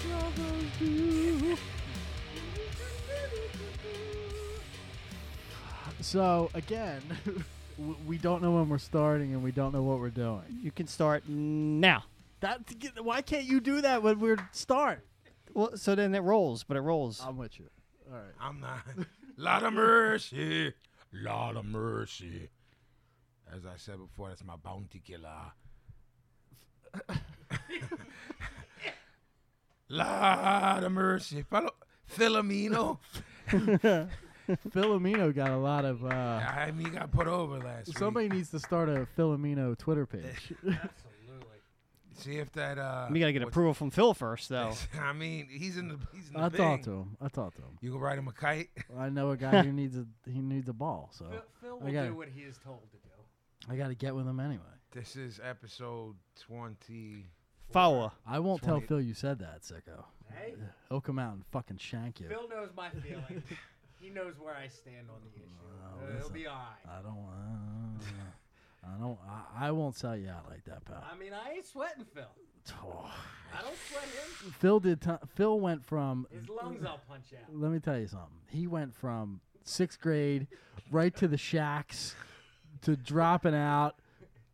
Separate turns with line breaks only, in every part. supposed to. So again, w- we don't know when we're starting and we don't know what we're doing.
You can start now.
That why can't you do that when we're start?
Well, so then it rolls, but it rolls.
I'm with you. All right.
I'm not. Lot of mercy. Lot of mercy. As I said before, that's my bounty killer. Lot of mercy. Fellow Filomeno.
Filomeno got a lot of. Uh,
I mean, he got put over last
somebody
week.
needs to start a Filomeno Twitter page.
Absolutely. See if that. Uh,
we gotta get
what's-
approval from Phil first, though.
I mean, he's in the. He's in the
I
thing.
talked to him. I talked to him.
You can ride him a kite.
I know a guy who needs a he needs a ball, so
Phil, Phil
I
will
gotta-
do what he is told to do.
I got to get with him anyway.
This is episode 20.
Follow.
I won't tell
20.
Phil you said that, sicko.
Hey,
He'll come out and fucking shank you.
Phil knows my feelings. he knows where I stand on the issue.
Oh,
Uh, it'll
listen.
be all right.
I don't. Uh, I don't. I, I won't sell you out like that, pal.
I mean, I ain't sweating Phil.
Oh.
I don't sweat him.
Phil did. T- Phil went from.
His lungs I'll punch out.
Let me tell you something. He went from sixth grade right to the shacks to dropping out.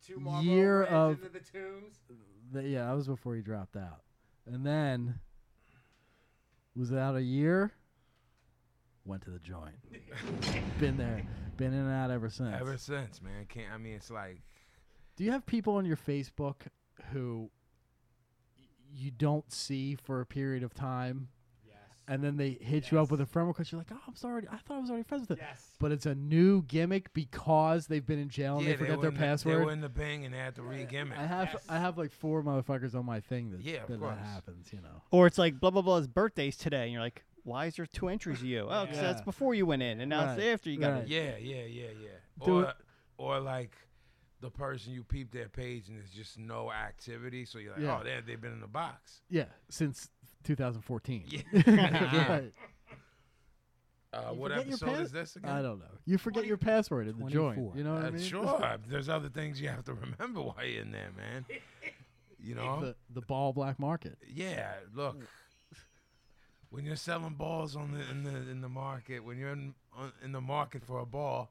Two Marlboro
Year
Reds
of-
into the tombs.
Th- yeah, that was before he dropped out, and then was out a year. Went to the joint. been there, been in and out ever since.
Ever since, man. Can't. I mean, it's like.
Do you have people on your Facebook who y- you don't see for a period of time,
Yes.
and then they hit you up
Yes.
with a friend request? You're like, "Oh, I'm sorry, I thought I was already friends with them,"
yes.
but it's a new gimmick because they've been in jail and
yeah,
they forgot
were
their
in the- they were
password.
in the bang and they had to re-gimmick.
I have
Yes.
I have like four motherfuckers on my thing that
Yeah, of
that,
course.
that happens. You know,
Or it's like blah blah blah's birthday's today, and you're like, why is there two entries of you? Oh, 'cause
Yeah.
that's before you went in, and now
Right,
it's after you got
right.
in.
Yeah, yeah, yeah, yeah. or,
Do it-
or like the person you peep their page and there's just no activity, so you're like,
Yeah.
oh, they they've been in the box.
yeah, since 2014.
Yeah.
Right.
Uh,
You
what
forget your
episode
pass-
is this again?
I don't know. You forget your password at the joint.
24.
You know what I
Uh,
mean?
Sure, there's other things you have to remember while you're in there, man. You know,
The the ball black market.
yeah. Look,
Mm.
when you're selling balls on the in the in the market, when you're in on, in the market for a ball,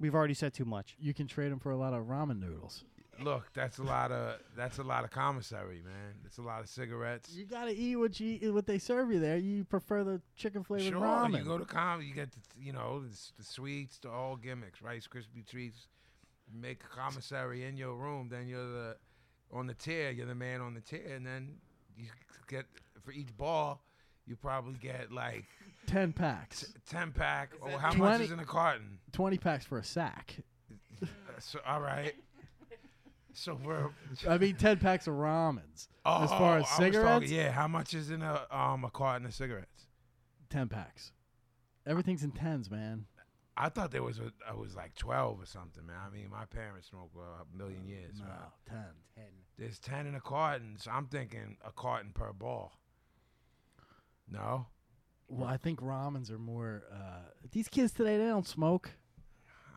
We've already said too much.
You can trade them for a lot of ramen noodles.
look, that's a lot of that's a lot of commissary, man. That's a lot of cigarettes.
You gotta eat what you eat, what they serve you there. You prefer the chicken flavored
Sure,
ramen.
you go to comedy, you get the you know the, s- the sweets, the all gimmicks, Rice Krispie treats. Make a commissary in your room, then you're the on the tear. You're the man on the tear, and then you get for each ball, you probably get like
Ten packs,
ten pack.
Is
Or
that
how
the-
much
20?
is in a carton?
twenty packs for a sack.
Uh, So all right. So we're
I mean, ten packs of ramens.
oh,
as
I
far as
was talking-
cigarettes,
yeah. How much is in a um a carton of cigarettes?
ten packs. Everything's in tens, man.
I thought there was a, I was like twelve or something, man. I mean, my parents smoked for a million years.
No,
man.
ten.
Ten.
There's ten in a carton, so I'm thinking a carton per ball. No,
Well, I think ramens are more. Uh, these kids today, they don't smoke.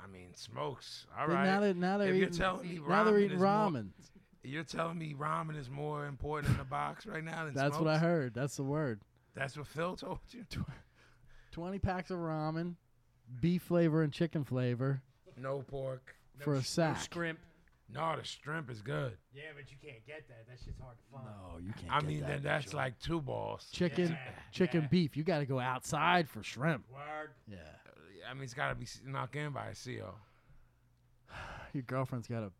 I mean smokes. All
They- Now,
right.
they, now they're
if
eating.
you're telling me
now
ramen,
they're eating
is more-
ramen.
you're telling me ramen is more important in the box right now than
That's
smokes?
what I heard. That's the word.
That's what Phil told you.
Twenty packs of ramen, beef flavor and chicken flavor
No pork.
for a sack.
No scrimp.
No, the shrimp is good.
Yeah, but you can't get that. That shit's hard to find.
No, Oh, you can't.
I
get
mean,
that
then
at the
that's
joint.
like two balls.
chicken,
Yeah,
chicken
yeah.
beef. You got to go outside for shrimp.
Word.
Yeah,
I mean, it's got to be s- knocked in by a CO.
your girlfriend's got to,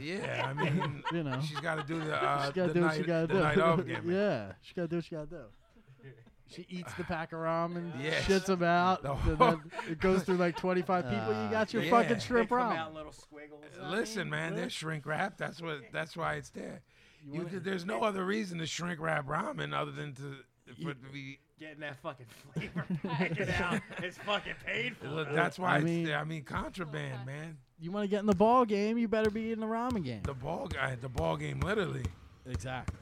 Yeah, I mean,
you know,
she's got to do the uh,
she got to
the
do what
night
she got to
the
do.
night off gimmick.
yeah, she got to do what she got to do. She eats the pack of ramen,
Yes.
shits them out,
The
and
whole-
then it goes through like 25 people. You got your
Uh, Yeah.
fucking
They
They
shrimp
come
ramen.
out in little squiggles. I
Uh, Listen,
mean,
man,
what?
they're shrink wrapped. That's what. That's why it's there. You
wanna-
could- there's no other reason to shrink wrap ramen other than to for it to be.
Getting that fucking flavor packet out. It's fucking painful.
Look,
though.
that's why
uh, I
it's
mean-
there. I mean, contraband, man.
You want to get in the ball game, you better be in the ramen game.
The ball guy, the ball game, literally.
Exactly.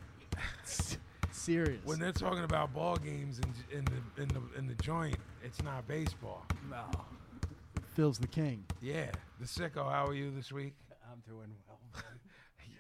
Serious.
When they're talking about ball games in, in the in the in the joint, it's not baseball.
no. Phil's the king.
Yeah, the sicko. How are you this week?
I'm doing well.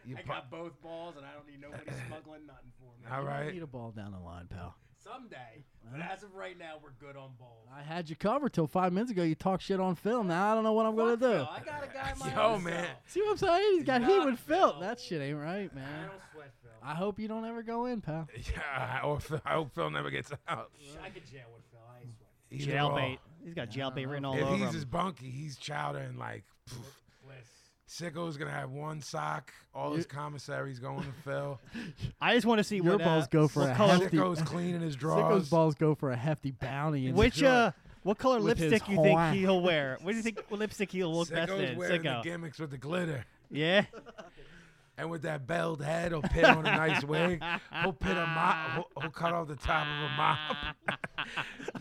You
I
pu-
got both balls, and I don't need nobody smuggling nothing for me.
All
You might
right.
Need a ball down the line, pal.
Someday. But as of right now, we're good on bowls.
I had you covered till five minutes ago. You talk shit on Phil. Now I don't know what I'm gonna
Fuck Phil,
do.
I got a guy my
Yo,
own
man.
self.
See what I'm saying? He's got heat
Not
with Phil.
Phil.
That shit ain't right,
I
man.
don't sweat, Phil.
I hope you don't ever go in, pal.
Yeah, I hope, I hope Phil never gets out.
Sh- I could jail with Phil. I ain't sweating.
Either
Jail
or.
bait. He's got jail bait written all
If
over
he's
him.
as bunky, he's chowder and like. Pff,
Bliss.
Sicko's gonna have one sock. All his commissaries going to Phil.
I just want to see
Your
what
balls
uh,
go for
what
a
color,
hefty-
Sicko's cleaning his
Sicko's
drawers.
balls go for a hefty bounty. in
which
Detroit.
uh, what color
With his
lipstick you think
horn.
he'll wear? What do you think what lipstick he'll look best
Sicko's
in?
wearing the
Sicko.
gimmicks with the glitter.
Yeah.
And with that belled head, he'll pin on a nice wig. He'll pin a mop. He'll, he'll cut off the top of a mop.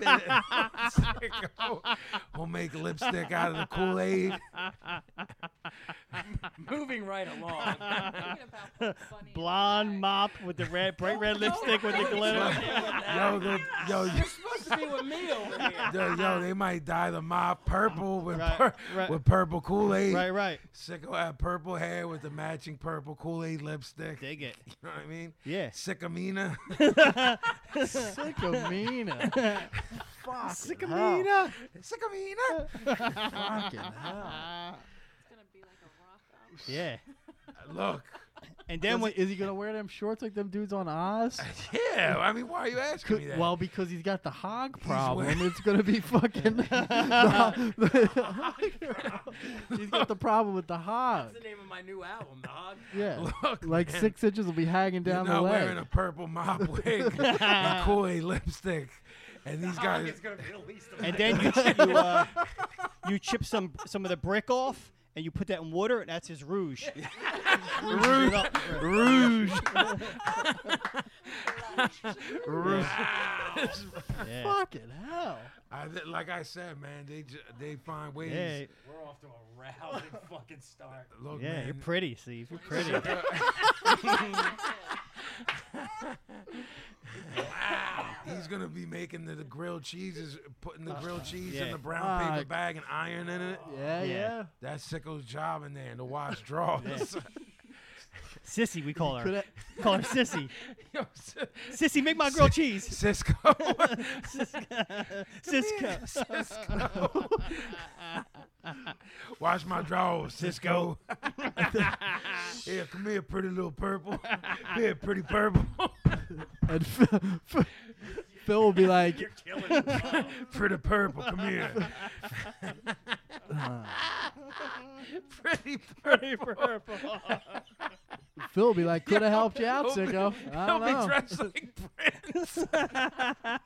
Sicko. He'll make lipstick out of the Kool Aid.
Moving right along.
Thinking about what's funny
Blonde
in the
mop with the red, bright red lipstick with the glitter.
Yo, the, yo,
You're supposed to be with me over here.
yo, yo, they might dye the mop purple with,
Right,
pur-
right.
with purple Kool Aid.
Right, right.
Sicko had purple hair with the matching purple Kool Aid lipstick.
Dig it.
You know what I mean?
Yeah.
Sickamina.
Sickamina. Fuck.
Sickamina.
Sickamina.
Fucking hell.
back. It's gonna be like a rock opera.
Yeah.
Look.
And
Is
then when
he, is he gonna wear them shorts like them dudes on Oz?
Yeah. I mean, why are you asking me
Could-
that?
well, because he's got the hog problem,
wearing-
it's gonna be fucking. he's got the problem with the hog.
That's the name of my new album, The Hog.
Yeah,
Look,
like
man,
six inches will be hanging
You're
down the
not
leg.
wearing a purple mop wig and Kool Aid lipstick, and these
The Hog
guys.
is going to release the
and then you ch- you, uh, you chip some some of the brick off and you put that in water and that's his rouge.
Rouge, rouge, rouge.
Yeah.
Fucking hell!
I, th- like I said, man, they j- they find ways.
Yeah.
We're off to a rousing fucking start.
Look,
Yeah,
man,
you're pretty, Steve. You're pretty.
he's gonna be making the, the grilled cheeses, putting the grilled cheese in
yeah.
the brown paper
Fuck.
bag and iron in it.
Yeah, yeah.
Yeah.
That's Sicko's job in there, and to wash drawers.
Sissy, we call her.
Coulda-
Call her Sissy.
Yo, Si-
Sissy, make my grilled cheese.
Cisco.
Sisco.
Cisco.
Sisco.
Wash my drawers, Cisco. here, come here, pretty little purple. Here, pretty purple.
and Phil, Phil- Phil will be like,
You're killing me. Bob.
pretty purple, come here.
"Uh,
pretty purple.
Pretty purple.
Phil will be like, could have helped you out,
He'll be-
sicko. I don't
He'll be
know.
dressed like Prince.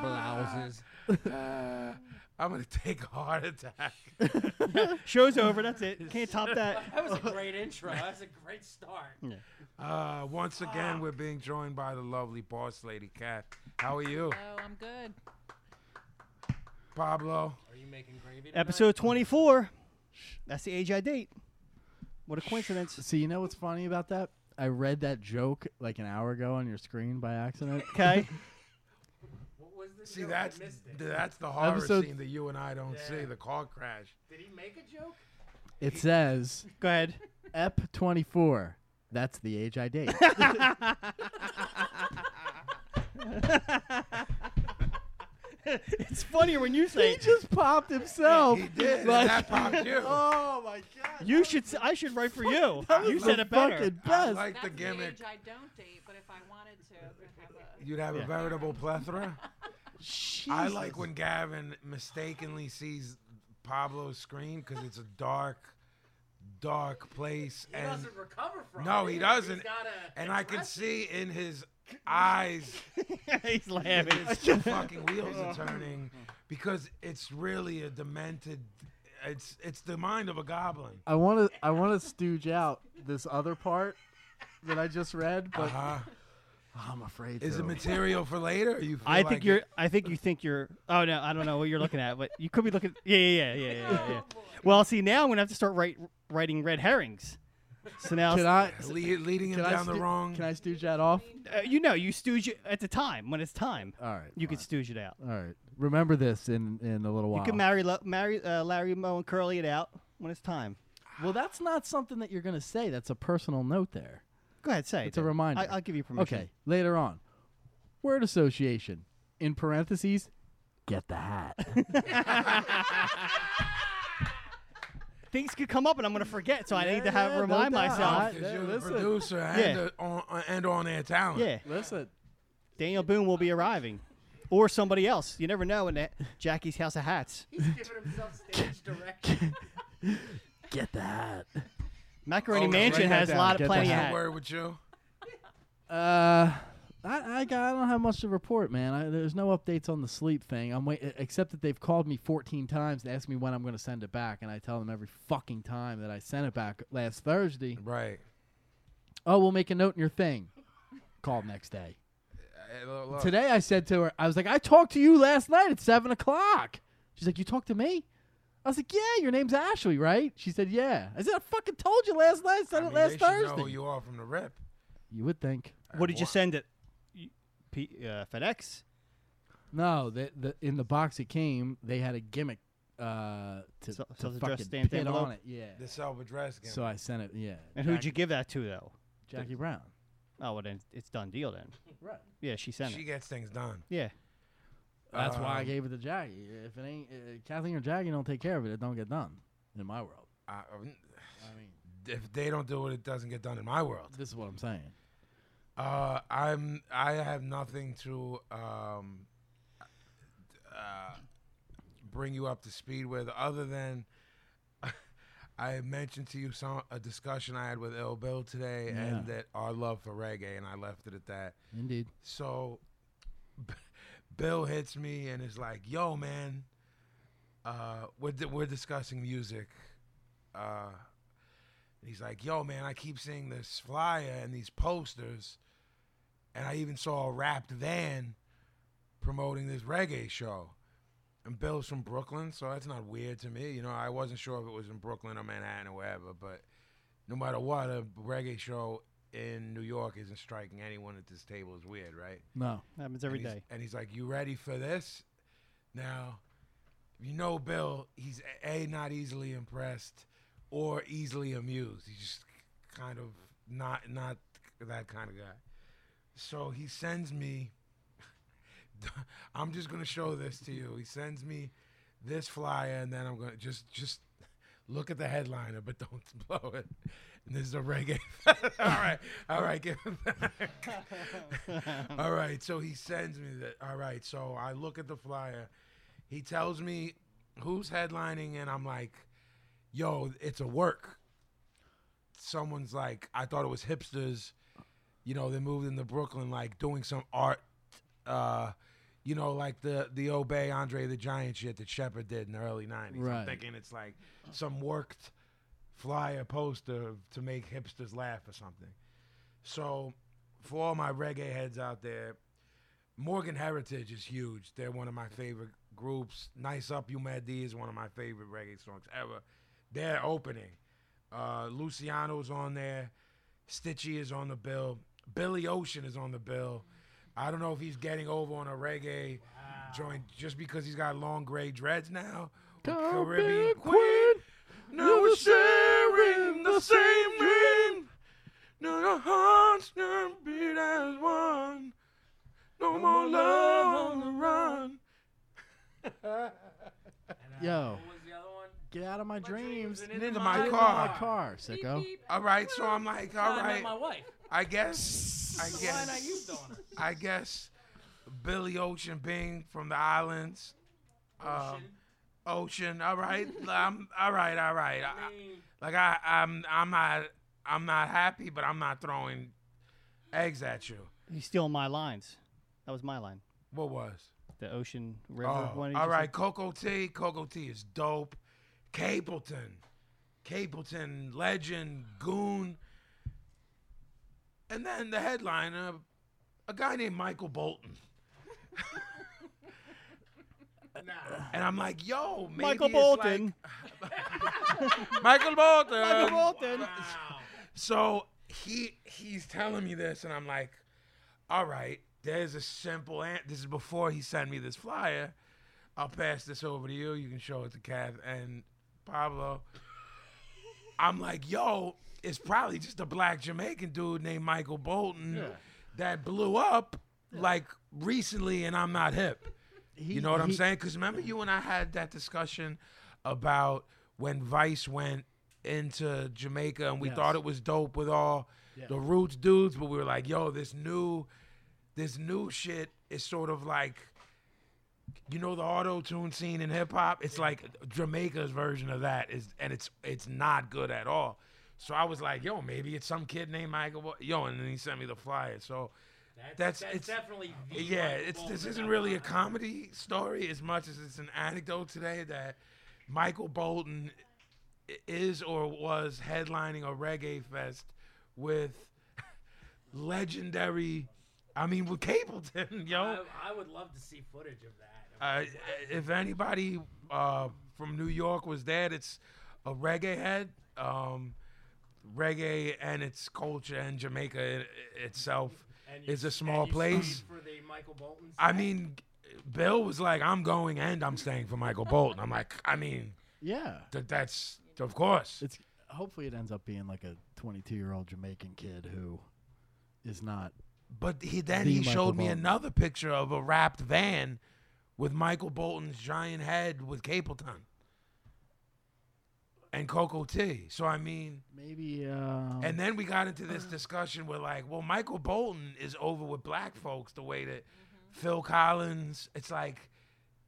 Blouses.
Uh, I'm gonna take a heart attack.
Show's over. That's it. Can't top that.
That was a great intro. That was a great start.
Uh, once again, we're being joined by the lovely boss lady, Kat. How are you,
Oh, I'm good.
Pablo?
Are you making gravy? tonight?
Episode 24. That's the age I date. What a coincidence.
See, you know what's funny about that? I read that joke like an hour ago on your screen by accident.
Okay.
What was the
See,
joke? I
that's
missed it.
that's the horror
Episode-
scene that you and I don't see.
Yeah.
The car crash.
Did he make a joke?
It says,
Go ahead.
"Ep 24." That's the age I date.
it's funnier when you say
he just popped himself.
He did. and
Like-
that popped you.
oh my god.
You should. s- I should write for you.
That
You
was
said
the
it better.
Fucking
I
best.
like
That's
the gimmick.
age I don't date, but if I wanted to, I'm gonna have a.
You'd have a
Yeah.
veritable plethora. I like
Jesus.
when Gavin mistakenly sees Pablo's screen because it's a dark, dark place,
He
and
doesn't recover from
No,
it.
he
either. He's
doesn't.
gotta
and I can
address it.
see in his eyes
He's
that
laughing.
his fucking wheels are turning because it's really a demented. It's it's the mind of a goblin.
I want to I want to stooge out this other part that I just read, but
Uh huh. Uh,
I'm afraid
Is
to.
it material for later? Or you feel
I think
like
you're. I think you think you're. Oh no, I don't know what you're looking at, but you could be looking. Yeah, yeah, yeah, yeah, yeah. yeah.
Oh, boy.
Well, see, now I'm gonna have to start write, writing red herrings. So now,
Can I
le- leading him
can I
down the
stu-
wrong.
Can I stooge that off?
uh, you know, you stooge it at the time when it's time.
All right.
You
fine.
could stooge it out.
All right. Remember this in in a little while.
You could marry, Lo- marry uh, Larry Moe and curly it out when it's time.
Well, that's not something that you're going to say. That's a personal note there.
Go ahead, say it.
It's a
then.
reminder.
I, will give you permission.
Okay, later on. Word association. In parentheses, get the hat.
Things could come up, and I'm gonna forget, so I need
Yeah,
to have
yeah, no
remind
doubt.
myself.
I-
Because
yeah,
you're
listen.
the producer and, the on, uh, and on air talent.
Yeah,
Listen,
Daniel Boone will be arriving, or somebody else. You never know. In that Jackie's House of Hats,
He's giving himself stage direction.
get the hat.
Macaroni
Oh,
Mansion
write that
has a
down.
lot
Get
of
the
plenty
Is
of
hat.
that
hats.
a word with you?
Uh, I, I got. I don't have much to report, man. I, there's no updates on the sleep thing. I'm wait, e, except that they've called me 14 times and asked me when I'm going to send it back, and I tell them every fucking time that I sent it back last Thursday.
Right.
Oh, we'll make a note in your thing. Called next day.
Hey, look, look.
Today I said to her, I was like, I talked to you last night at seven o'clock. She's like, You talked to me? I was like, Yeah, your name's Ashley, right? She said, Yeah. I said, I fucking told you last night. I
I
said
mean,
it
they
last
should know
Thursday.
who
You-,
you are from the rep.
would think.
What did you
Wha-
send it? You- P- uh, FedEx.
No, the, the, in the box it came, they had a gimmick uh, to,
So-
to
self-addressed
fucking
stamped
pin
envelope?
on it. Yeah.
The self-addressed game.
So I sent it, yeah.
And who'd you give that to though?
Jackie Brown.
Oh, well then it's done deal then.
Right.
Yeah, she sent
she
it.
gets things done.
Yeah.
That's why I
Um,
gave it to Jackie. If it ain't uh, Kathleen or Jackie don't take care of it, it don't get done in my world.
I, I-
I mean,
if they don't do it, it doesn't get done in my world.
this is what I'm saying.
Uh, I'm. I have nothing to um, uh, bring you up to speed with, other than I had mentioned to you some a discussion I had with El Bill today, and
Yeah.
that our love for reggae, and I left it at that.
Indeed.
So Bill hits me and is like, "Yo, man, uh, we're di- we're discussing music." Uh, and he's like, "Yo, man, I keep seeing this flyer and these posters, and I even saw a wrapped van promoting this reggae show." And Bill's from Brooklyn, so that's not weird to me. You know, I wasn't sure if it was in Brooklyn or Manhattan or wherever, but no matter what, a reggae show in New York isn't striking anyone at this table is weird, right?
No.
Happens every
and he's-
day.
And he's like, "You ready for this?" Now, you know, Bill. He's a not easily impressed or easily amused. He's just kind of not not that kind of guy. So he sends me. I'm just gonna show this to you. He sends me this flyer, and then I'm gonna just just look at the headliner, but don't blow it. And this is a reggae. all right, all right, give it back. all right, so he sends me that. All right, so I look at the flyer. He tells me who's headlining, and I'm like, "Yo, it's a work." Someone's like, "I thought it was hipsters." You know, they moved into Brooklyn, like doing some art. Uh, you know, like the the Obey Andre the Giant shit that Shepard did in the early '90s. I'm
Right.
thinking it's like some worked flyer poster to make hipsters laugh or something. So, for all my reggae heads out there, Morgan Heritage is huge. They're one of my favorite groups. Nice Up You Mad D is one of my favorite reggae songs ever. They're opening. Uh, Luciano's on there. Stitchy is on the bill. Billy Ocean is on the bill. I don't know if he's getting over on a reggae
Ah,
joint just because he's got long gray dreads now. or
Don't be a queen.
no we're sharing the same ring. No, your hearts can beat as one. No more love on the run.
Yo,
uh, What was the other one?
get out of my dreams.
dreams and
and
into
my
get out of
car.
My car,
Beep,
sicko.
beep.
All right, so I'm like, all
I met
right,
my wife.
I guess, I
Why not
guess,
you doing it?
I guess, Billy Ocean being from the islands, uh, ocean. All right, I'm all right, all right. I-
mean,
Like I, I'm, I'm not, I'm not happy, but I'm not throwing eggs at you.
He's stealing my lines. That was my line.
What was?
The ocean river
Oh,
one. you
all
just
right,
said.
Coco T. Coco T is dope. Capleton, Capleton, legend, goon. And then the headliner, a guy named Michael Bolton. And I'm like, yo, maybe
Michael
it's like-
Bolton.
Michael Bolton.
Michael Bolton.
So he he's telling me this, and I'm like, all right, there's a simple answer. This is before he sent me this flyer. I'll pass this over to you. You can show it to Kath and Pablo. I'm like, yo, it's probably just a black Jamaican dude named Michael Bolton
Yeah.
that blew up like recently, and I'm not hip. you know what I'm
he-
saying? Because remember, you and I had that discussion about when Vice went into Jamaica, and we
Yes.
thought it was dope with all the roots dudes, but we were like, yo, this new, this new shit is sort of like. You know the auto tune scene in hip hop. It's like Jamaica's version of that is, and it's it's not good at all. So I was like, yo, maybe it's some kid named Michael. Bo- Yo, and then he sent me the flyer. So That's-
That's, that's,
it's-
definitely the
yeah,
Michael
it's this
Bolton
isn't
that
really a
I-
comedy story as much as it's an anecdote today that Michael Bolton i- is or was headlining a reggae fest with legendary, I mean, with Capleton, yo.
I, I would love to see footage of that.
Uh, if anybody uh, from New York was there, it's a reggae head. Um, reggae and its culture and Jamaica i- itself
And you-
is a
and
small
you stayed
place.
For the Michael Bolton.
I
set?
mean, Bill was like, "I'm going and I'm staying for Michael Bolton." I'm like, I mean,
Yeah.
th- that's of course.
It's hopefully it ends up being like a 22 year old Jamaican kid who is not.
But he then
The
he
Michael
showed me
Bolton.
another picture of a wrapped van with Michael Bolton's giant head with Capleton and Coco T. So I mean,
Maybe. Um,
and then we got into this discussion where like, well, Michael Bolton is over with black folks the way that Phil Collins. It's like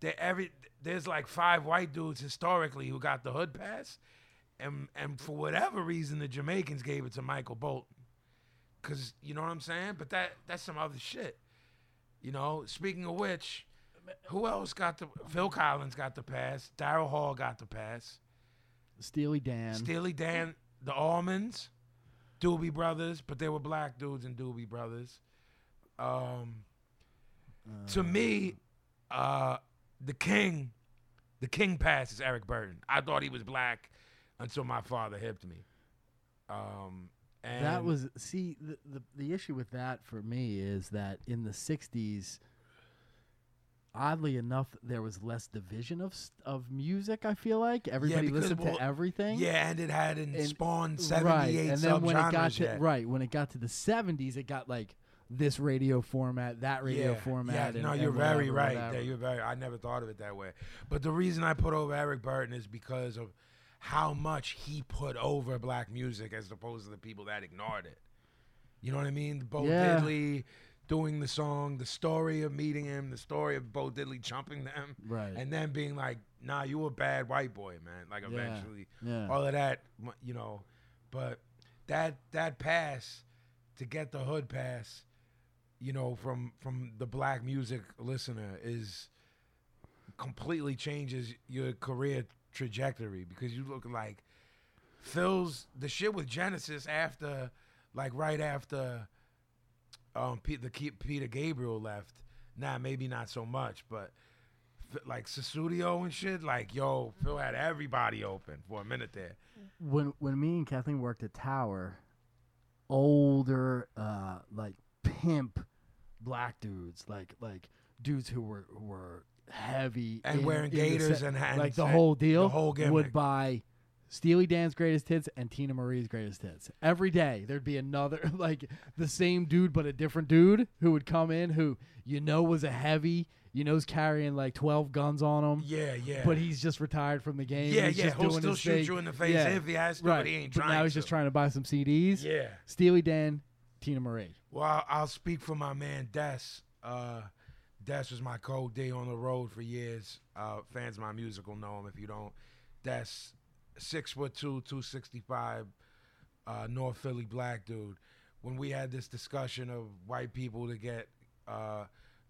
they every there's like five white dudes historically who got the hood pass, and and for whatever reason the Jamaicans gave it to Michael Bolton, cause you know what I'm saying. But that that's some other shit, you know. Speaking of which, who else got the Phil Collins got the pass? Daryl Hall got the pass.
Steely Dan.
Steely Dan, the Almonds, Doobie Brothers, but they were black dudes in Doobie Brothers. Um, to me, uh, the king, the king pass is Eric Burton. I thought he was black until my father hipped me. Um, and
that was see the, the the issue with that for me is that in the 60s oddly enough there was less division of s- of music i feel like everybody
because,
listened
well,
to everything
yeah, and it hadn't
and-
spawned
right
seventy-eight
and then
subgenres
when it got to
yet.
right when it got to the 70s it got like this radio format that radio
yeah,
format
Yeah,
and,
no,
and
you're very
whatever,
right.
whatever.
There, you're very. I never thought of it that way. But the reason I put over Eric Burton is because of how much he put over black music as opposed to the people that ignored it. You know what I mean? Bo
Yeah.
Diddley doing the song, the story of meeting him, the story of Bo Diddley chumping them,
Right.
and then being like, "Nah, you a bad white boy, man." Like
Yeah,
eventually,
yeah.
all of that, m- you know. But that that pass to get the hood pass, you know, from from the black music listener is completely changes your career trajectory because you look like Phil's the shit with Genesis after, like right after, um, Pete, the Ke- Peter Gabriel left. Nah, maybe not so much, but f- like Susudio and shit, like yo, Phil had everybody open for a minute there.
when when me and Kathleen worked at Tower, older uh like pimp black dudes, like like dudes who were who were heavy
And wearing
the
gaiters
se-
and- and
like the
se-
whole
the
deal
whole gimmick.
would buy Steely Dan's greatest hits and Tina Marie's greatest hits. Every day there'd be another like the same dude but a different dude who would come in who you know was a heavy, you know's carrying like 12 guns on him.
Yeah, yeah.
But he's just retired from the game.
Yeah,
he's
yeah,
Just
he'll
doing
still
his
shoot
thing.
you in the face
yeah.
if he has to, but
right.
he ain't
now
trying
he's just
to.
trying to buy some CDs.
yeah.
Steely Dan, Tina Marie.
Well, I'll- I'll speak for my man Des. Uh, Des was my cold day on the road for years. Uh, fans of my music will know him. If you don't, Des, six foot two, two sixty five, uh, North Philly black dude. When we had this discussion of white people to get uh,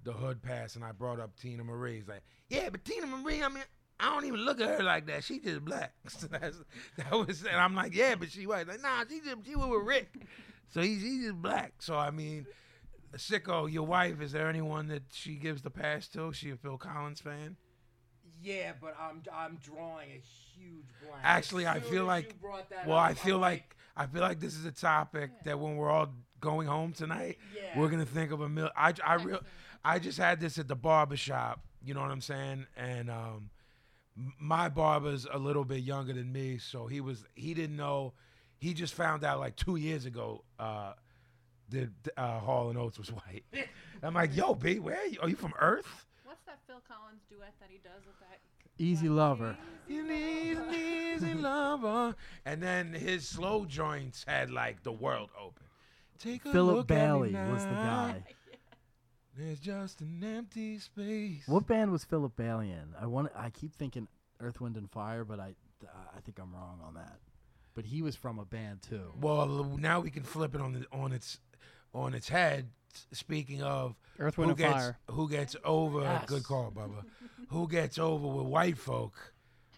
the hood pass, and I brought up Tina Marie, he's like, "Yeah, but Tina Marie, I mean." I don't even look at her like that. She just black. So that's, that was, and I'm like, yeah, but she white. Like, nah, she just she was with Rick. So he's he's just black. So I mean, sicko, your wife is there anyone that she gives the pass to? She a Phil Collins fan?
Yeah, but I'm I'm drawing a huge blank.
Actually,
As
I
soon
feel
as
like-
you brought that
well,
up,
I feel
I'm
like I feel like this is a topic that when we're all going home tonight,
Yeah.
we're gonna think of a mil. I I real, I just had this at the barber shop. You know what I'm saying? And um, m- my barber's a little bit younger than me, so he was he didn't know. He just found out like two years ago uh, that uh, Hall and Oates was white. I'm like, yo, B, where are you? Are you from Earth?
What's that Phil Collins duet that he does with that?
Easy
that
lover.
lady?
You need an easy lover. uh. And then his slow joints had like the world open. Take a
Philip
look at me
Bailey was the
now.
guy.
There's just an empty space.
What band was Philip Bailey in? I want. I keep thinking Earth, Wind, and Fire, but I, I think I'm wrong on that. But he was from a band too.
Well, now we can flip it on the, on its on its head. S- Speaking of
Earth,
who
Wind, and
gets
Fire.
who gets over,
Yes.
good call, Bubba. who gets over with white folk?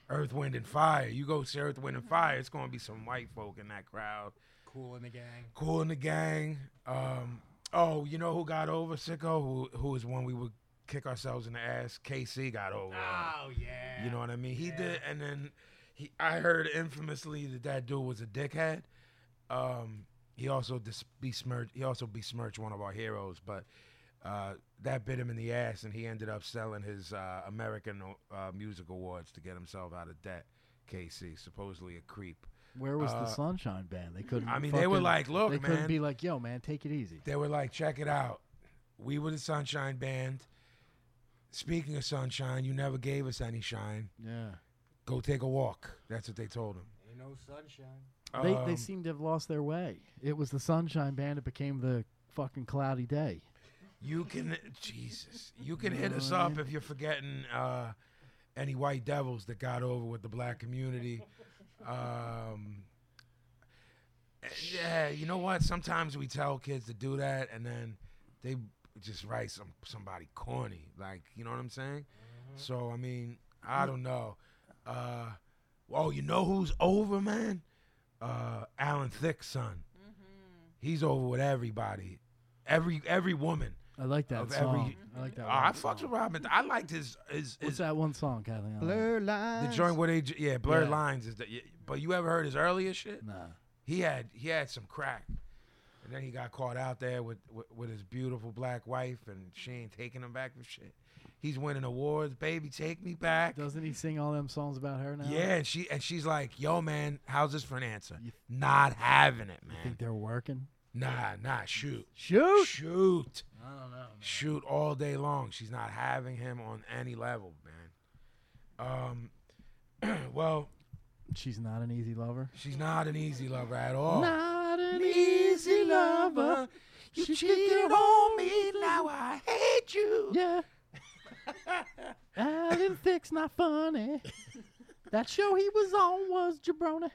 Earth, Wind, and Fire. You go see Earth, Wind, and Fire. It's gonna be some white folk in that crowd.
Cool in the gang.
Cool in the gang. Um, oh, you know who got over sicko? Who who is one we would kick ourselves in the ass? KC got over. on.
Oh yeah.
You know what I mean? He did, and then he. I heard infamously that that dude was a dickhead. Um, he also dis- besmirched. He also besmirched one of our heroes, but uh, that bit him in the ass, and he ended up selling his uh, American uh, Music Awards to get himself out of debt. KC, supposedly a creep.
Where was the
Uh,
Sunshine Band? They couldn't.
I mean, they were
fucking-
like, "Look,
they
man."
couldn't be like, "Yo, man, take it easy."
They were like, check it out. We were the Sunshine Band. Speaking of sunshine, you never gave us any shine.
Yeah.
Go take a walk. That's what they told him.
Ain't no sunshine.
They
Um,
they seem to have lost their way. It was the Sunshine Band. It became the fucking cloudy day.
You can, Jesus, you can hit
know
us
what I
up
mean?
if you're forgetting uh, any white devils that got over with the black community. Um, and yeah, you know what? Sometimes we tell kids to do that, and then they just write some somebody corny, like you know what I'm saying. So I mean, I don't know. Uh, oh, you know who's over, man? Uh, Alan Thick's son. He's over with everybody, every every woman.
I like that
Of every-
song. I like that.
Oh,
one
I
song.
fucked with Robin. I liked his his,
What's
his
that one song, Kathleen?
Blur
the
lines.
joint where they j- yeah blurred
Yeah.
lines is that. yeah, But you ever heard his earlier shit?
Nah.
He had he had some crack, and then he got caught out there with with, with his beautiful black wife, and she ain't taking him back for shit. He's winning awards, baby. Take me back.
Doesn't he sing all them songs about her now?
Yeah, and she and she's like, "Yo, man, how's this for an answer?
You-
Not having it,
I think
man.
they're working.
Nah, nah, shoot,
Shoot.
shoot,
I don't know.
shoot all day long. She's not having him on any level, man. Um, well,
She's not an easy lover.
she's not an easy lover at all.
Not an
You
She
cheated
cheated
on me, now I hate you.
Yeah. Alan Thick's not funny. That show he was on was Jabroni.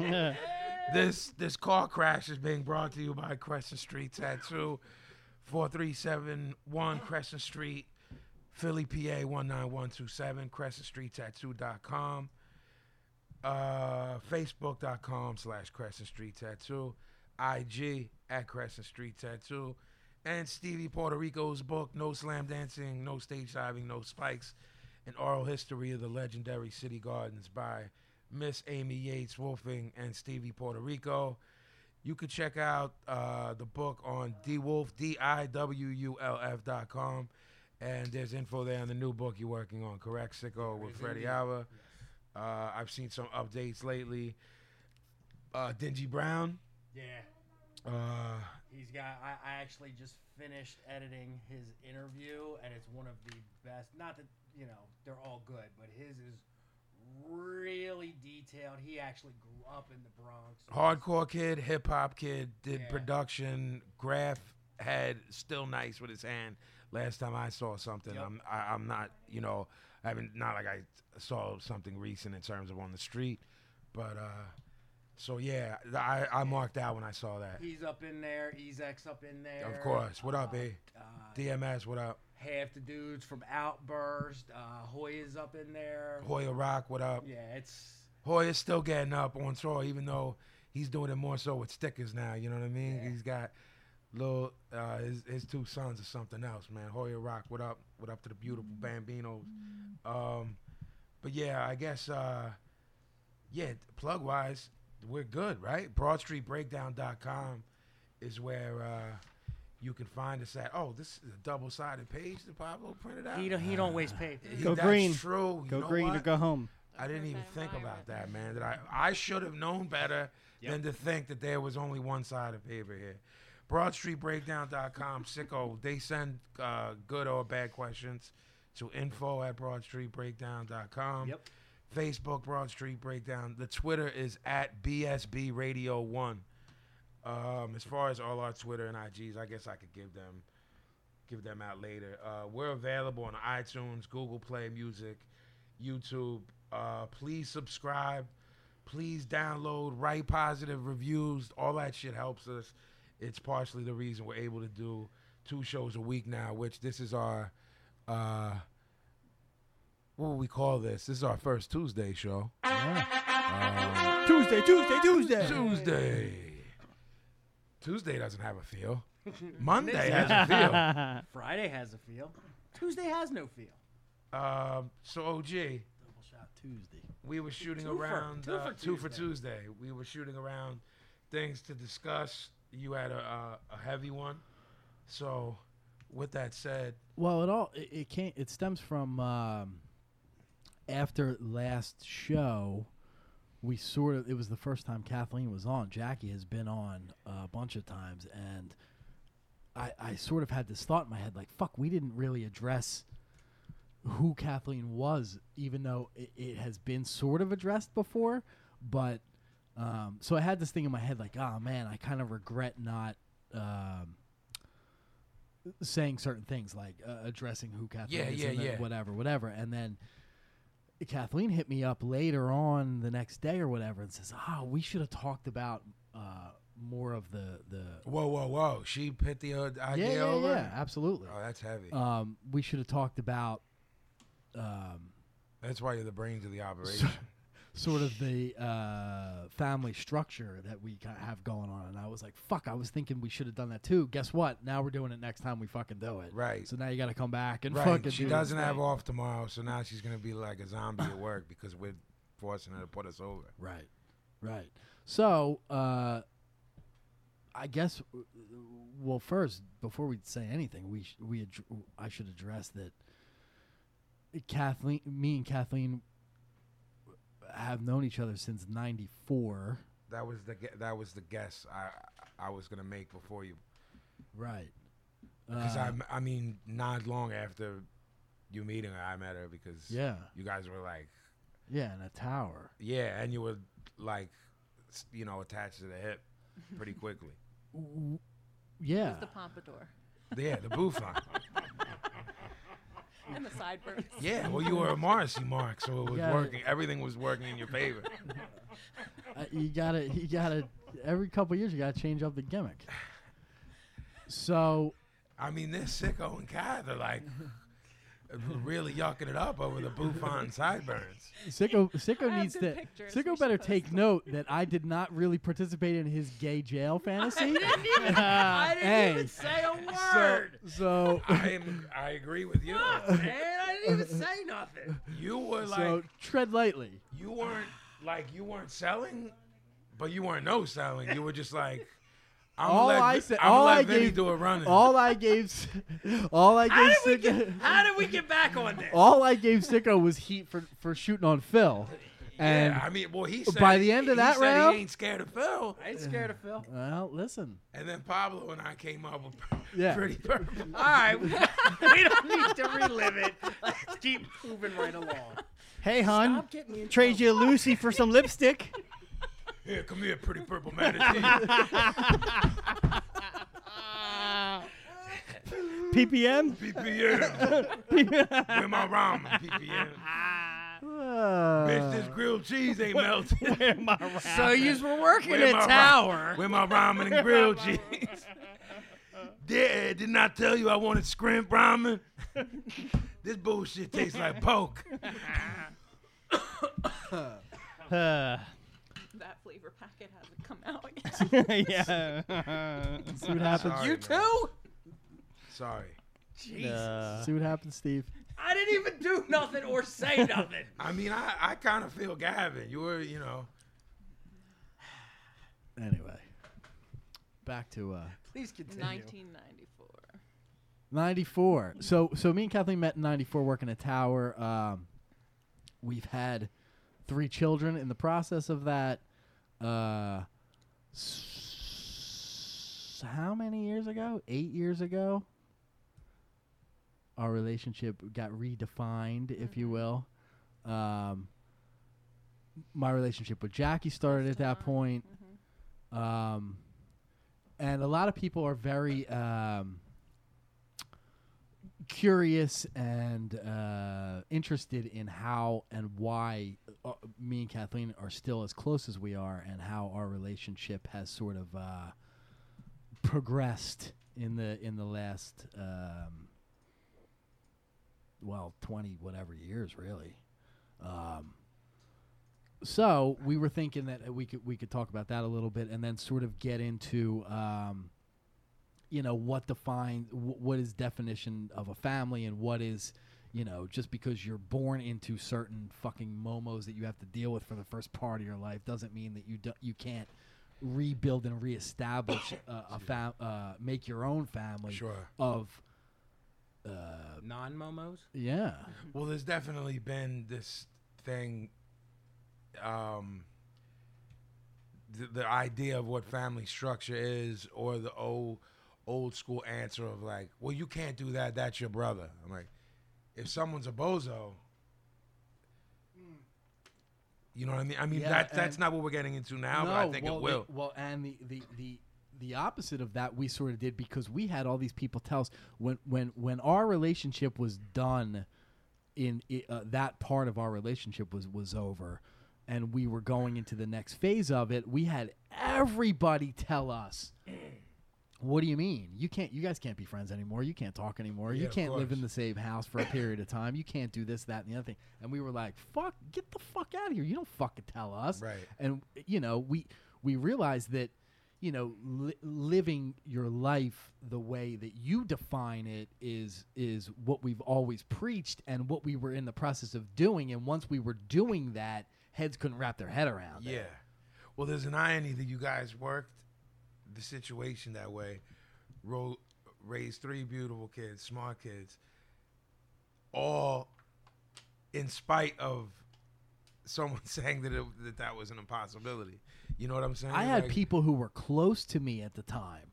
Yeah.
This this car crash is being brought to you by Crescent Street Tattoo, four three seven one Crescent Street, Philly, PA one nine one two seven. Crescent Street Tattoo.com, uh, Facebook.com slash Crescent Street Tattoo, IG at Crescent Street Tattoo, and Stevie Puerto Rico's book No Slam Dancing, No Stage Diving, No Spikes, an oral history of the legendary City Gardens by Miss Amy Yates Wolfing and Stevie Puerto Rico. You could check out uh, the book on dwolf, D-I-W-U-L-F dot com. And there's info there on the new book you're working on, correct, Sicko, with Freddie Alva. Uh, I've seen some updates lately. Uh, Dingy Brown.
Yeah.
Uh,
He's got. I, I actually just finished editing his interview, and it's one of the best. Not that you know they're all good, but his is really detailed. He actually grew up in the Bronx.
Oh, hardcore kid, hip hop kid, did
Yeah.
production. Graph had still nice with his hand. Last time I saw something,
Yep.
I'm I, I'm not you know I haven't not like I saw something recent in terms of on the street, but uh, so yeah, th- I I marked out when I saw that.
He's up in there. Ezek's up in there.
Of course, what up, eh?
Uh,
DMS, what up?
half the dudes from Outburst. Uh, Hoya's up in there.
Hoya Rock, what up?
Yeah, it's
Hoya's still getting up on tour, even though he's doing it more so with stickers now. You know what I mean? He's got little uh, his his two sons or something else, man. Hoya Rock, what up? What up to the beautiful
Mm-hmm.
Bambinos? Um, but yeah, I guess uh, yeah, plug wise, we're good, right? BroadStreetBreakdown.com is where uh, you can find us at. Oh, this is a double-sided page that Pablo printed out.
He don't, he don't waste paper.
Yeah,
Go
that's
green.
True. You
Go
know
green or
what?
go home.
I didn't even
Urban
think
environment.
about that, man. That I I should have known better than to think that there was only one side of paper here. BroadStreetBreakdown.com, sicko. They send uh, good or bad questions to info at BroadStreetBreakdown.com.
Yep.
Facebook Broad Street Breakdown. The Twitter is at BSB Radio One. Um, as far as all our Twitter and IGs, I guess I could give them give them out later. Uh, we're available on iTunes, Google Play Music, YouTube. Uh, please subscribe. Please download, write positive reviews. All that shit helps us. It's partially the reason we're able to do two shows a week now, which this is our uh, what would we call this? This is our first Tuesday show.
Tuesday, Tuesday, Tuesday.
Tuesday. Tuesday doesn't have a feel. Monday has a
Friday has a feel. Tuesday has no feel.
feel. Um, so OG,
Double shot.
Tuesday.
we were shooting
Two for-
around
two
uh,
for
two for
Tuesday.
Tuesday. We were shooting around things to discuss. You had a, uh, a heavy one. So, with that said,
Well, it all it, it came. It stems from um, after last show. We sort of it was the first time Kathleen was on. Jackie has been on a bunch of times, and I I sort of had this thought in my head like, fuck, we didn't really address who Kathleen was, even though it, it has been sort of addressed before. But um, so I had this thing in my head like, oh man, I kind of regret not. Um, saying certain things like uh, addressing who Kathleen
Yeah,
is
yeah,
and then
yeah.
whatever, whatever. And then Kathleen hit me up later on the next day or whatever and says, "Oh, we should have talked about uh, more of the the
whoa, whoa, whoa, she put the uh,
yeah,
idea
yeah,
over.
yeah, absolutely.
Oh, that's heavy.
Um, we should have talked about um,
that's why you're the brains of the operation.
sort of the uh, family structure that we ki- have going on." And I was like, "Fuck!" I was thinking we should have done that too. Guess what? Now we're doing it next time we fucking do it.
Right.
So now you got to come back and
Right.
fucking.
She
do
doesn't
this
have
thing.
off tomorrow, so now she's gonna be like a zombie at work because we're forcing her to put us over.
Right. Right. So, uh, I guess, w- well, first, before we say anything, we sh- we ad- I should address that Kathleen, me and Kathleen have known each other since '94.
That was the gue- that was the guess I I was gonna make before you
Right.
because
Uh,
I I mean not long after you meeting her I met her because
yeah,
you guys were like
yeah, in a tower.
yeah and you were like s- you know attached to the hip pretty quickly
W-
It
Yeah.
was the pompadour
yeah the bouffant
and the sideburns.
yeah well you were a Morrissey mark so it was
Yeah.
working everything was working in your favor
Uh, you gotta, you gotta. Every couple years, you gotta change up the gimmick. So
I mean this sicko and Kai they're like really yucking it up over the bouffant sideburns
Sicko,
I
Sicko
have
needs
good
to.
pictures. We
Sicko
should
better
post
take
them.
note that I did not really participate in his gay jail fantasy.
I didn't
Hey.
even say a
so,
word.
so,
I am I agree with you
Fuck, man, I didn't even say nothing.
you were like
so tread lightly.
you weren't like you weren't selling, but you weren't no selling. You were just like, I'm
All
let,
I said-
I'm
all
let
I
Vinny
gave-
do a running.
All I gave, S- all I
How
gave
did we get,
Sicko,
how did we get back on this?
all I gave Sicko was heat for for shooting on Phil, and
yeah, I mean, well, he said
by the end of
he
that
said
round-
he ain't scared of Phil.
I ain't scared of Phil.
well, listen,
And then Pablo and I came up with
Yeah.
pretty purple.
All right, we don't need to relive it. Let's keep moving right along.
Hey, hon.
Stop getting me in
Trade you Lucy for some lipstick.
Here, come here, pretty purple manatee.
PPM.
PPM, where my ramen? PPM,
Uh.
bitch, this grilled cheese ain't melting.
Where my round?
So you were working
Where
a
my ra-
tower.
Where my ramen and grilled cheese? Yeah, didn't I tell you I wanted scrimp ramen? this bullshit tastes like poke.
Uh,
That flavor packet hasn't come out yet.
yeah.
see what happens.
Sorry,
You
man.
too?
Sorry.
Jesus.
Uh,
See what happens, Steve.
I didn't even do nothing or say nothing.
I mean, I, I kind of feel Gavin. You were, you know,
Anyway, back to uh,
Please continue.
1994.
94. So so me and Kathleen met in 94 working a tower. Um, we've had three children in the process of that. Uh, s- how many years ago? 8 years ago. Our relationship got redefined, if you will. Um, my relationship with Jackie started at that point.
Defined. Mhm.
Um, and a lot of people are very um, curious and uh, interested in how and why uh, me and Kathleen are still as close as we are, and how our relationship has sort of uh, progressed in the in the last um, well twenty whatever years really. Um, so we were thinking that uh, we could we could talk about that a little bit, and then sort of get into. Um, you know what defines wh- what is definition of a family and what is you know just because you're born into certain fucking momos that you have to deal with for the first part of your life doesn't mean that you do, you can't rebuild and reestablish uh, a fam- uh, make your own family
Sure.
of
Non momos?
yeah
Well, there's definitely been this thing, um, the, the idea of what family structure is, or the old old school answer of like, well, you can't do that. That's your brother. I'm like, if someone's a bozo. You know what I mean? I mean
Mm. Yeah,
that that's
and-
not what we're getting into now, but I think
well,
it will.
The, well, and the, the the the opposite of that we sort of did because we had all these people tell us when when when our relationship was done, in i- uh, that part of our relationship was was over, and we were going into the next phase of it. We had everybody tell us. What do you mean? You can't. You guys can't be friends anymore. You can't talk anymore.
Yeah,
you
of
can't live in
course.
the same house for a period of time. You can't do this, that, and the other thing. And we were like, "Fuck, get the fuck out of here! You don't fucking tell us."
Right.
and you know we we realize that you know li- living your life the way that you define it is is what we've always preached and what we were in the process of doing and once we were doing that heads couldn't wrap their head around
Yeah.
it
Well, there's an irony that you guys worked the situation that way, ro- raised three beautiful kids, smart kids, all in spite of someone saying that it, that, that was an impossibility. You know what I'm saying?
i had
Like,
people who were close to me at the time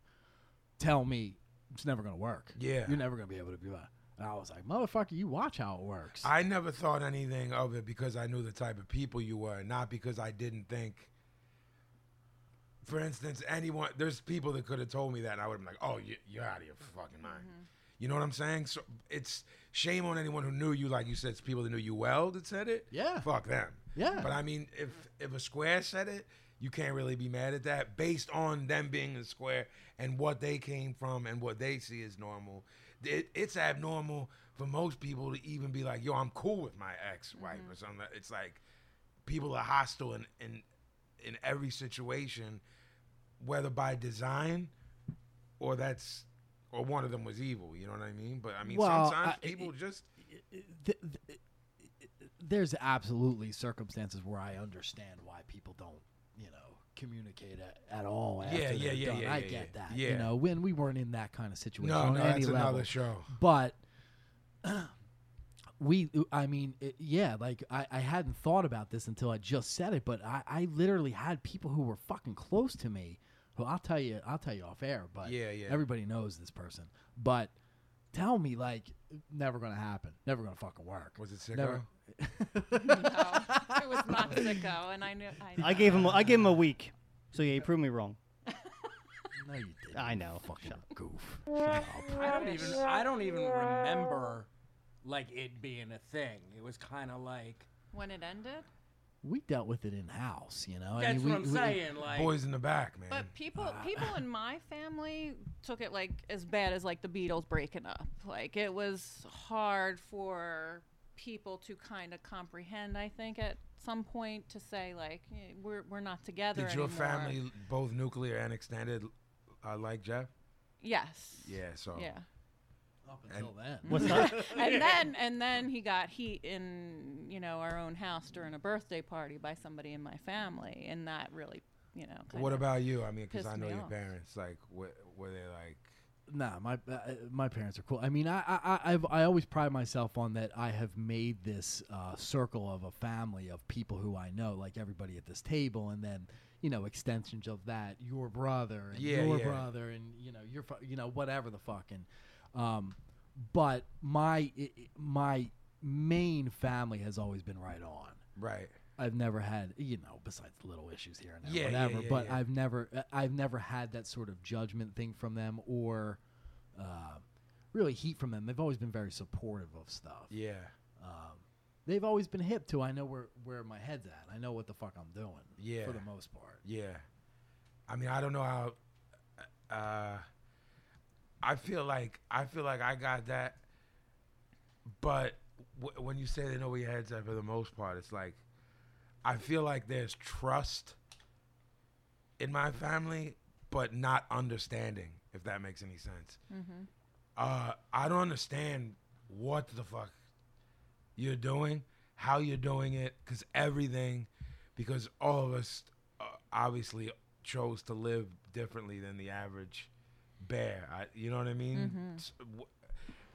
tell me it's never going to work
Yeah.
you're never going to be able to do that and i was like motherfucker you watch how it works
I never thought anything of it because I knew the type of people you were, not because I didn't think. For instance, anyone there's people that could have told me that, and I would have been like, "Oh, you, you're out of your fucking mind."
Mm-hmm.
You know what I'm saying? So it's shame on anyone who knew you, like you said, it's people that knew you well that said it.
Yeah.
fuck them.
Yeah.
but I mean, if if a square said it, you can't really be mad at that based on them being a square and what they came from and what they see as normal. It, it's abnormal for most people to even be like, yo, I'm cool with my ex wife
Mm-hmm.
or something. It's like people are hostile in, in, in every situation, whether by design or that's. Or one of them was evil, you know what I mean? But I mean,
Well,
sometimes
I-
people just
th- th- there's absolutely circumstances where I understand why people don't, you know, communicate at, at all. After
Yeah, yeah,
they're
yeah,
done.
yeah,
I
yeah,
get
yeah.
that.
Yeah.
You know, when we weren't in that kind of situation
no,
on
no,
any
that's
level,
another show.
but we, I mean, it, yeah, like I, I hadn't thought about this until I just said it, but I, I literally had people who were fucking close to me. Who I'll tell you, I'll tell you off air, but
Yeah, yeah.
everybody knows this person. But tell me, like, never gonna happen, never gonna fucking work.
Was it sicko?
Never.
No, it was not Sicko, and I knew. I,
I gave him. I gave him a week. So yeah, he proved me wrong.
No, you didn't.
I know.
Fucking
Shut
goof.
I don't even I don't even remember like it being a thing. It was kind of like
when it ended.
We dealt with it in house, you know. I
that's
mean, we-
what I'm
we-
saying. Like
Boys in the back, man.
But people, people in my family took it like as bad as like the Beatles breaking up. Like it was hard for people to kind of comprehend. I think at some point to say like eh, we're we're not together.
Did your
anymore.
family, both nuclear and extended, uh, like Jeff?
Yes.
Yeah, so.
Yeah.
Up until then.
What's up?
And then and then he got heat in you know our own house during a birthday party by somebody in my family, and that really you know.
What
kinda-
about you? I mean, because
pissed
I know
me
your
off.
parents. Like, what were they like?
Nah, my uh, my parents are cool. I mean, I I I- I've, I always pride myself on that. I have made this uh, circle of a family of people who I know, like everybody at this table, and then you know extensions of that, your brother and
Yeah,
your
yeah.
brother, and you know your fu- you know whatever the fucking. Um, but my i i- my main family has always been right on.
Right.
I've never had, you know, besides little issues here and there,
Yeah, yeah,
whatever.
yeah,
but
yeah.
I've never, uh, I've never had that sort of judgment thing from them or uh, really heat from them. They've always been very supportive of stuff.
Yeah.
Um, they've always been hip to. I know where where my head's at. I know what the fuck I'm doing.
Yeah.
for the most part.
Yeah. I mean, I don't know how. Uh, I feel like I feel like I got that, but w- when you say they know where your head's at, for the most part, it's like I feel like there's trust in my family, but not understanding. If that makes any sense. Uh, I don't understand what the fuck you're doing, how you're doing it, because everything, because all of us uh, obviously chose to live differently than the average bear. I, you know what I mean? S- w-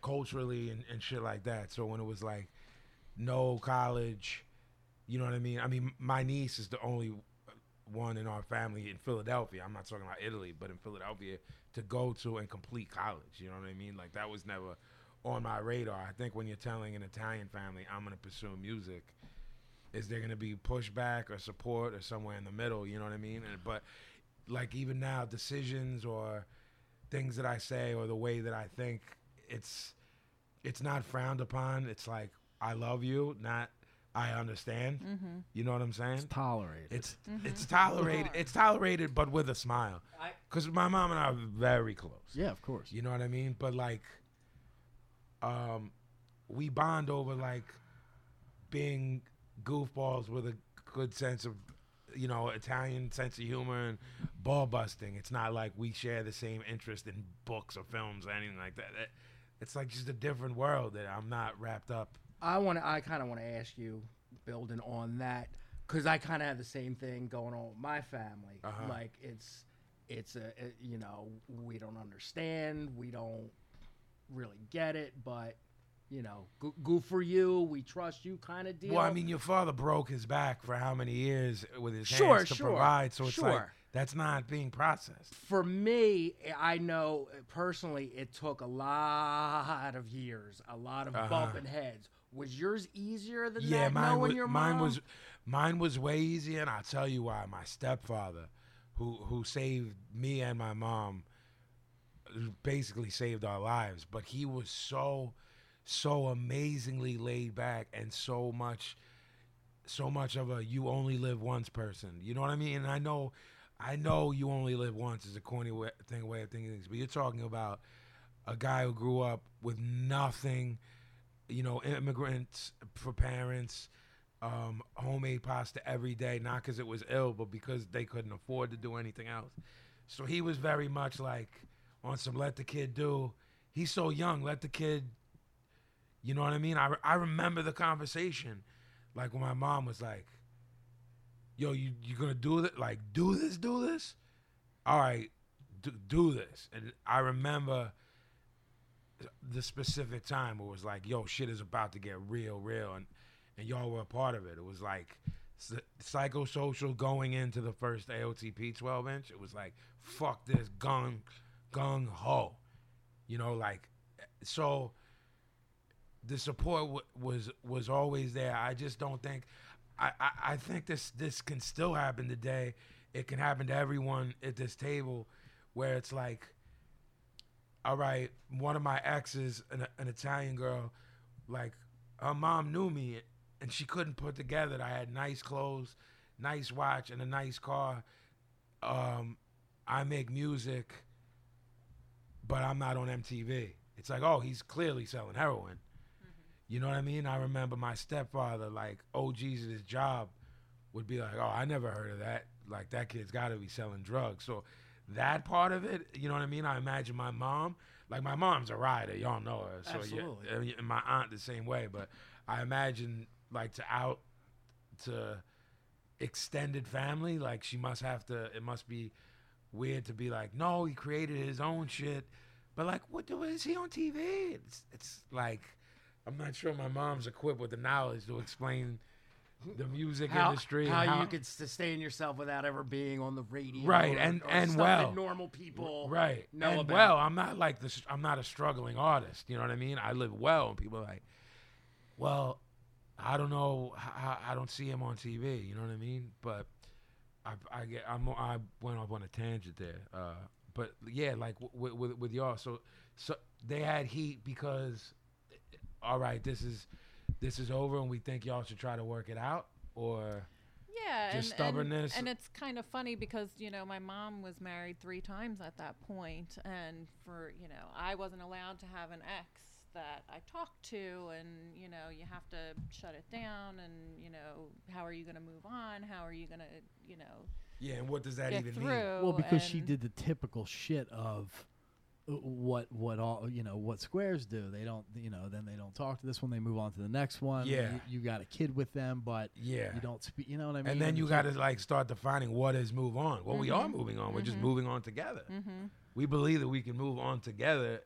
culturally and, and shit like that. So when it was like no college, you know what I mean? I mean, my niece is the only one in our family in Philadelphia. I'm not talking about Italy, but in Philadelphia to go to and complete college. You know what I mean? Like that was never on my radar. I think when you're telling an Italian family I'm gonna pursue music, is there gonna be pushback or support or somewhere in the middle? You know what I mean? And, but like even now, decisions or things that I say or the way that I think, it's it's not frowned upon. It's like I love you, not I understand. You know what I'm saying?
It's tolerated.
It's it's tolerated. It's tolerated, but with a smile.
I-
Because my mom and I are very close.
yeah, of course.
You know what I mean? But like, um, we bond over like being goofballs with a good sense of, you know, Italian sense of humor and ball busting. It's not like we share the same interest in books or films or anything like that. That- It's like just a different world that I'm not wrapped up.
I want to. I kind of want to ask you, building on that, because I kind of have the same thing going on with my family.
Uh-huh.
Like it's, it's a, it- you know, we don't understand, we don't really get it, but you know, go, go for you, we trust you, kind of deal.
Well, I mean, your father broke his back for how many years with his
Sure,
hands to
sure,
provide, so it's like
sure.
that's not being processed.
for me, I know uh, personally, it took a lot of years, a lot of
Uh-huh.
bumping heads. Was yours easier than
yeah,
that?
mine
knowing
was
your
mine
mom?
was mine was way easier, and I'll tell you why. My stepfather, who who saved me and my mom, basically saved our lives. But he was so so amazingly laid back and so much so much of a you only live once person. You know what I mean? And I know I know you only live once is a corny way, thing way of thinking things, but you're talking about a guy who grew up with nothing, you know, immigrants for parents, um, homemade pasta every day, not because it was ill, but because they couldn't afford to do anything else. So he was very much like on some let the kid do. He's so young, let the kid. You know what I mean? I, I remember the conversation, like when my mom was like, "Yo, you you gonna do that? Like do this, do this? All right, do, do this." And I remember the specific time where it was like, "Yo, shit is about to get real, real," and and y'all were a part of it. It was like s- psychosocial going into the first AOTP 12 inch. It was like, "Fuck this, gung, gung ho," you know, like so. The support w- was was always there. I just don't think. I, I, I think this this can still happen today. It can happen to everyone at this table, where it's like all right, one of my exes, an, an Italian girl, like her mom knew me and she couldn't put together that I had nice clothes, nice watch, and a nice car. Um, I make music, but I'm not on MTV. It's like, oh, he's clearly selling heroin. You know what I mean? I remember my stepfather, like, oh, Jesus, his job would be like, oh, I never heard of that. Like, that kid's got to be selling drugs. So that part of it, you know what I mean? I imagine my mom, like, my mom's a rider. Y'all know her. So you-
Absolutely.
and y- and my aunt the same way. But I imagine, like, to out, to extended family. Like she must have to. It must be weird to be like, no, he created his own shit. But like, what the is he on TV? It's it's like, I'm not sure my mom's equipped with the knowledge to explain the music
how,
industry. and
how,
how-
you could sustain yourself without ever being on the radio,
Right,
or-
and-
or
and
stuff
well.
that normal people,
right
know
and
about.
well i'm not like this i'm not a struggling artist you know what i mean i live well and people are like well i don't know i, I I don't see him on tv you know what i mean but i, I get i'm i went off on a tangent there uh but yeah like with with, with y'all so so they had heat because eh, all right this is this is over and we think y'all should try to work it out or
Yeah,
Just
and, and-
stubbornness.
And, it's kind of funny because you know my mom was married three times at that point, and for you know I wasn't allowed to have an ex that I talked to, and you know you have to shut it down, and you know how are you going to move on? How are you going to you know
yeah and what does that
get
even
through?
mean
Well, because she
and-
did the typical shit of uh, what what all you know what squares do. They don't you know then they don't talk to this one. They move on to the next one.
Yeah.
you, you got a kid with them, but
yeah
you don't speak. You know what I mean?
and then
Mm-hmm.
you got
can't-
to like start defining what is move on. Well, we are moving on. We're
Mm-hmm.
just moving on together. We believe that we can move on together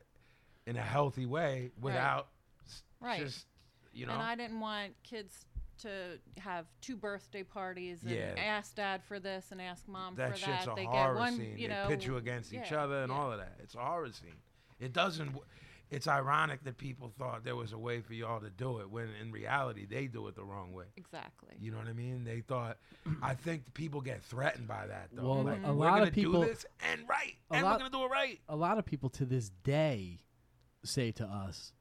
in a healthy way without s-
Right.
just you know.
And I didn't want kids to have two birthday parties and
Yeah.
ask dad for this and ask mom
that
for
shit's
that.
a
they
horror
get one,
scene.
you
they
know,
pit you against each
yeah,
other and
yeah.
all of that. It's a horror scene. It doesn't. w- It's ironic that people thought there was a way for y'all to do it when in reality they do it the wrong way.
Exactly.
You know what I mean? They thought. I think people get threatened by that though.
Well,
like,
a
we're
lot
gonna
of people-
do this and right,
a
and
lot-
we're gonna do it right.
a lot of people to this day say to us,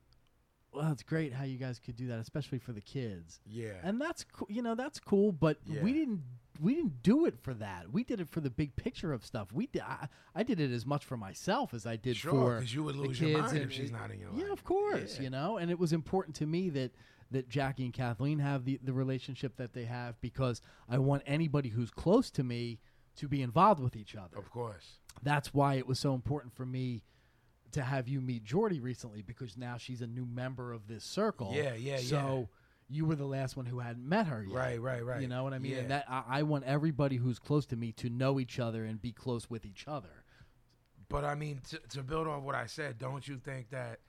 "Well, it's great how you guys could do that, especially for the kids."
Yeah.
And that's coo- you know that's cool, but we
Yeah.
didn't we didn't do it for that. We did it for the big picture of stuff. We did, I, I did it as much for myself as I did
Sure,
for
because you would
the
lose your
kids
mind
and-
if she's not in your life.
Yeah, of course,
Yeah.
you know. And it was important to me that that Jackie and Kathleen have the the relationship that they have because I want anybody who's close to me to be involved with each other
Of course.
that's why it was so important for me to have you meet Jordy recently because now she's a new member of this circle.
Yeah, yeah, yeah.
So you were the last one who hadn't met her yet.
Right, right, right.
You know what I mean?
Yeah.
And that I, I want everybody who's close to me to know each other and be close with each other.
But I mean, to, to build off what I said, don't you think that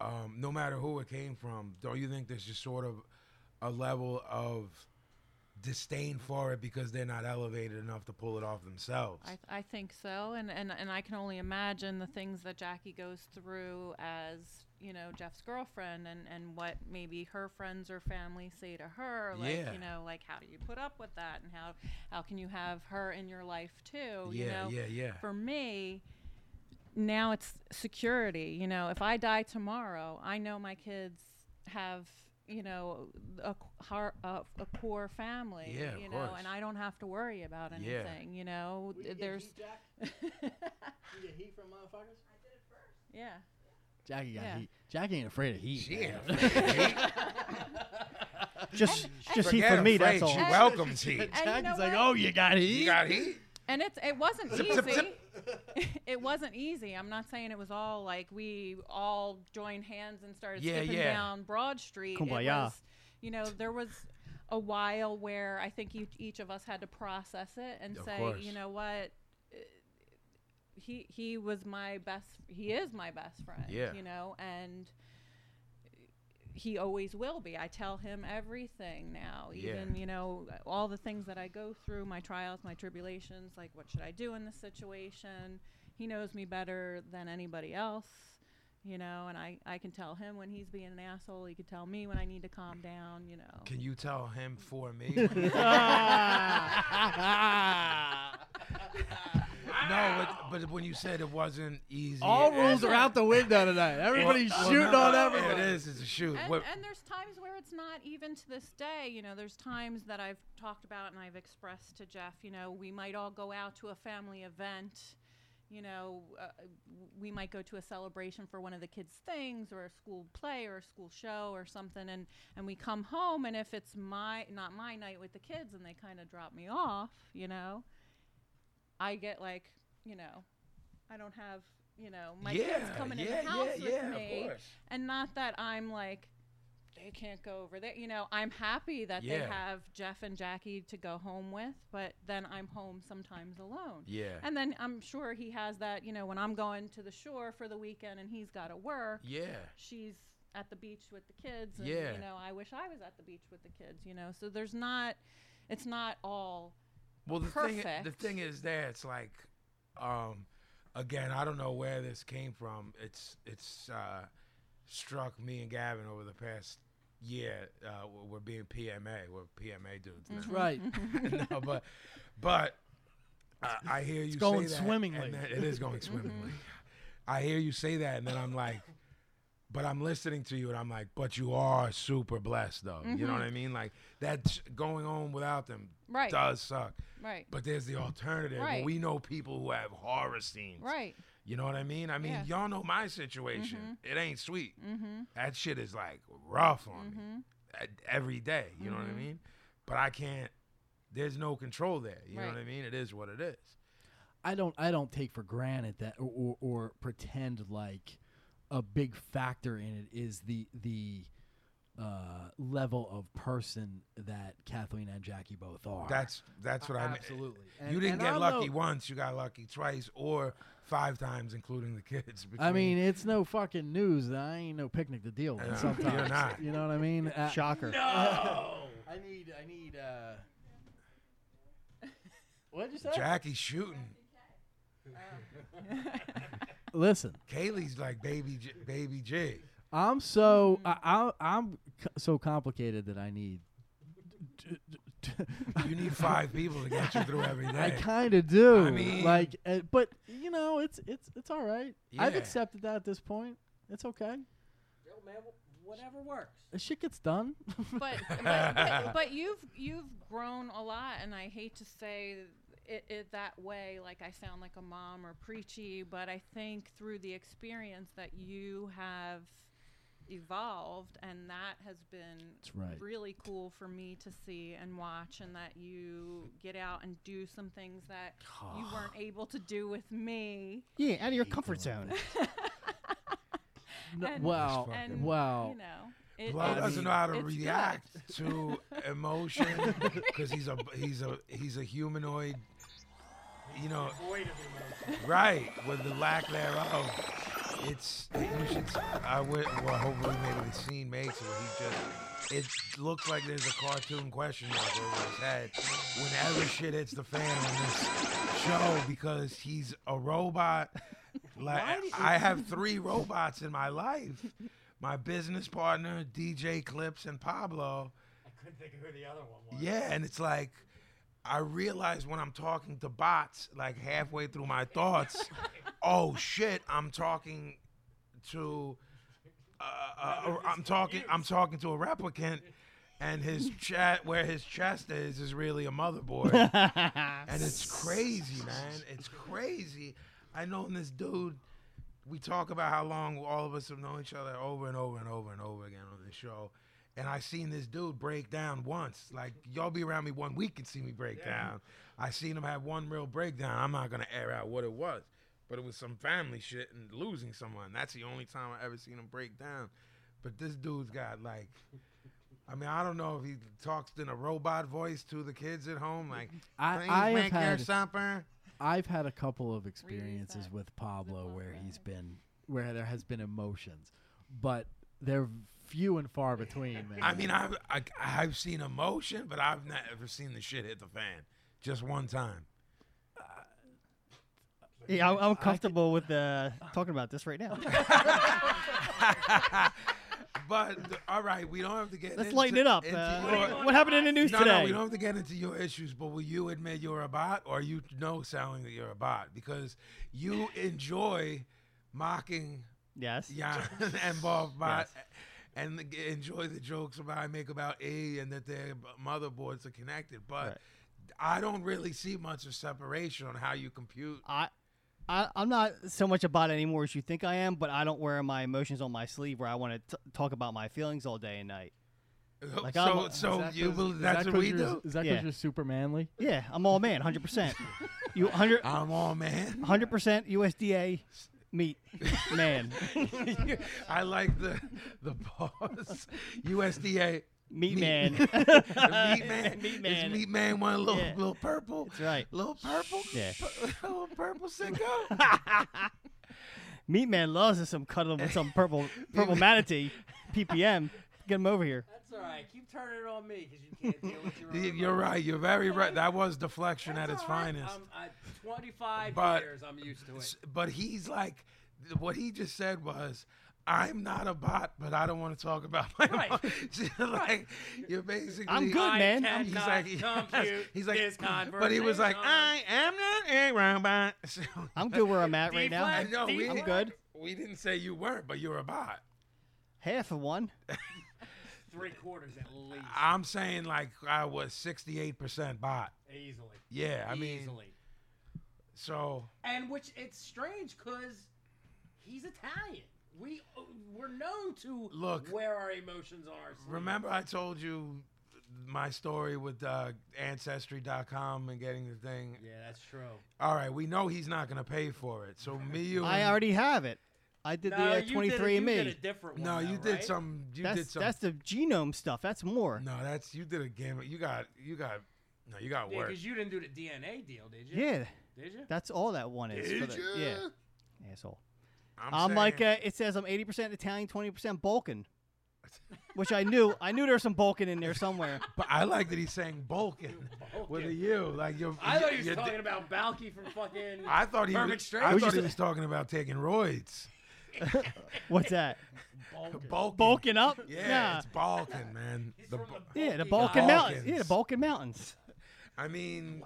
um, no matter who it came from, don't you think there's just sort of a level of disdain for it because they're not elevated enough to pull it off themselves?
I, th- I think so, and, and and I can only imagine the things that Jackie goes through as you know Jeff's girlfriend, and and what maybe her friends or family say to her, like
Yeah.
you know, like how do you put up with that, and how how can you have her in your life too? oh, you
yeah,
know,
yeah, yeah.
for me. Now it's security. You know, if I die tomorrow, I know my kids have you know a, c- har- a, a core family.
Yeah, of
you know,
course.
and I don't have to worry about
Yeah.
anything. You know, there's
heat from motherfuckers?
yeah
Jackie got
Yeah.
heat. Jackie ain't afraid of heat.
She
man.
ain't afraid.
Just, just heat
Forget
for me.
afraid,
That's all.
She welcomes heat.
you
Jackie's
know
like,
what?
oh, you got heat.
You got heat?
and it's it wasn't
Zip,
easy
zip,
it wasn't easy i'm not saying it was all like we all joined hands and started
Yeah,
skipping
yeah.
down broad street it
Kumbaya.
was, you know there was a while where i think each, each of us had to process it and
Of
say
course.
you know what uh, he he was my best he is my best friend
Yeah.
you know and he always will be. I tell him everything now,
Yeah.
even you know all the things that I go through, my trials, my tribulations. Like, what should I do in this situation? He knows me better than anybody else, you know, and I I can tell him when he's being an asshole. He can tell me when I need to calm down, you know.
Can you tell him for me? No, but, but when you said it wasn't easy,
All
it-
rules are out the window tonight. Everybody's
well,
shooting
no,
on
no,
everybody.
It is. It's a shoot.
And,
What-
and there's times where it's not even to this day. You know, there's times that I've talked about and I've expressed to Jeff, you know, we might all go out to a family event. You know, uh, we might go to a celebration for one of the kids' things or a school play or a school show or something. And, and we come home, and if it's my not my night with the kids and they kind of drop me off, you know, I get like, you know, I don't have, you know, my kids
yeah,
coming
yeah,
in the house
yeah, yeah,
with me
Of course.
and not that I'm like they can't go over there. You know, I'm happy that they
Yeah.
have Jeff and Jackie to go home with, but then I'm home sometimes alone.
Yeah.
And then I'm sure he has that, you know, when I'm going to the shore for the weekend and he's got to work,
yeah.
she's at the beach with the kids and
Yeah.
you know, I wish I was at the beach with the kids, you know. So there's not it's not all
Well, the thing the
Perfect.
thing is that it's like, um, again, I don't know where this came from. It's it's uh, struck me and Gavin over the past year. Uh, we're- we're being PMA. We're PMA dudes now.
Mm-hmm.
That's right.
no, but but I, I hear you
going
say that,
swimmingly.
and then- it is going swimmingly. I hear you say that, and then I'm like, but I'm listening to you, and I'm like, but you are super blessed, though. You know what I mean? Like that's going on without them
Right.
does suck.
right.
But there's the alternative.
Right.
We know people who have horror scenes.
Right.
You know what I mean? I mean,
Yeah. Mm-hmm.
y'all know my situation. It ain't sweet. That shit is like rough on me
Mm-hmm.
e- every day. You know what I mean? But I can't. There's no control there. You know
Right.
what I mean? It is what it is.
I don't I don't take for granted that or, or, or pretend like a big factor in it is the the uh, level of person that Kathleen and Jackie both are.
That's that's what I mean.
absolutely.
you
And-
didn't
and
get
I'll
lucky
know-
once. You got lucky twice or five times, including the kids.
I mean,
between-
it's no fucking news. that I ain't no picnic to deal
No,
with. Sometimes
you're not.
you know what I mean. Uh,
Shocker.
I need I need. Uh, What'd you say?
Jackie's shooting.
Listen,
Kaylee's like baby, J, baby J.
I'm so I, I, I'm c- so complicated that I need.
You need five people to get you through every day.
I kind of do.
I mean-
like, uh, but you know, it's it's it's all right. I've
Yeah.
accepted that at this point. It's okay.
Yo, man, wh- whatever works.
The shit gets done.
but, but, but but you've you've grown a lot, and I hate to say it, it that way, like I sound like a mom or preachy, but I think through the experience that you have evolved, and that has been
That's right.
really cool for me to see and watch, and that you get out and do some things that you weren't able to do with me.
Yeah, out of your comfort zone.
No,
And-
wow,
That's
And
wow.
you know, it,
Blood
it's-
I mean,
doesn't know how to
it's good.
react to emotion because he's a he's a he's a humanoid, you know,
Void of emotion.
right? With the lack thereof, it's you should. I would well, hopefully maybe the scene makes it. Where he just it looks like there's a cartoon question mark over his head whenever shit hits the fan on this show because he's a robot. Like I have three robots in my life. My business partner, DJ Clips, and Pablo.
I couldn't think of who the other one was.
Yeah, and it's like I realize when I'm talking to bots, like halfway through my thoughts, oh shit, I'm talking to, uh, uh, I'm talking, I'm talking to a replicant, and his chat where his chest is is really a motherboard, and it's crazy, man, it's crazy. I know this dude. We talk about how long all of us have known each other over and over and over and over again on this show. And I seen this dude break down once. Like y'all be around me one week and see me break down. I seen him have one real breakdown. I'm not gonna air out what it was, but it was some family shit and losing someone. That's the only time I ever seen him break down. But this dude's got like, I mean, I don't know if he talks in a robot voice to the kids at home, like,
I-
"Please
I have
make your
had-
supper.
I've had a couple of experiences
that.
with Pablo
Pablo.
where he's been where there has been emotions, but they're few and far between. Man.
I mean, I've I, I've seen emotion, but I've not ever seen the shit hit the fan. Just one time.
Yeah, I'm, I'm comfortable with uh, talking about this right now.
But all right, we don't have to get.
Let's
into-
lighten it up.
into
uh,
your-
what happened in the news
no,
today?
no, we don't have to get into your issues. But will you admit you're a bot, or you know, sounding that you're a bot because you enjoy mocking
Yes.
Jan and Bob bot, and the- enjoy the jokes about I make about A and that their b- motherboards are connected. But
Right.
I don't really see much of separation on how you compute.
I, I, I'm not so much a bot anymore as you think I am, but I don't wear my emotions on my sleeve where I want to talk about my feelings all day and night. Uh, Like, I'm
so,
a-
Is
so
that
you
'cause-
believe
is
that's
that
what
'cause
we
you're-
do.
Is that because
Yeah.
you're super manly?
Yeah, I'm all man, 100%. you 100,
I'm all man.
100% USDA meat man.
I like the the boss. USDA.
Meat
Meat.
man.
The meat man.
Meat
Is
man.
meat man one little
Yeah.
little purple.
That's right.
Little purple.
Yeah.
Pu- little purple sicko.
Meat man loves us some cuddling with some purple purple manatee. PPM. Get him over here.
That's all right. Keep turning it on me because you can't deal with your.
Y-
own
You're
emotions.
right. You're very right. That was deflection at
That's
its
all right. Um,
finest.
I'm, I, 25
But-
years. I'm used to it.
S- But he's like, th- what he just said was, I'm not a bot, but I don't want to talk about my.
Right.
mom." So, like, you're basically.
I'm good, man.
I
I'm-
He's
cannot
like,
compute
he's like, "Mm,
this conversation.
but he was like, I am not a robot. So,
I'm good where I'm at right
I
now.
Deflect.
know we,
I'm good.
We didn't say you weren't, but you're a bot.
Half of one.
three quarters at least,
I'm saying like I was 68% bot.
easily.
Yeah, I mean,
easily.
so
And which it's strange because he's Italian. We uh, we're known to
Look.
wear our emotions on our sleeve.
remember I told you my story with uh, Ancestry.com and getting the thing.
Yeah, that's true.
All right, we know he's not going to pay for it. So me, you,
I
and-
already have it. I did the uh,
you did a-
23
you did
andme
a different one.
No,
though,
you did
right?
some. You
That's
did some.
that's the genome stuff. That's more.
no, that's you did a game. You got. You got. No, you got
Yeah,
work.
because you didn't do the DNA deal, did you?
Yeah,
Did you?
that's all that one is. for
Did
the- Yeah,
ya?
asshole.
I'm,
I'm,
saying-
like, uh, it says I'm 80% Italian, 20% Balkan, which I knew. I knew there was some Balkan in there somewhere.
but I like that he's saying Balkan with a
Balkan.
U. Like you're.
Oh, I thought he was
you're-
talking about Balky from fucking.
I thought he
Perfect
was.
Stranger.
I
What'd
thought
you
he was talking about taking roids.
What's that?
Balkan.
Balkan.
Balkan up?
Yeah,
Nah.
it's Balkan, man.
He's
The
from
Ba-
the
yeah, the
Balkan.
Balkan Mountains.
Balkans.
Yeah, the Balkan Mountains,
I mean,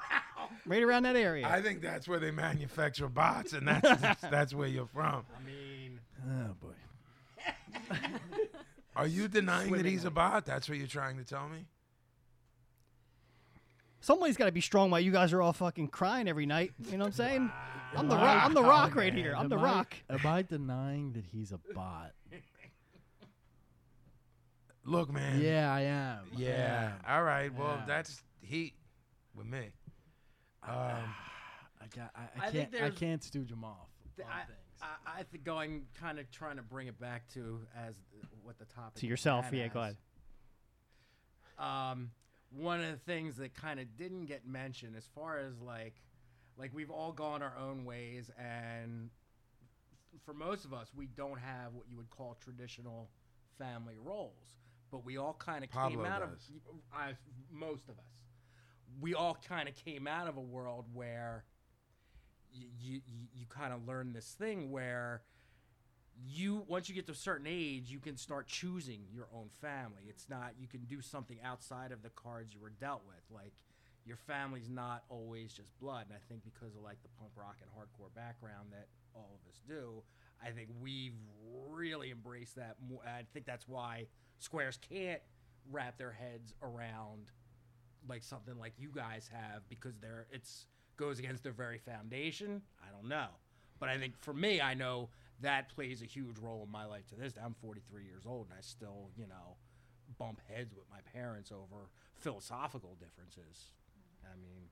right around that area.
I think that's where they manufacture bots, and that's that's where you're from.
I mean,
Oh boy.
Are you denying that he's a bot? That's what you're trying to tell me.
Somebody's got to be strong while you guys are all fucking crying every night. You know what I'm saying? I'm the
Wow,
rock. I'm the rock right
man.
here. I'm
Am
the
I-
rock.
Am I denying that he's a bot?
Look, man.
yeah, I am. I
Yeah.
am.
All right. Well,
Yeah.
that's he with me. Um,
I got. I,
I
I,
think
can't. I
there's-
can't stooge him off.
th-
on
I,
things.
I, I think going kind of trying to bring it back to as th- what the topic
To yourself,
had
yeah, go
as. Um, one of the things that kind of didn't get mentioned, as far as like, like we've all gone our own ways, and for most of us, we don't have what you would call traditional family roles, but we all kind of came
Pablo
out
does.
of I, most of us. We all kind of came out of a world where you you, you kind of learn this thing where you once you get to a certain age you can start choosing your own family it's not you can do something outside of the cards you were dealt with like your family's not always just blood and i think because of like the punk rock and hardcore background that all of us do i think we've really embraced that more i think that's why squares can't wrap their heads around like something like you guys have because they're it's goes against their very foundation. I don't know, but I think for me, I know that plays a huge role in my life to this. day. I'm 43 years old and I still, you know, bump heads with my parents over philosophical differences. I mean,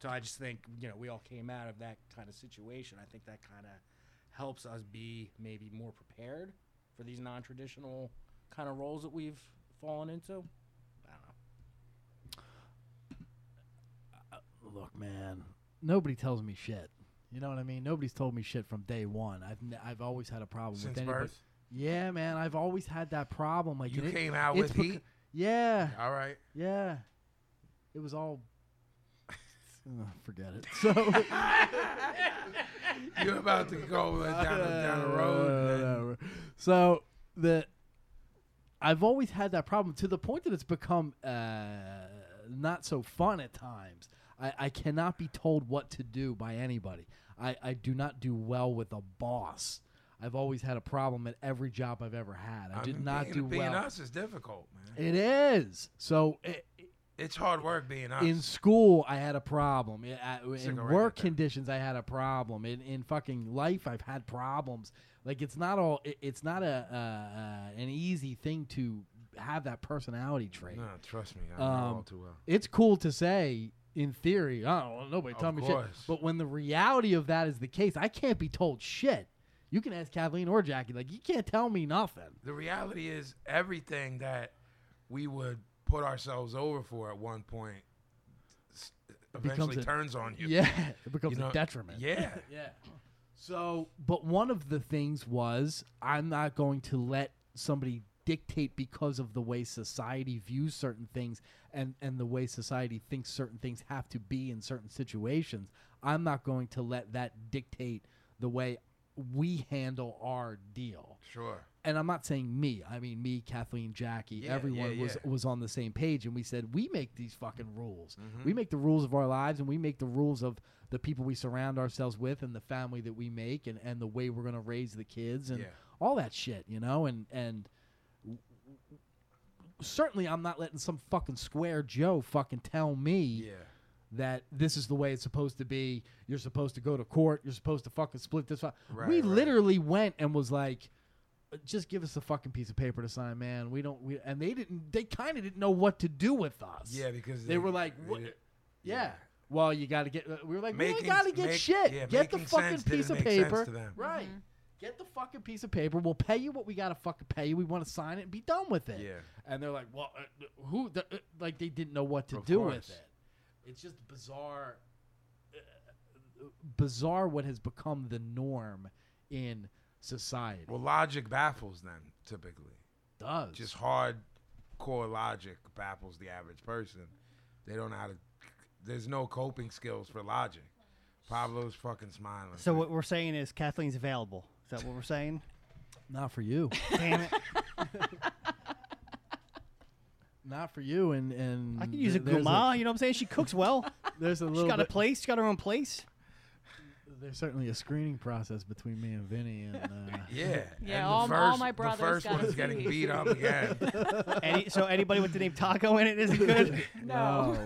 so I just think you know we all came out of that kind of situation. I think that kind of helps us be maybe more prepared for these non-traditional kind of roles that we've fallen into. I don't know.
Look, man. Nobody tells me shit. You know what I mean? Nobody's told me shit from day one. I've n- I've always had a problem
since
with anybody.
birth,
Yeah, man. I've always had that problem. Like
you
it-
came out
it's
with
beca-
heat.
Yeah.
All right.
Yeah. It was all. Ugh, forget it. So
You're about to go like, down, a- down
Uh,
a road. and then-
So the I've always had that problem to the point that it's become uh, not so fun at times. I, I cannot be told what to do by anybody. I, I do not do well with a boss. I've always had a problem at every job I've ever had. I, did
mean,
not
being,
do
being
well.
us is difficult, man.
It is so. It,
It's hard work being us.
in school, I had a problem. I- I-
Cigarette
in
right
work
there.
conditions, I had a problem. In in fucking life, I've had problems. Like it's not all. it- it's not a uh, uh, an easy thing to have that personality trait.
no, trust me, I know all
Um,
too well.
It's cool to say in theory. Oh, well, nobody
Of
tell me
course.
shit. But when the reality of that is the case, I can't be told shit. You can ask Kathleen or Jackie. Like you can't tell me nothing.
the reality is everything that we would put ourselves over for at one point s- eventually
a-
turns on you.
Yeah, it becomes
You know,
a detriment.
Yeah.
Yeah. So, but one of the things was I'm not going to let somebody dictate because of the way society views certain things and and the way society thinks certain things have to be in certain situations. I'm not going to let that dictate the way we handle our deal.
Sure.
And I'm not saying me. I mean me, Kathleen, Jackie.
Yeah,
everyone
yeah,
was
yeah.
was on the same page, and we said we make these fucking rules.
Mm-hmm.
We make the rules of our lives, and we make the rules of the people we surround ourselves with, and the family that we make, and and the way we're gonna raise the kids, and
Yeah.
all that shit, you know. And and certainly, I'm not letting some fucking square Joe fucking tell me
Yeah.
that this is the way it's supposed to be. You're supposed to go to court. You're supposed to fucking split this. Fu-
Right,
we
right.
literally went and was like, just give us a fucking piece of paper to sign, man. We don't. We and they didn't. They kind of didn't know what to do with us.
Yeah, because
They were like, what-
yeah.
Yeah. Well, you got to get. uh, We were like, we
Making-
ain't got to get
make-
shit.
yeah,
get the
making
fucking
sense didn't
piece of
make sense
paper.
to them.
Right. Get the fucking piece of paper. We'll pay you what we got to fucking pay you. We want to sign it and be done with it.
Yeah.
And they're like, well, uh, who? The, uh, like they didn't know what to
Of
do
course.
with it. It's just bizarre. uh, bizarre what has become the norm in society.
Well, logic baffles them typically.
it does.
Just hard core logic baffles the average person. They don't know how to. There's no coping skills for logic. Pablo's fucking smiling.
So what we're saying is Kathleen's available. Is that what we're saying?
not for you.
Damn it!
not for you. And and
I could use a
th- Mm, there's
guma. You know what I'm saying? She cooks well.
There's a
She's
little.
got a
Bit,
place. She's got her own place.
there's certainly a screening process between me and Vinny. And uh,
Yeah.
Yeah,
and the
all- all
first-
my brothers
The first
got
one's
a
getting
C.
beat up again.
Any, so anybody with the name Taco in it isn't good.
no.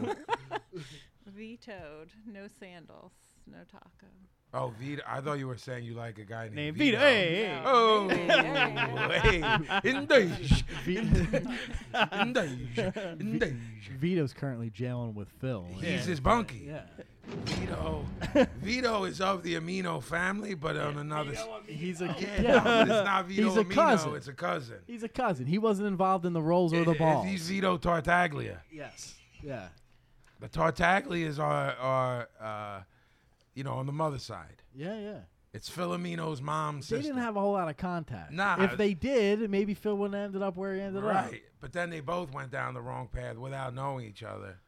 Vetoed. No sandals. No taco.
Oh, Vito. I thought you were saying you like a guy named,
Name Vito. Hey, hey.
Oh,
Hey,
hey,
hey.
indeed,
V-
indeed, indeed.
Vito's currently jailing with Phil.
He's his bunkie.
yeah.
Vito, Vito is of the Amino family, but on another. s-
He's a
Yeah, no, but it's not Vito
He's a
Amino.
cousin.
It's a cousin.
He's a cousin. He wasn't involved in the rolls or the
It- it-
balls.
He's Vito Tartaglia.
yes. Yeah.
The Tartaglias are, are uh, you know, on the mother's side.
Yeah, yeah.
It's Filomeno's mom's
They
sister.
didn't have a whole lot of contact.
Nah.
If they did, maybe Phil wouldn't have ended up where he ended up.
right, but then they both went down the wrong path without knowing each other.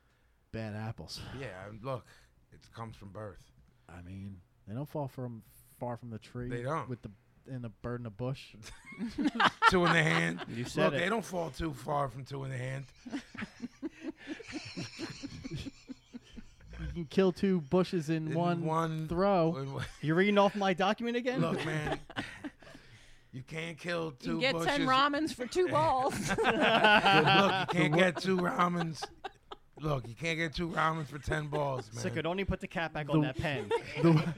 Bad apples.
Yeah, and look, it comes from birth.
I mean, they don't fall from far from the tree.
They don't.
With the in the bird in the bush.
two in the hand.
You said
Look, they
it.
don't fall too far from two in the hand.
you can kill two bushes in,
In
one,
one-
throw.
You're reading off my document again.
Look, man, you can't kill
You
two
can get
bushes.
ten ramens for two balls.
Look, you can't get two ramens. Look, you can't get two ramens for ten balls, man.
Sicker, don't even put the cap back
The-
on that pen.
The,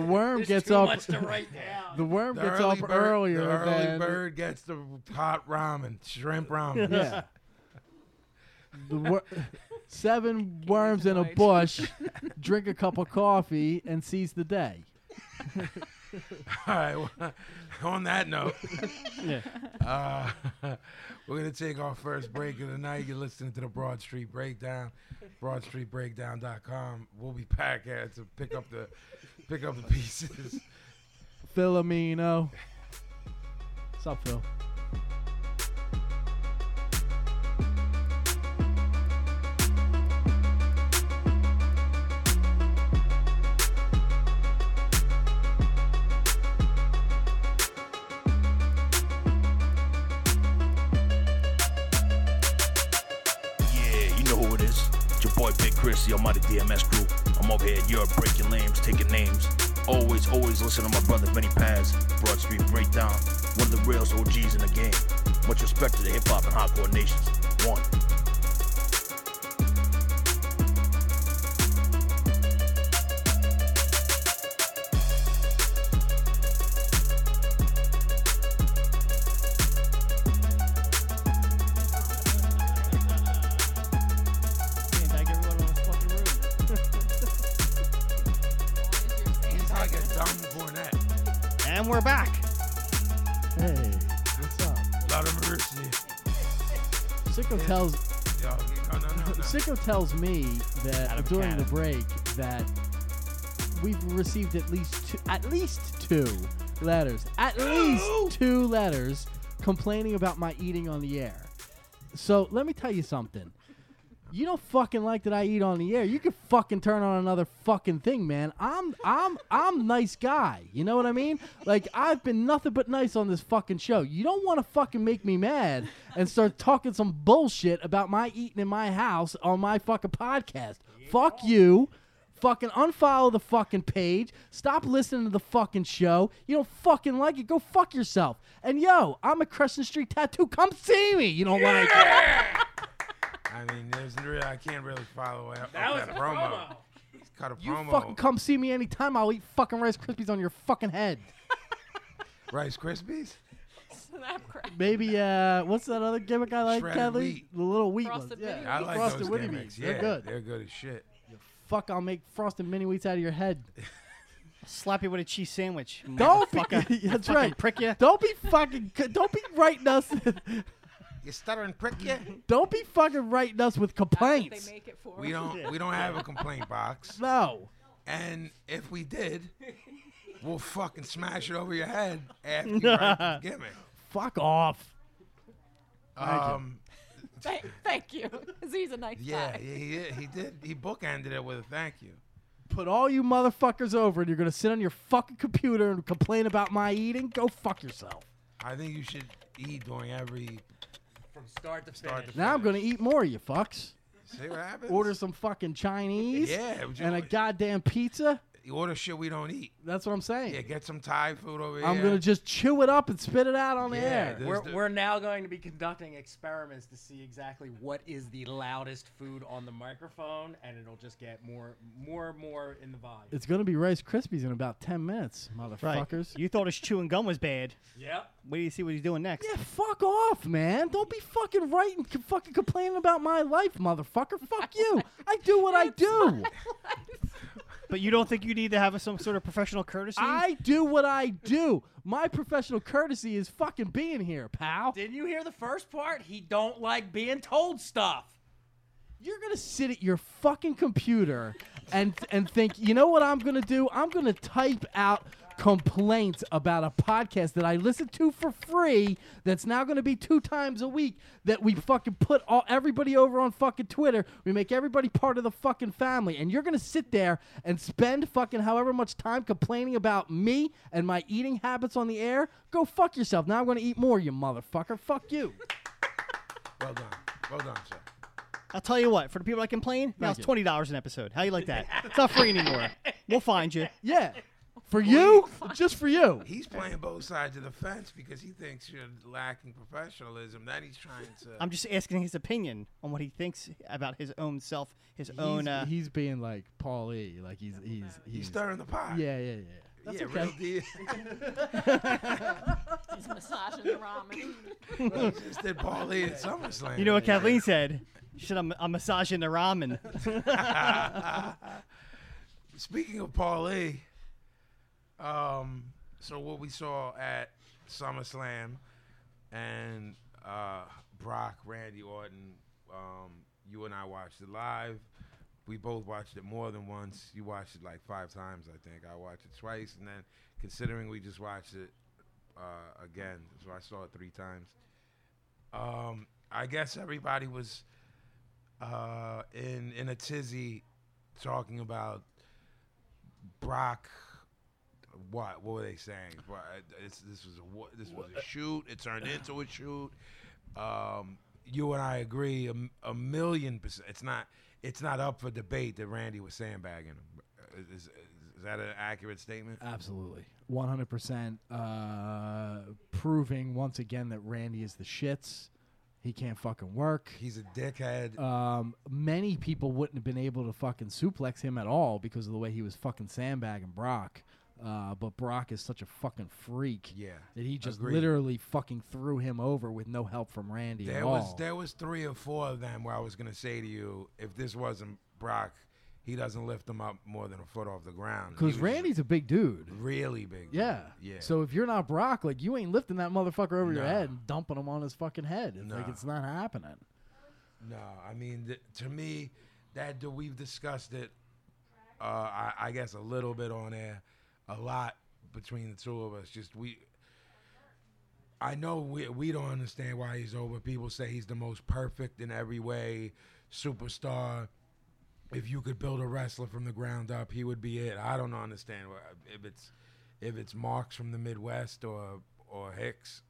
the worm
There's
gets
too
up.
much to write down.
The worm
The
gets
early
up
bird,
earlier
The early
than
bird gets the hot ramen, shrimp ramen.
Yeah. the wor- seven worms in a
wait.
bush, drink a cup of coffee, and seize the day.
All right. Well, on that note,
Yeah.
uh, we're going to take our first break of the night. You're listening to the Broad Street Breakdown, broadstreetbreakdown.com. We'll be back here to pick up the pick up the pieces.
Philomeno. What's up, Phil?
Yeah, you know who it is. It's your boy Big Chris, the Almighty DMS crew. I'm over here in Europe breaking lames, taking names. Always, always listen to my brother Benny Paz, Broad Street Breakdown, one of the realest OGs in the game. Much respect to the hip hop and hardcore nations. One.
Getting back everyone on this fucking room.
He's like a dumb cornet.
And we're back.
Hey, what's up?
Lot of mercy.
Sicko tells
Yo, you- no, no, no, no.
Sicko tells me
Out
that
of a
during the
cannon.
break that we've received at least two, at least two letters, at least two letters complaining about my eating on the air. So let me tell you something. You don't fucking like that I eat on the air. You can fucking turn on another fucking thing, man. I'm I'm I'm nice guy. You know what I mean? Like I've been nothing but nice on this fucking show. You don't want to fucking make me mad and start talking some bullshit about my eating in my house on my fucking podcast. Fuck you. Fucking unfollow the fucking page. Stop listening to the fucking show. You don't fucking like it. Go fuck yourself. And yo, I'm a Crescent Street tattoo. Come see me. You don't like it.
I mean, there's really, I can't really follow up
That was
that
a
promo.
promo.
He's cut a
You
promo.
fucking come see me anytime. I'll eat fucking Rice Krispies on your fucking head.
Rice Krispies?
Snap crack.
Maybe uh, what's that other gimmick I like,
Shredded
Kelly?
wheat.
The little wheat
Frosted
ones. Yeah,
I
Mini
like
frosted
those
Wheaties.
gimmicks.
They're
yeah,
good.
They're good as shit.
Fuck, I'll make frosted mini wheats out of your head.
Slap you with a cheese sandwich.
Don't be,
fucking
that's right.
prick you.
Don't be fucking. Don't be writing us.
You stuttering prick, yeah?
don't be fucking writing us with
That's what
complaints.
They make it for
We don't, we don't have a complaint box.
No.
And if we did, we'll fucking smash it over your head after you write the gimmick.
Fuck off.
Um,
Thank, thank you. 'cause He's a nice
yeah,
guy.
he, he- he did. He bookended it with a thank you.
Put all you motherfuckers over, and you're gonna sit on your fucking computer and complain about my eating. Go fuck yourself.
I think you should eat during every.
From start to finish.
Start to
Now I'm gonna eat more, you fucks.
See what happens?
order some fucking Chinese
Yeah, would you-
and a goddamn pizza.
You order shit we don't eat.
That's what I'm saying.
Yeah, get some Thai food over here.
I'm gonna just chew it up and spit it out on the
Yeah,
air.
dude.
We're,
There's the-
we're now going to be conducting experiments to see exactly what is the loudest food on the microphone, and it'll just get more, more, more in the volume.
It's gonna be Rice Krispies in about ten minutes,
Right.
motherfuckers.
You thought his chewing gum was bad.
yep.
Wait do you see what he's doing next?
Yeah, fuck off, man. Don't be fucking writing, c- fucking complaining about my life, motherfucker. Fuck you. I do what I do.
But you don't think you need to have some sort of professional courtesy?
I do what I do. My professional courtesy is fucking being here, pal.
Didn't you hear the first part? He don't like being told stuff.
You're gonna sit at your fucking computer and and think, you know what I'm gonna do? I'm gonna type out complaints about a podcast that I listen to for free that's now gonna be two times a week that we fucking put all everybody over on fucking Twitter. We make everybody part of the fucking family. And you're gonna sit there and spend fucking however much time complaining about me and my eating habits on the air? Go fuck yourself. Now I'm gonna eat more, you motherfucker. Fuck you.
well done. Well done, sir.
I'll tell you what, for the people that complain, now it's twenty dollars an episode. How you like that? it's not free anymore. We'll find you.
Yeah. For you? Just for you.
He's playing both sides of the fence because he thinks you're lacking professionalism. Then he's trying to.
I'm just asking his opinion on what he thinks about his own self, his
he's,
own. Uh,
he's being like Paul E. Like he's he's he's,
he's stirring the pot.
yeah yeah yeah. That's
yeah,
okay.
real deal.
He's massaging the ramen.
he just did Paul Lee at SummerSlam.
you know what Kathleen said? Shit, I'm, I'm massaging the ramen.
Speaking of Paul Lee, um, so what we saw at SummerSlam and uh, Brock, Randy Orton, um, you and I watched it live. We both watched it more than once. You watched it like five times, I think. I watched it twice, and then considering we just watched it uh, again, so I saw it three times. Um, I guess everybody was uh, in in a tizzy talking about Brock. What what were they saying? Bro- It's, this was a wa- this was a shoot. It turned into a shoot. Um, you and I agree a, m- a million percent. It's not it's not up for debate that Randy was sandbagging him. Uh, Is, is, is that an accurate statement?
Uh, Absolutely, one hundred percent. uh, Proving once again that Randy is the shits. He can't fucking work.
He's a dickhead.
Um, many people wouldn't have been able to fucking suplex him at all because of the way he was fucking sandbagging Brock. Uh, but Brock is such a fucking freak
Yeah,
that he just
agreed.
literally fucking threw him over with no help from Randy at
There
all.
was there was three or four of them where I was gonna say to you, if this wasn't Brock, he doesn't lift him up more than a foot off the ground. He
Because
was
Randy's a big dude.
really big. dude.
Yeah.
yeah.
So if you're not Brock, like you ain't lifting that motherfucker over your
Nah.
head and dumping him on his fucking head. It's Like
Nah.
it's not happening.
No, I mean th- to me, that dude, we've discussed it. Uh, I, I guess a little bit on air, a lot between the two of us. Just we. I know we we don't understand why he's over. People say he's the most perfect in every way, superstar. If you could build a wrestler from the ground up, he would be it. I don't understand why- if it's if it's Marks from the Midwest or or Hicks.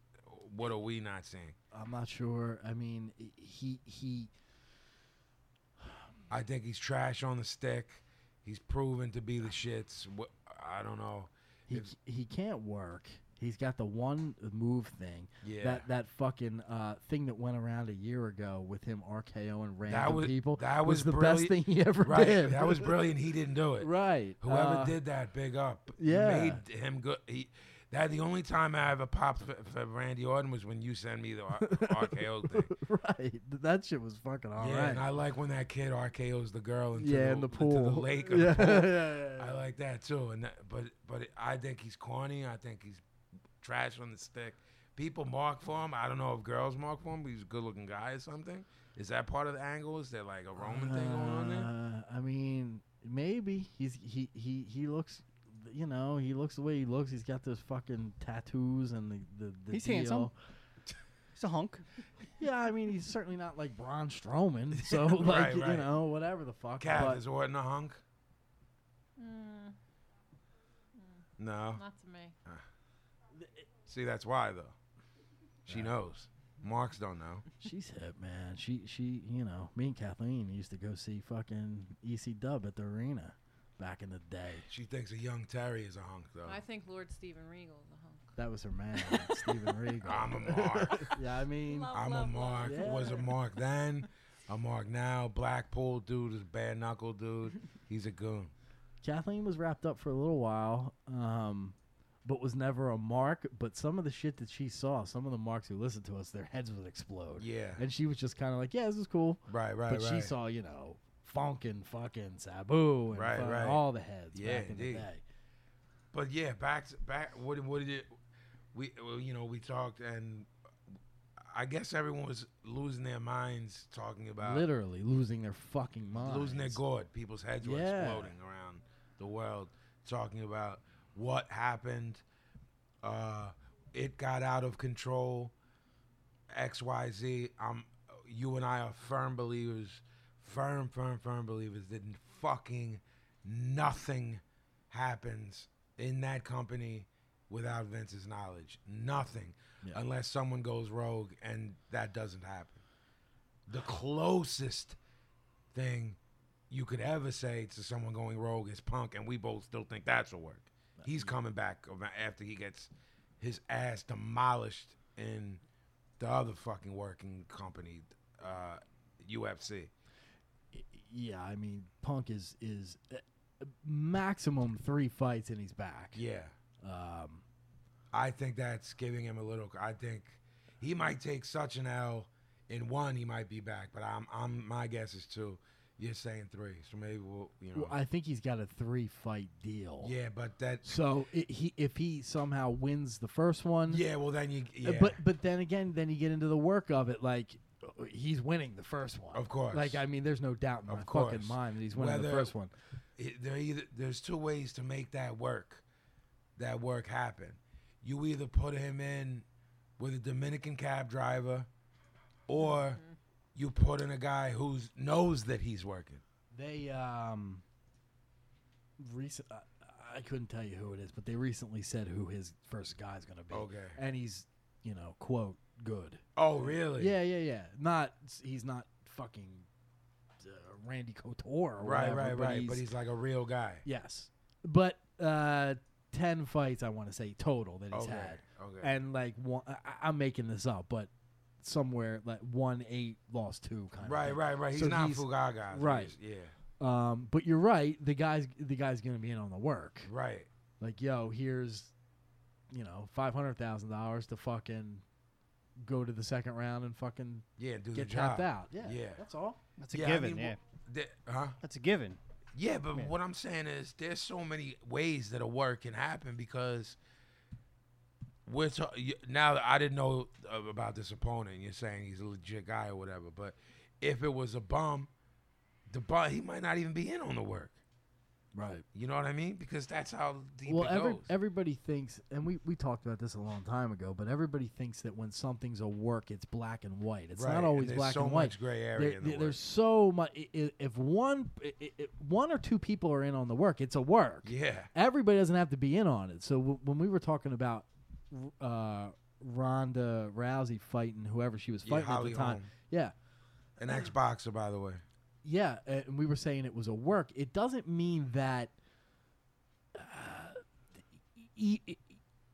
What are we not seeing?
I'm not sure. I mean, i- he he.
I think he's trash on the stick. He's proven to be the shits. Wh- I don't know.
He,
If-
he can't work. He's got the one move thing.
Yeah.
That that fucking uh, thing that went around a year ago with him RKO and random
was-
people.
that was
the best
brilliant-
thing he ever
Right.
did.
That was brilliant. He didn't do it.
right.
Whoever
Uh,
did that, big up.
yeah.
Made him good. He, that the only time I ever popped for, for Randy Orton was when you sent me the R- RKO thing.
Right. Th- That shit was fucking all
yeah,
right.
and I like when that kid RKO's the girl into
yeah,
the,
in the
into
pool.
the lake. Or the
yeah,
pool.
yeah, yeah, yeah.
I like that too. And that, but but I think he's corny. I think he's trash on the stick. People mark for him. I don't know if girls mark for him. But he's a good-looking guy or something. Is that part of the angle? Is there like a Roman thing going on there?
Uh, I mean, maybe he's he he he looks, you know, he looks the way he looks. He's got those fucking tattoos and the the, the
He's
deal.
handsome. He's a hunk.
Yeah, I mean, he's certainly not like Braun Strowman. So like
Right,
you
right.
know, whatever the fuck.
Cat
Uh, but-
is Orton a hunk?
Mm,
No.
not to me.
See, that's why though. She knows. Marks don't know.
She's hip, man. She she you know, me and Kathleen used to go see fucking EC Dub at the arena back in the day.
She thinks a young Terry is a hunk
Oh.
though.
I think Lord Steven Regal is a hunk.
That was her man, Steven Regal.
I'm a mark.
yeah, I mean,
Love,
I'm a
love, love.
mark.
Yeah.
Was a mark then. A mark now. Blackpool dude is a bare knuckle dude. He's a goon.
Kathleen was wrapped up for a little while, um, but was never a mark. But some of the shit that she saw, some of the marks who listened to us, their heads would explode.
Yeah.
and she was just kind of like, "Yeah, this is cool,"
Right, right,
but
right.
she saw, you know, funk and fucking Sabu and
Right,
fucking
right.
all the heads
Yeah,
back in
indeed.
the day.
But yeah, back back. What what did it? We well, you know we talked and I guess everyone was losing their minds talking about
Literally losing their fucking mind,
Uh, losing their gourd. People's heads were
Yeah.
exploding around the world talking about what happened. Uh, it got out of control. X Y Z. I'm you and I are firm believers, firm firm firm believers that fucking nothing happens in that company without Vince's knowledge. Nothing. Unless someone goes rogue and that doesn't happen. The closest thing you could ever say to someone going rogue is punk, and we both still think that's a work.
Mm-hmm.
He's coming back av- after he gets his ass demolished in the other fucking working company, uh, UFC.
Yeah, I mean, Punk is is uh, maximum three fights and he's back.
Yeah.
Um,
I think that's giving him a little. I think he might take such an L in one. He might be back, but I'm. I'm. My guess is two. You're saying three, so maybe we'll. You know.
well, I think he's got a three fight deal.
yeah, but that.
So i he if he somehow wins the first one,
Yeah. Well, then you.
uh,
Yeah.
But but then again, then you get into the work of it. Like uh, he's winning the first one,
Of course.
Like I mean, there's no doubt in
Of
my fucking
course.
mind that he's winning the
Whether-
first one.
it, there either there's two ways to make that work that work happen you either put him in with a dominican cab driver or
Mm-hmm.
you put in a guy who knows that he's working
They um, recent uh, I couldn't tell you who it is, but they recently said who his first guy's gonna be.
Okay.
and he's you know quote good.
oh really
Yeah, yeah, yeah. Not he's not fucking uh, Randy Couture or
right
whatever,
right
but
right
He's,
but he's like a real guy
yes, but uh, ten fights I want to say total that he's
okay
had,
okay
and like one, I, I'm making this up, but somewhere like one eight lost two kind
right
of
right right he's
So
not
he's-
fugaga
right.
He's- yeah
right. Um, but you're right. The guy's the guy's gonna be in on the work.
right
Like yo, here's you know five hundred thousand dollars to fucking go to the second round and fucking
yeah do
get
the job
tapped out. Yeah,
Yeah.
that's all.
That's a
Yeah, I
given.
mean,
yeah,
wh- the- huh
that's a given.
Yeah, but what I'm saying is there's so many ways that a word can happen because we're ta- y- now I didn't know uh, about this opponent. You're saying he's a legit guy or whatever, but if it was a bum, the bum he might not even be in on the work.
Right.
You know what I mean? Because that's how deep
Well,
it
every,
goes.
everybody thinks, and we, we talked about this a long time ago, but everybody thinks that when something's a work, it's black and white. It's
Right,
not
and
always
there's
black
so
and white.
much gray area
There-
in the
there- There's
work.
so much. If one i- i- i- one or two people are in on the work, it's a work.
Yeah.
Everybody doesn't have to be in on it. So w- when we were talking about uh, Ronda Rousey fighting whoever she was
Yeah,
fighting at
Holly
the time,
Holm.
yeah,
An Xboxer, by the way.
yeah, a- and we were saying it was a work. It doesn't mean that uh, e- e-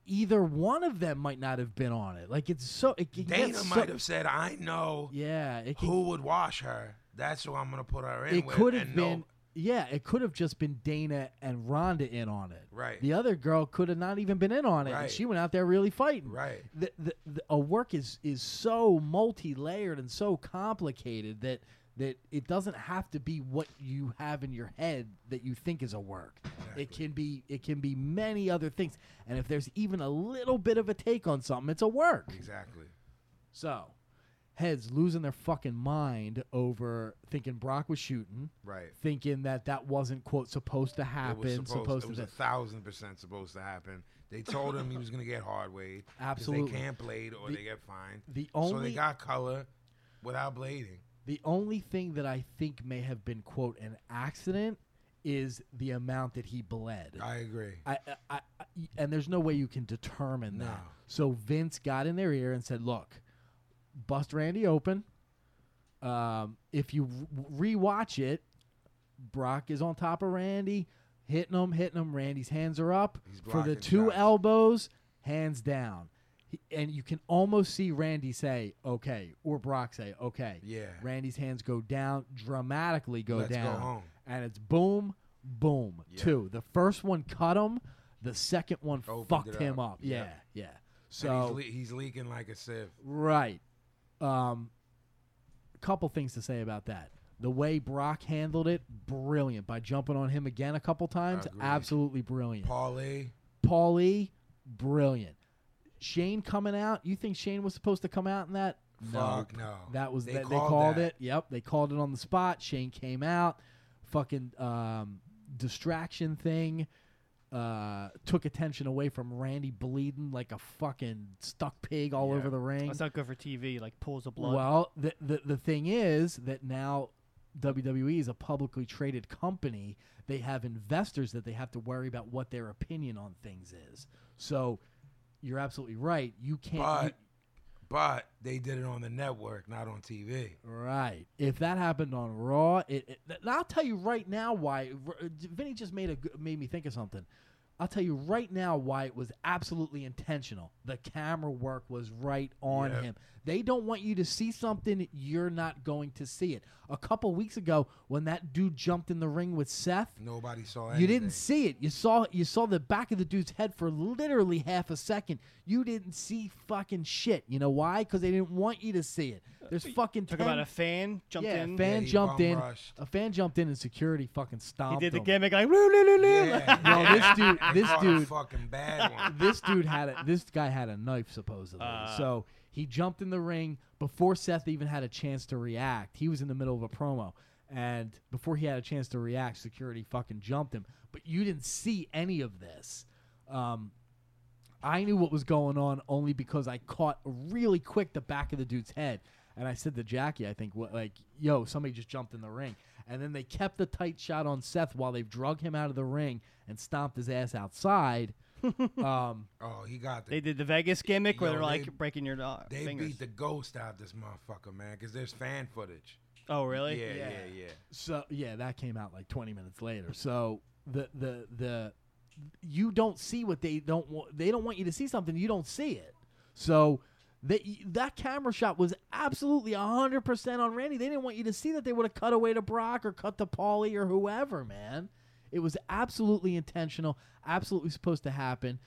either one of them might not have been on it. Like it's so it can get
Dana
so-
might have said, "I know
yeah, it can,
who would wash her. That's who I'm gonna put her in
it
with."
could have
and no-
been yeah, it could have just been Dana and Rhonda in on it.
Right.
The other girl could have not even been in on it.
Right.
And she went out there really fighting.
Right.
The, the, the, a work is is so multi-layered and so complicated that that it doesn't have to be what you have in your head that you think is a work. It can be it can be many other things. And if there's even a little bit of a take on something, it's a work.
exactly.
So, heads losing their fucking mind over thinking Brock was shooting,
Right.
thinking that that wasn't quote supposed to
It
happen,
was supposed,
supposed
it
to
was a
that.
thousand percent supposed to happen. They told him he was gonna get hard weighed. 'cause
Absolutely.
They can't blade or
The-
they get fined.
the
so
only-
they got color without blading.
The only thing that I think may have been quote an accident is the amount that he bled.
I agree.
I, I, I, I- and there's no way you can determine that.
No.
So Vince got in their ear and said, "Look, bust Randy open. Um, if you re- rewatch it, Brock is on top of Randy, hitting him, hitting him. Randy's hands are up
He's
for the
blocking
two
shots.
elbows, hands down." He- And you can almost see Randy say okay, or Brock say okay.
Yeah.
Randy's hands go down dramatically, go
Let's go
down,
home.
and it's boom, boom,
Yeah.
two. The first one cut him. The second one
Opened
fucked
it
him
up.
up. Yeah,
Yep.
yeah.
And
So
he's, le- he's leaking like a sieve.
right. Um, couple things to say about that. The way Brock handled it, brilliant. By jumping on him again a couple times,
Agreed.
absolutely brilliant.
Paulie,
Paulie, brilliant. Shane coming out. You think Shane was supposed to come out in that?
Fuck,
Nope.
no.
That was
They
they, they
called
called,
that.
it. Yep, they called it on the spot. Shane came out. Fucking um, distraction thing. Uh, took attention away from Randy bleeding like a fucking stuck pig all over the ring.
That's not good for TV. Like pulls the blood.
Well, the, the the thing is that now WWE is a publicly traded company. They have investors that they have to worry about what their opinion on things is. So you're absolutely right. You can't.
but
you-
but they did it on the network, not on TV.
right. If that happened on Raw, it, it and I'll tell you right now why. R- uh, Vinny just made a g- made me think of something. I'll tell you right now why it was absolutely intentional. The camera work was right on
Yep.
him. They don't want you to see something you're not going to see it. A couple weeks ago, when that dude jumped in the ring with Seth,
Nobody saw anything.
you didn't see it. You saw you saw the back of the dude's head for literally half a second. You didn't see fucking shit. You know why? Because they didn't want you to see it. There's fucking
Talk
10
about a fan jumped
yeah,
in.
A fan
Yeah, he
jumped
bum
in.
rushed.
A fan jumped in and security fucking
He
stomped
did the
him.
gimmick like. "Loo, loo, loo, loo."
Yeah.
Yo, this dude,
They
this
caught a
dude,
fucking bad one.
this dude had a, this guy had a knife supposedly. so he jumped in the ring before Seth even had a chance to react. He was in the middle of a promo, and before he had a chance to react, security fucking jumped him. But you didn't see any of this. Um, I knew what was going on only because I caught really quick the back of the dude's head. And I said to Jackie, I think, what, like, yo, somebody just jumped in the ring. And then they kept the tight shot on Seth while they drug him out of the ring and stomped his ass outside. um,
Oh, he got the
They did the Vegas gimmick where
Yo,
they're like
they-
breaking your dog
They
fingers.
beat the ghost out this motherfucker, man, because there's fan footage.
oh really?
yeah, yeah,
Yeah.
yeah.
So yeah, that came out like 20 minutes later. So the the the you don't see what they don't want. They don't want you to see something you don't see it. So that that camera shot was absolutely 100% on Randy. They didn't want you to see that they would have cut away to Brock or cut to Paulie or whoever, man. It was absolutely intentional, absolutely supposed to happen.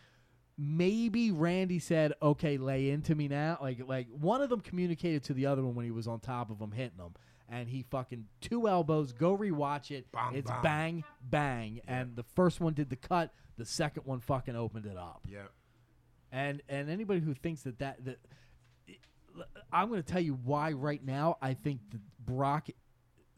Maybe Randy said, "Okay, lay into me now." Like like one of them communicated to the other one when he was on top of him hitting him, and he fucking two elbows. Go rewatch it.
Bang,
it's
bang.
bang bang, and the first one did the cut. The second one fucking opened it up.
Yeah.
And and anybody who thinks that that, that I'm going to tell you why right now I think the Brock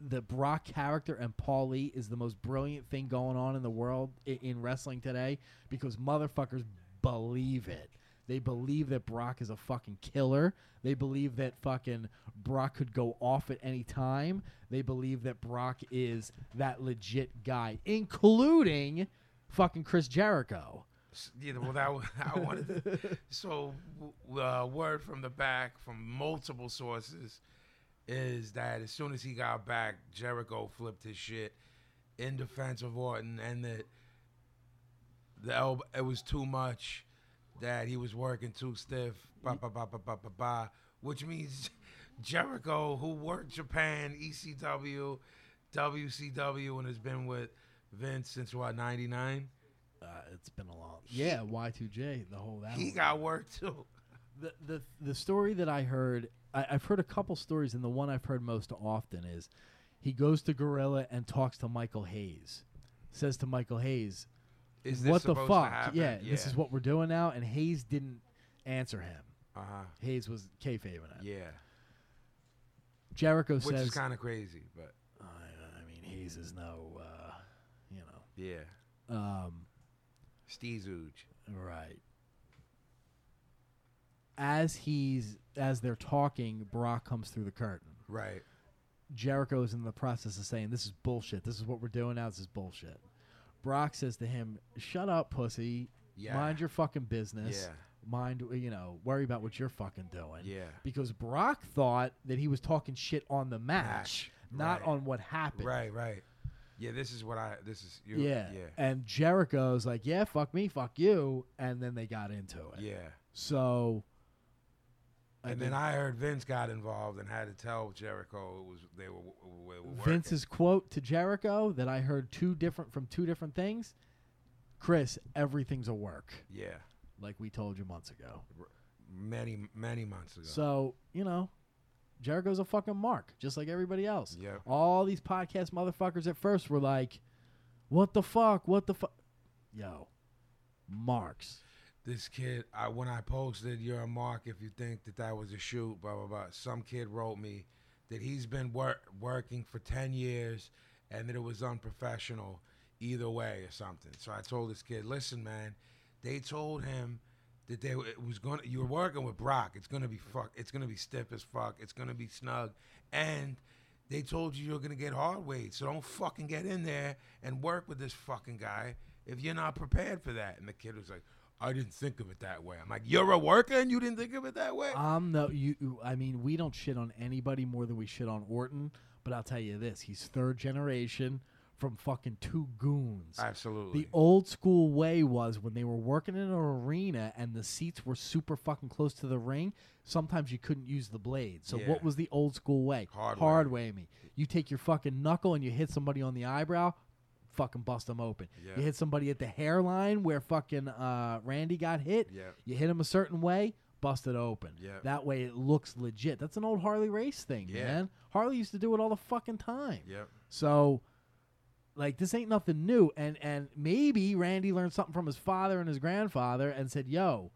the Brock character and Paul Lee is the most brilliant thing going on in the world in, in wrestling today because motherfuckers believe it. They believe that Brock is a fucking killer. They believe that fucking Brock could go off at any time. They believe that Brock is that legit guy, including fucking Chris Jericho.
S- Yeah, well, that was, I wanted. To, so, w- uh, word from the back from multiple sources is that as soon as he got back, Jericho flipped his shit in defense of Orton, and that the elbow it was too much, that he was working too stiff, ba ba ba ba ba ba ba, which means Jericho, who worked Japan, E ECW, WCW, and has been with Vince since what ninety nine.
Uh, it's been a long. Yeah, Y2J, the whole that.
He
one.
got work too.
the the the story that I heard, I, I've heard a couple stories, and the one I've heard most often is he goes to Gorilla and talks to Michael Hayes, says to Michael Hayes,
is this
"What the
supposed to
fuck?
happen?
Yeah, this is what we're doing now." And Hayes didn't answer him.
Uh-huh.
Hayes was kayfabing it.
Yeah,
Jericho
which
says,
is kind of crazy, but
I, "I mean, Hayes is no, uh, you know,
yeah,
um,
Steezooge.
Right. As he's as they're talking, Brock comes through the curtain.
Right.
Jericho is in the process of saying, "This is bullshit. This is what we're doing now. This is bullshit." Brock says to him, "Shut up, pussy.
Yeah.
Mind your fucking business.
Yeah.
Mind, you know, worry about what you're fucking doing."
Yeah.
Because Brock thought that he was talking shit on the match,
Match.
not
Right.
on what happened.
Right. Right. Yeah. This is what I. This is. you
Yeah.
Yeah.
And Jericho's like, "Yeah, fuck me, fuck you," and then they got into it.
Yeah.
So.
And, then I heard Vince got involved and had to tell Jericho it was they were, were, were working.
Vince's quote to Jericho that I heard two different from two different things. Chris, everything's a work,
Yeah.
like we told you months ago.
Many many months ago.
So you know, Jericho's a fucking mark, just like everybody else.
Yep.
All these podcast motherfuckers at first were like, "What the fuck? What the fuck?" Yo, marks.
this kid, I when I posted, you're a mark if you think that that was a shoot, blah blah blah. Some kid wrote me that he's been wor- working for ten years and that it was unprofessional either way or something. So I told this kid, listen, man, they told him that they it was gonna you were working with Brock. It's gonna be fuck. It's gonna be stiff as fuck. It's gonna be snug, and they told you you're gonna get hard weight. So don't fucking get in there and work with this fucking guy if you're not prepared for that. And the kid was like, I didn't think of it that way. I'm like, you're a worker and you didn't think of it that way.
I'm no you. you- I mean, we don't shit on anybody more than we shit on Orton. But I'll tell you this: he's third generation from fucking two goons.
Absolutely.
The old school way was when they were working in an arena and the seats were super fucking close to the ring, sometimes you couldn't use the blade. So
Yeah.
what was the old school way?
Hard way.
way me. You take your fucking knuckle and you hit somebody on the eyebrow, fucking bust them open.
Yeah.
You hit somebody at the hairline where fucking uh, Randy got hit.
Yeah.
You hit him a certain way, bust it open.
Yeah.
That way it looks legit. That's an old Harley race thing,
Yeah.
man. Harley used to do it all the fucking time.
yep.
So, like, this ain't nothing new. And and maybe Randy learned something from his father and his grandfather and said, "Yo,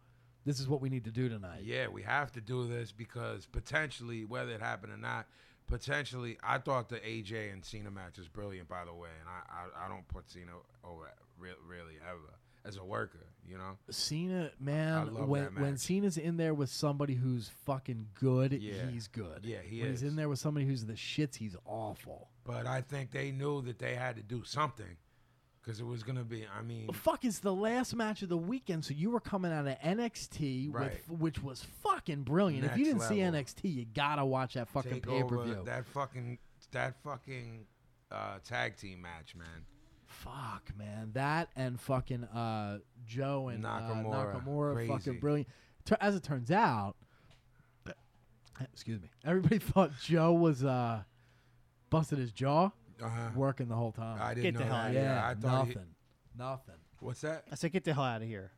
this is what we need to do tonight."
Yeah, we have to do this because potentially, whether it happened or not, potentially, I thought the AJ and Cena match was brilliant, by the way, and I I, I don't put Cena over re- really ever as a worker, you know.
Cena, man,
love
when
that
when
match.
Cena's in there with somebody who's fucking good,
Yeah.
he's good.
Yeah, he
when
is.
He's in there with somebody who's the shits. He's awful.
But I think they knew that they had to do something because it was gonna be. I mean,
Well, fuck, it's the last match of the weekend, so you were coming out of NXT,
Right.
with, which was fucking brilliant. if you didn't
Next
see
level.
NXT, you gotta watch that fucking
take
pay per
over
view.
that fucking that fucking uh, tag team match, man.
Fuck, man, that and fucking uh, Joe and
Nakamura.
uh, Nakamura,
Crazy.
fucking brilliant. Tur- As it turns out, excuse me, everybody thought Joe was uh, busted his jaw
Uh-huh.
working the whole time.
I didn't
Get
know
the hell
that.
yeah,
out
I thought he-
nothing, nothing.
What's that?
I said, get the hell out of here.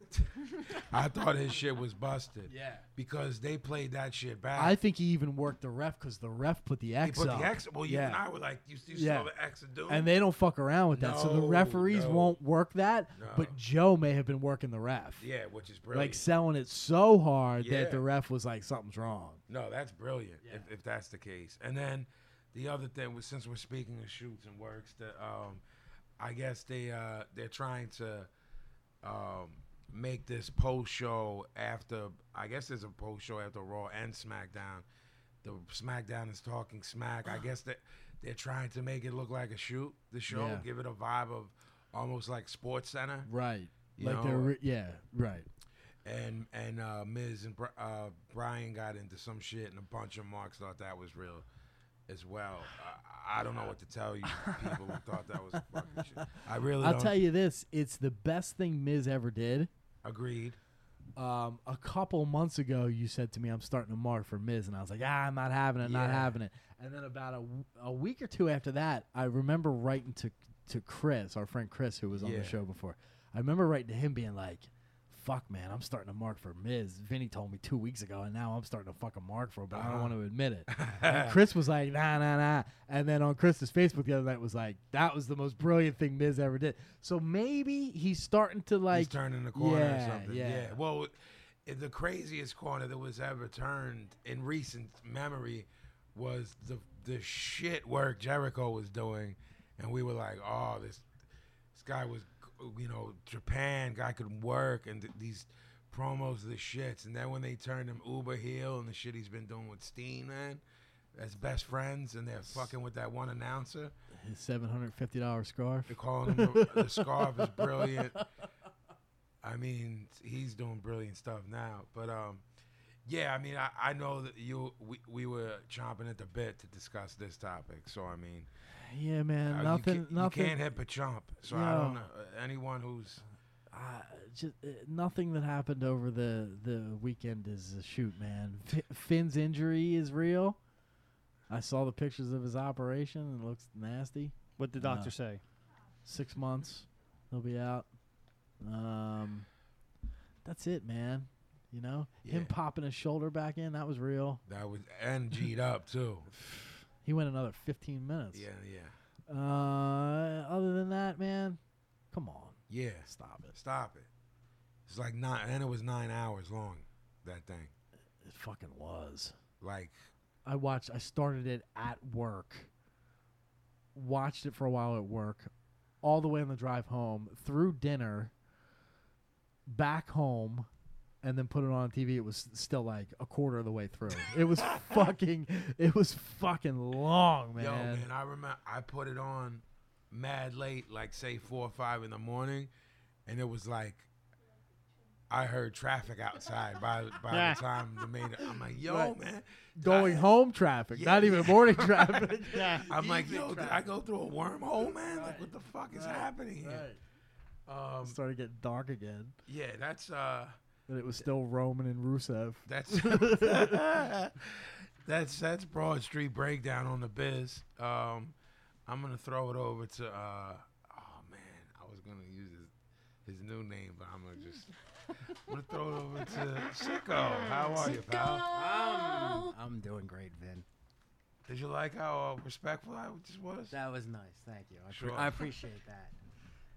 I thought his shit was busted.
Yeah.
Because they played that shit back.
I think he even worked the ref because the ref put the
they
X
put
up.
the X. Well, you
Yeah.
and I were like, you, you
Yeah.
saw the X of doom.
and they don't fuck around with that. so the
No,
referees
no.
won't work that.
No.
But Joe may have been working the ref.
yeah, which is brilliant.
Like selling it so hard
Yeah.
that the ref was like, something's wrong.
No, that's brilliant. If, if that's the case, and then the other thing was since we're speaking of shoots and works, that um, I guess they uh, they're trying to um, make this post show after. I guess there's a post show after Raw and SmackDown. The SmackDown is talking smack. I guess that they're trying to make it look like a shoot. The show
Yeah.
give it a vibe of almost like Sports Center.
Right.
You
like
know,
they're, re- yeah, right.
and and uh, Miz and Bri- uh, Brian got into some shit, and a bunch of marks thought that was real as well. I, I don't know what to tell you, people who thought that was fucking shit. I really
I'll
don't.
tell you this it's the best thing Miz ever did.
Agreed.
Um, a couple months ago, you said to me, I'm starting to mark for Miz. And I was like, ah, I'm not having it, not
Yeah.
having it. And then about a, w- a week or two after that, I remember writing to, to Chris, our friend Chris, who was on
Yeah.
the show before. I remember writing to him being like, fuck, man, I'm starting to mark for Miz. Vinny told me two weeks ago, and now I'm starting to fucking mark for him, but I don't want to admit it. and Chris was like, nah, nah, nah. And then on Chris's Facebook the other night was like, that was the most brilliant thing Miz ever did. So maybe he's starting to like.
He's turning the corner
yeah,
or something.
yeah.
Yeah. Well, i- the craziest corner that was ever turned in recent memory was the the shit work Jericho was doing, and we were like, oh, this this guy was, you know, Japan guy could work, and th- these promos, are the shits, and then when they turned him Uber heel and the shit he's been doing with Steen, man. As best friends, and they're fucking with that one announcer.
his seven hundred fifty dollar scarf.
They're calling him the, the scarf is brilliant. I mean, he's doing brilliant stuff now. But um, yeah, I mean, I, I know that you we, we were chomping at the bit to discuss this topic. So I mean,
Yeah, man,
uh, you
nothing,
can't- you,
nothing,
can't hit but chomp. So I don't know
No.
uh, anyone who's
uh, just, uh, nothing that happened over the the weekend is a shoot, man. F- Finn's injury is real. I saw the pictures of his operation. It looks nasty.
What did the
No.
doctor say?
Six months, he'll be out. Um, that's it, man. You know, him
Yeah.
popping his shoulder back in that was real.
that was and G'd up too.
He went another fifteen minutes.
Yeah, yeah,
Uh, other than that, man, come on,
yeah.
stop it.
Stop it. It's like nine, and it was nine hours long. That thing,
It fucking was.
like
I watched. I started it at work. Watched it for a while at work, all the way on the drive home, through dinner, back home, and then put it on TV. It was still like a quarter of the way through. It was fucking. It was fucking long, man.
Yo, man, I remember I put it on mad late, like say four or five in the morning, and it was like I heard traffic outside by by
Yeah.
the time the main. I'm like, yo,
Right.
man,
Going
I-
home traffic,
Yeah,
not even
yeah.
morning traffic.
Yeah.
I'm like,
Evening
yo, did I
traffic.
go through a wormhole, man? Like, what the fuck is
Right.
happening here? Um,
Started getting dark again,
yeah, that's uh,
but it was still Roman and Rusev.
that's that's that's Broad Street breakdown on the biz. Um, I'm gonna throw it over to. Uh, oh man, I was gonna use his, his new name, but I'm gonna just. I'm gonna throw it over to Sicko. How are you, pal?
Um,
I'm doing great, Vin.
Did you like how uh, respectful I just was?
That was nice. Thank you. I, appre-
Sure.
I appreciate that.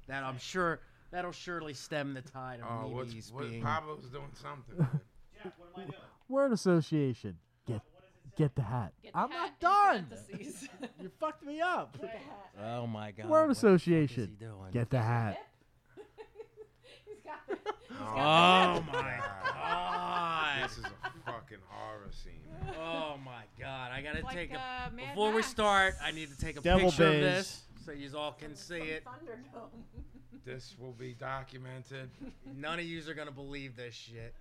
That I'm sure that'll surely stem the tide
Oh,
of
what's,
memes
what,
being.
Pablo's doing something. man.
Word association. Get get the hat.
Get
I'm
hat in
not done.
parentheses.
You fucked me up.
oh my God.
Word
what the fuck is he
association.
doing?
Get the hat.
He's got the-
Oh my god! This is a fucking horror scene. man.
Oh my God. I gotta
It's like,
take a.
uh, Mad
Before we
Max.
start, I need to take a
Devil
picture
Bays.
of this so you all can see it.
Thunderdome.
This will be documented.
None of yous are gonna believe this shit.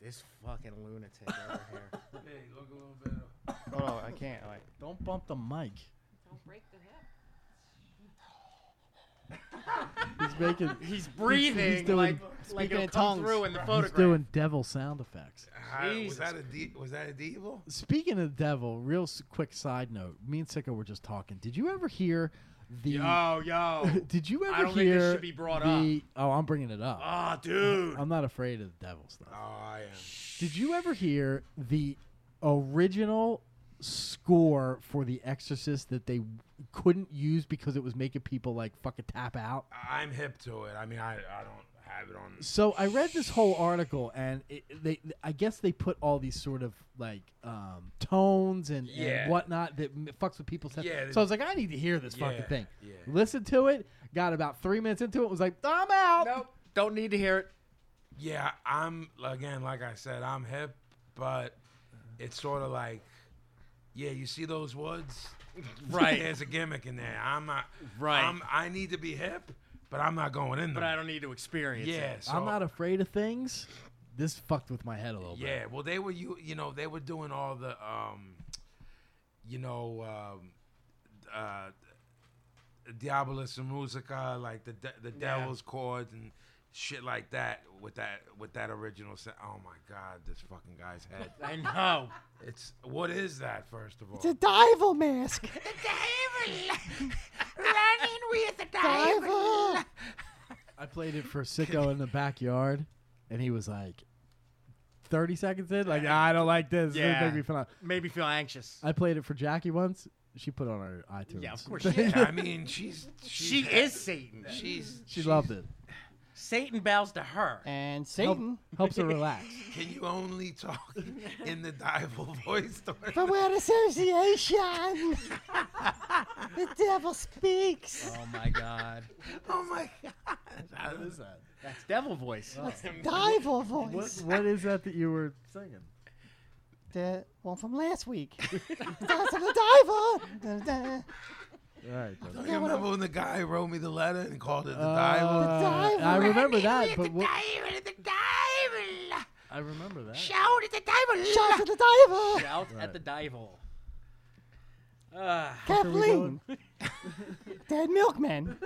This fucking lunatic over here.
Hey, look a little bit.
Hold on, I can't. Wait.
Don't bump the mic.
Don't break the hip.
He's making.
He's breathing
he's doing-
like, like
speaking
it'll
in
come
tongues.
through in the
he's
photograph.
doing devil sound effects.
Hi, was
Jesus
that a de- was that a devil?
Speaking of devil, real s- quick side note. Me and Sicko were just talking. Did you ever hear The
Yo, yo.
did you ever
I don't think
hear
this should be brought
the, Oh, I'm bringing it up.
Ah, dude.
I'm not afraid of the devil stuff.
Oh, I am.
Did you ever hear the original score for The Exorcist that they couldn't use because it was making people like fucking tap out?
I'm hip to it. I mean, I, I don't have it on.
So I read this whole article, and it, they, I guess they put all these sort of like um, tones and,
Yeah.
and whatnot that m- fucks with people's heads.
Yeah,
so I was like, I need to hear this fucking
yeah,
thing.
yeah.
Listen to it. Got about three minutes into it, was like, I'm out.
Nope. Don't need to hear it.
Yeah, I'm again, like I said, I'm hip, but it's sort of like, yeah, you see those woods,
Right.
There's a gimmick in there. I'm not
Right.
I'm, I need to be hip, but I'm not going in there.
But I don't need to experience
Yeah,
it.
so,
I'm not afraid of things. This fucked with my head a little bit.
Yeah, well, they were you. You know, they were doing all the, um, you know, um, uh, Diabolus and Musica, like the de- the Devil's chords and shit like that. With that with that original set. Oh my God, this fucking guy's head.
I know.
It's what is that? First of all,
Dival mask.
I played it for Sicko in the backyard, and he was like, 30 seconds in, like, I don't like this. This
Yeah.
make me feel out."
Made me feel anxious.
I played it for Jackie once. She put it on her iTunes.
Yeah, of course.
yeah, I mean, she's, she's
She is Satan.
she's
She loved it.
Satan bows to her.
And
Help-
Satan.
helps her relax.
Can you only talk in the dival voice? during the-
Word association. the devil speaks.
Oh my God.
Oh my God! I was-
That's devil voice.
Dival voice.
What, what is that that you were singing?
The one from last week. Dance of the diver. The
All right. then.
Don't you remember when the guy wrote me the letter and called it the
Uh,
dival?
I remember that, but what? I remember that.
Shout to the diver.
Shout
Right.
at the devil. Ah,
Kathleen. Dead milkman.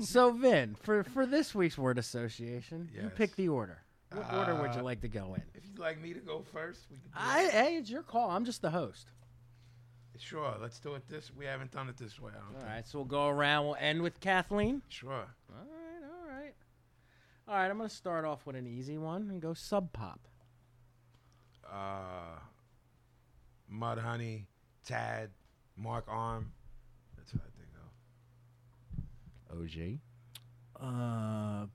so Vin, for for this week's word association, you
Yes.
pick the order. What order would you like to go in?
If you'd like me to go first, we can do
I,
it.
hey, it's your call. I'm just the host.
Sure, let's do it this. We haven't done it this way. I don't
All
think.
right, so we'll go around. We'll end with Kathleen.
Sure.
All right, all right, all right. I'm gonna start off with an easy one and go sub pop.
Uh, Mud Honey, Tad, Mark Arm. That's what I think of.
OG.
Uh,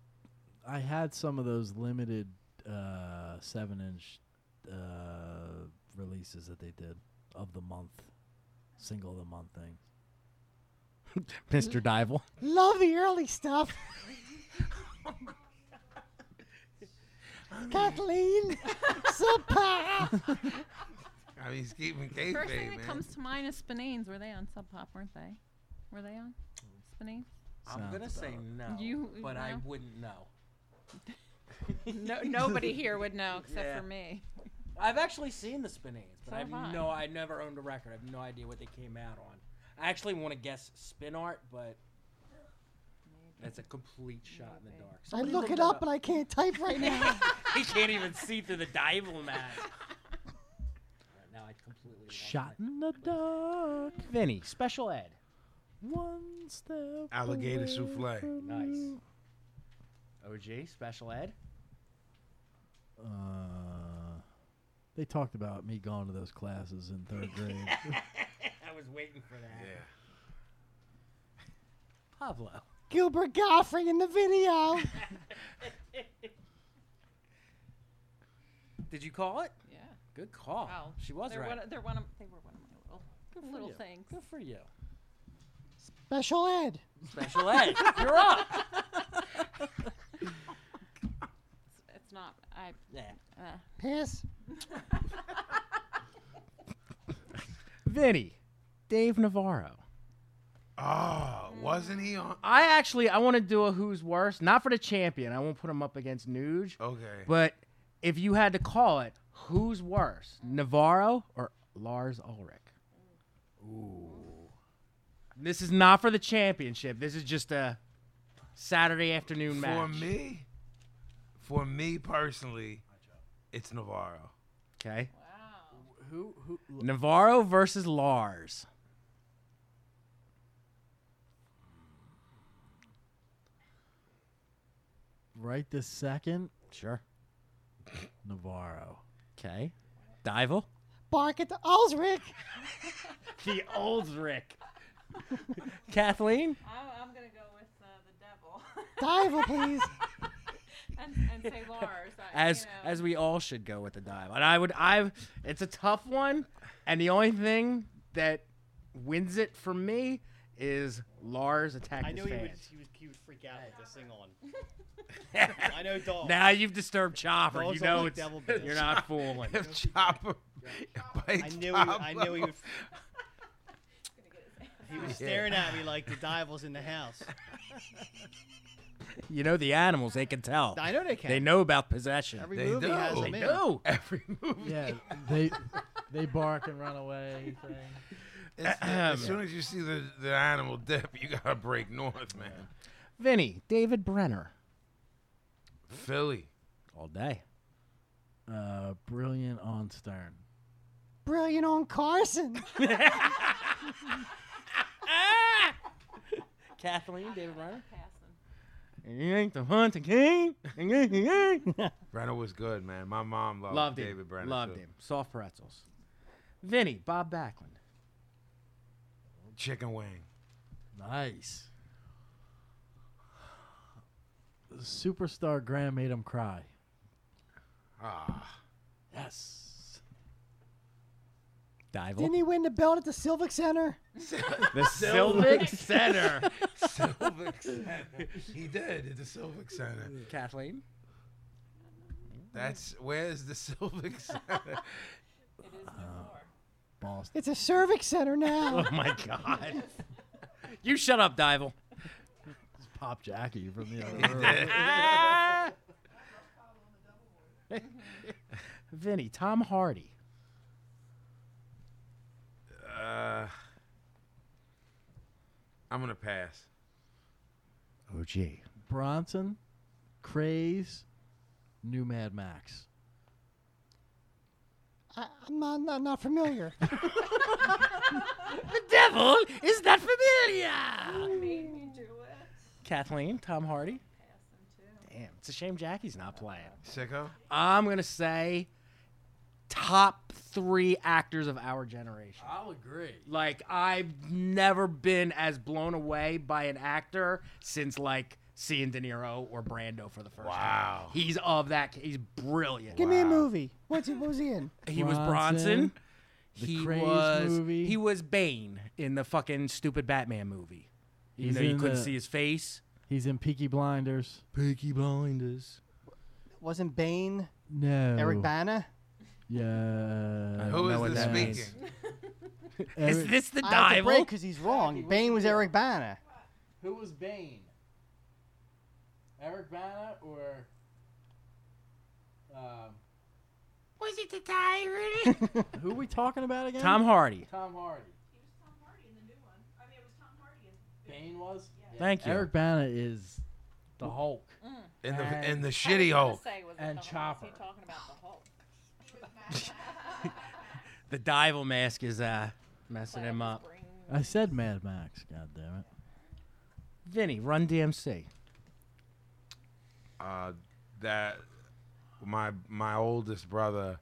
I had some of those limited uh, seven-inch uh, releases that they did of the month, single of the month thing.
Mr. Dival.
Love the early stuff. Kathleen. Subpar.
I mean, he's keeping
First
kayfabe,
thing
man.
that comes to mind is Spinanes. Were they on Sub Pop? Weren't they? Were they on Spinanes?
I'm gonna
Sounds
say no,
You-
but I
no.
wouldn't know.
No, nobody here would know except
Yeah.
for me.
I've actually seen the Spinanes, but
So
I have
have I.
no. I never owned a record. I have no idea what they came out on. I actually want to guess Spin Art, but that's a complete shot in the dark.
I
Somebody
look it
that
up, but I can't type right now.
he can't even see through the dival mask. Alright, now I completely lost
Shot
my-
in the dark,
Vinny, special ed.
one step.
Alligator
away
souffle.
from
Nice.
you.
OG, Mm. special ed.
Uh, they talked about me going to those classes in third grade.
I was waiting for that.
Yeah.
Pablo.
Gilbert Goffrey in the video.
Did you call it?
Yeah.
Good call.
Wow.
She was
they're
right.
One of, they're one of, they were one of my little,
Good for
little
you.
things.
Good for you.
Special ed.
Special ed. You're up.
It's, it's not. I.
Yeah.
Uh,
Piss.
Vinny, Dave Navarro.
Oh, wasn't he on?
Mm.
I actually I want to do a who's worse, not for the champion. I won't put him up against Nuge,
Okay.
but if you had to call it, who's worse, Navarro or Lars Ulrich? Ooh. This is not for the championship. This is just a Saturday afternoon match.
for me, for me personally, it's Navarro.
okay.
wow.
Who who?
Navarro versus Lars.
Right this second,
Sure.
Navarro.
Okay. Dival.
Bark at the Ulsric.
The old Rick.
Kathleen.
I'm, I'm gonna go with uh, the devil
Dival, please.
and, and say Lars. I,
As
you know.
as we all should go with the Dival. And I would I it's a tough one, and the only thing that wins it for me is Lars attack
I
his
knew he would,
fans.
he would he would freak out with this thing on. I know Dol.
Now you've disturbed Chopper.
Dolls
you
don't
know
like
it's
oh. devil bitch.
you're not fooling.
If Chopper
I
bites
knew he, I knew he
Pablo.
would. He was staring at me like the Dival's in the house.
You know the animals; they can tell.
I know they can.
They know about possession.
Every
They
movie has
do.
them
They
in.
do.
Every movie.
Yeah, they they bark and run away. thing.
It's- as soon as you see the, the animal dip, you gotta break north, man.
Vinny, David Brenner,
Philly.
all day.
Uh, brilliant on Stern.
Brilliant on Carson.
Kathleen, David Brenner.
Passing.
You ain't the hunter king.
Brenner was good, man. My mom loved,
Loved him.
David Brenner.
Loved
too.
him. Soft pretzels. Vinny, Bob Backlund.
Chicken wing.
Nice. Superstar Graham made him cry.
Ah,
Yes.
Dival.
he win the belt at the Civic Center?
The Silvic Center.
Silvic Center. He did at the Silvic Center.
Kathleen.
That's where's the Silvic Center?
Boston.
It's a cervix center now.
Oh my God. you shut up, Dival.
Pop Jackie from the other room.
Vinny, Tom Hardy.
Uh, I'm gonna pass.
Oh gee.
Bronson, Craze, New Mad Max.
I, I'm not, not, not familiar.
The devil is not familiar.
Made me do it.
Kathleen, Tom Hardy.
Passing too.
Damn, it's a shame Jackie's not playing.
Sicko.
I'm gonna say top three actors of our generation.
I'll agree.
Like I've never been as blown away by an actor since like seeing De Niro or Brando for the first time.
Wow.
He's of that. He's brilliant.
Give me a movie. What's he, what was he in?
He was
Bronson,
Bronson.
the
he
Craze
was
movie.
he was Bane in the fucking stupid Batman movie. You
He's
know you
in
couldn't
the-
see his face.
He's in Peaky Blinders.
Peaky Blinders.
Wasn't Bane
No.
Eric Bana?
Yeah.
don't
Who
know
is
what
this
that
speaking?
means. Is
Eric-
this the
I have to break
dival?
because he's wrong. Bane was Eric Bana.
Who was Bane? Eric Bana or um,
Was it the diary?
who are we talking about again?
Tom Hardy.
Tom Hardy.
He was Tom Hardy in the new one. I mean, it was Tom Hardy in
Bane was.
Thank you.
Eric Bana is the Hulk.
In
And-
the in the shitty hole.
and Chopper.
He talking about the Hulk.
The dival mask is uh messing him up.
I said Mad Max. God damn it.
Vinny, run DMC.
Uh, that my my oldest brother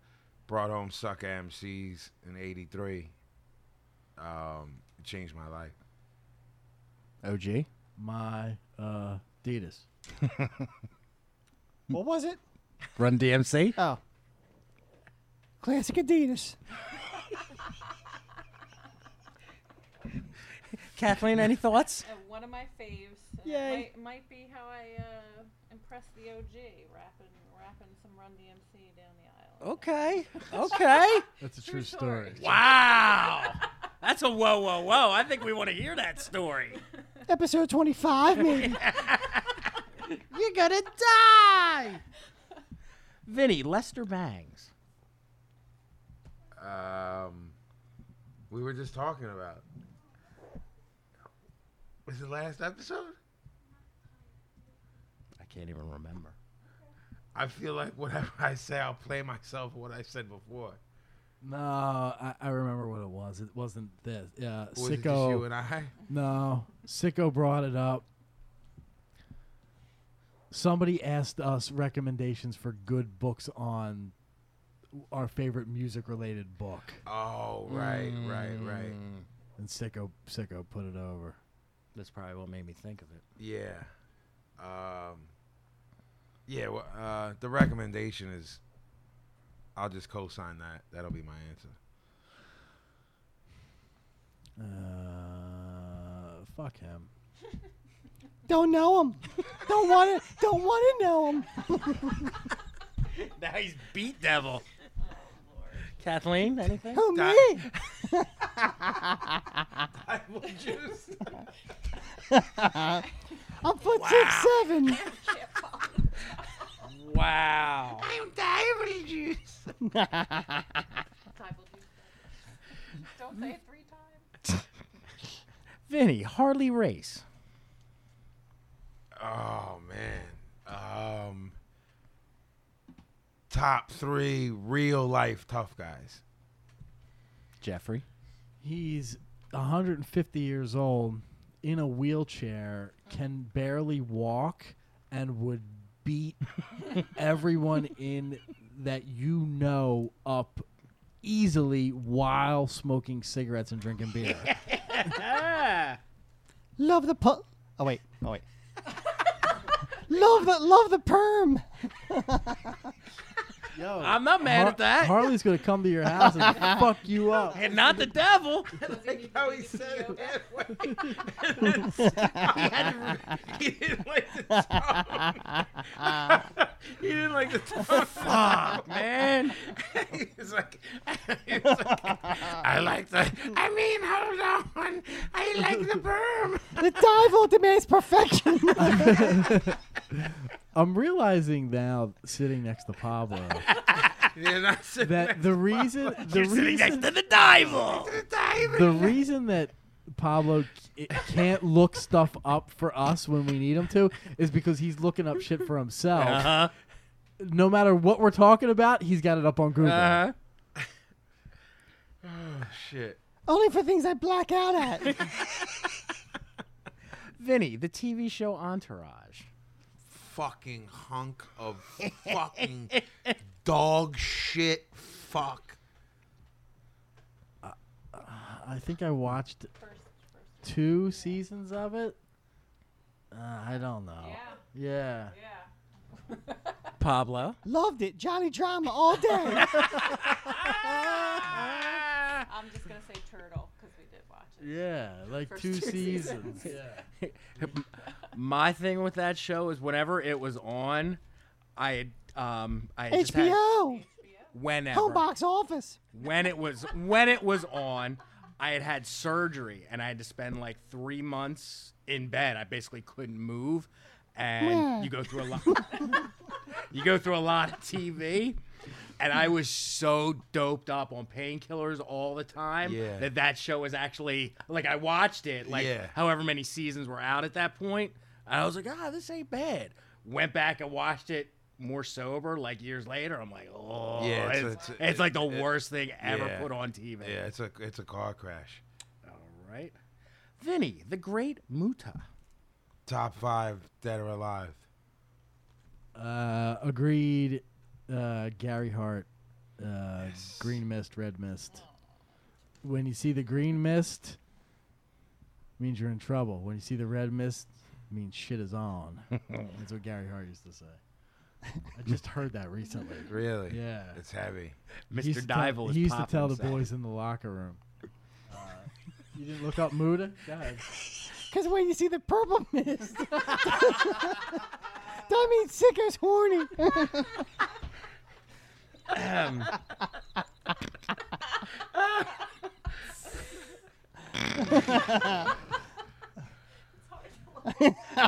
brought home sucker MCs in '83. Um, it changed my life.
OG.
My uh, Adidas.
What was it?
Run DMC.
Oh. Classic Adidas.
Kathleen, any thoughts?
And one of my faves. and it
Yay.
Might, might be how I uh, impressed the OG, rapping, rapping some Run DMC down the
Oh.
aisle.
Okay. Okay.
That's a true story.
Wow. That's a whoa, whoa, whoa. I think we want to hear that story.
Episode 25, maybe.
You're going to die. Vinny, Lester Bangs.
Um, we were just talking about. Was the last episode?
I can't even remember.
I feel like whatever I say, I'll play myself what I said before.
No, I, I remember what it was. It wasn't this. Yeah,
Was
sicko.
it just you and I?
No, sicko brought it up. Somebody asked us recommendations for good books on our favorite music-related book,
Oh, right, right,
Mm.
right.
and sicko sicko put it over.
That's probably what made me think of it.
Yeah. Um, yeah. Well, uh, the recommendation is, I'll just co-sign that. That'll be my answer.
Uh, fuck him.
Don't know him. Don't want to. Don't want to know him.
Now he's beat devil. Kathleen, anything?
Who
Di-
me? I'm foot six seven.
Wow.
Don't say it three times.
Vinny, Harley Race.
Oh man. Um, top three real life tough guys.
Jeffrey.
He's 150 years old, in a wheelchair, can barely walk, and would beat everyone in that you know up easily while smoking cigarettes and drinking beer.
Love the pu- Oh wait. Oh wait. love the love the perm.
I'm not mad at that.
Harley's gonna come to your house and fuck you up.
and not the devil.
How he said it he didn't like the tone. he didn't like the tone.
Fuck, man.
he was like, he was like, I like the. I mean, hold on. I like the berm.
The devil demands perfection.
I'm realizing now, sitting next to Pablo,
You're not sitting
that
next
the reason the
Sitting next
reason
to the devil.
to the diamond.
the reason that Pablo c- i- can't look stuff up for us when we need him to is because he's looking up shit for himself.
Uh-huh.
No matter what we're talking about, he's got it up on Google.
Uh-huh.
Shit.
Only for things I black out at.
Vinny, the TV show Entourage.
Fucking hunk of fucking dog shit. Fuck.
I think I watched two seasons of it. Uh, I don't know. Yeah.
Yeah.
Pablo.
Loved it. Johnny Drama all day.
I'm just gonna say turtle because we did watch it.
Yeah, like
First
two
two
seasons. yeah.
My thing with that show is whenever it was on, I um I just had-
HBO.
whenever
Home box office.
when it was when it was on, I had had surgery and I had to spend like three months in bed. I basically couldn't move,
Hmm.
and you go through a lot. you go through a lot of TV, and I was so doped up on painkillers all the time
Yeah.
that that show was actually like I watched it like
Yeah.
however many seasons were out at that point. And I was like, ah, this ain't bad. Went back and watched it more sober like years later. I'm like, oh,
Yeah, it's-
it's,
it's-
it's like the
it-
worst thing ever
yeah.
put on TV.
Yeah, it's a it's a car crash.
All right. Vinny, the great Muta.
Top five dead or alive.
Uh, agreed. Uh, Gary Hart. Uh, Green mist, red mist. When you see the green mist, means you're in trouble. When you see the red mist, means shit is on. That's what Gary Hart used to say. I just heard that recently.
Really?
Yeah.
It's heavy.
He
Mr.
used to tell-
Dival is
He used to
popping
tell the
Saturday.
boys in the locker room. Uh, you didn't look up Muda? Go ahead.
Because when you see the purple mist, that means sicko's horny.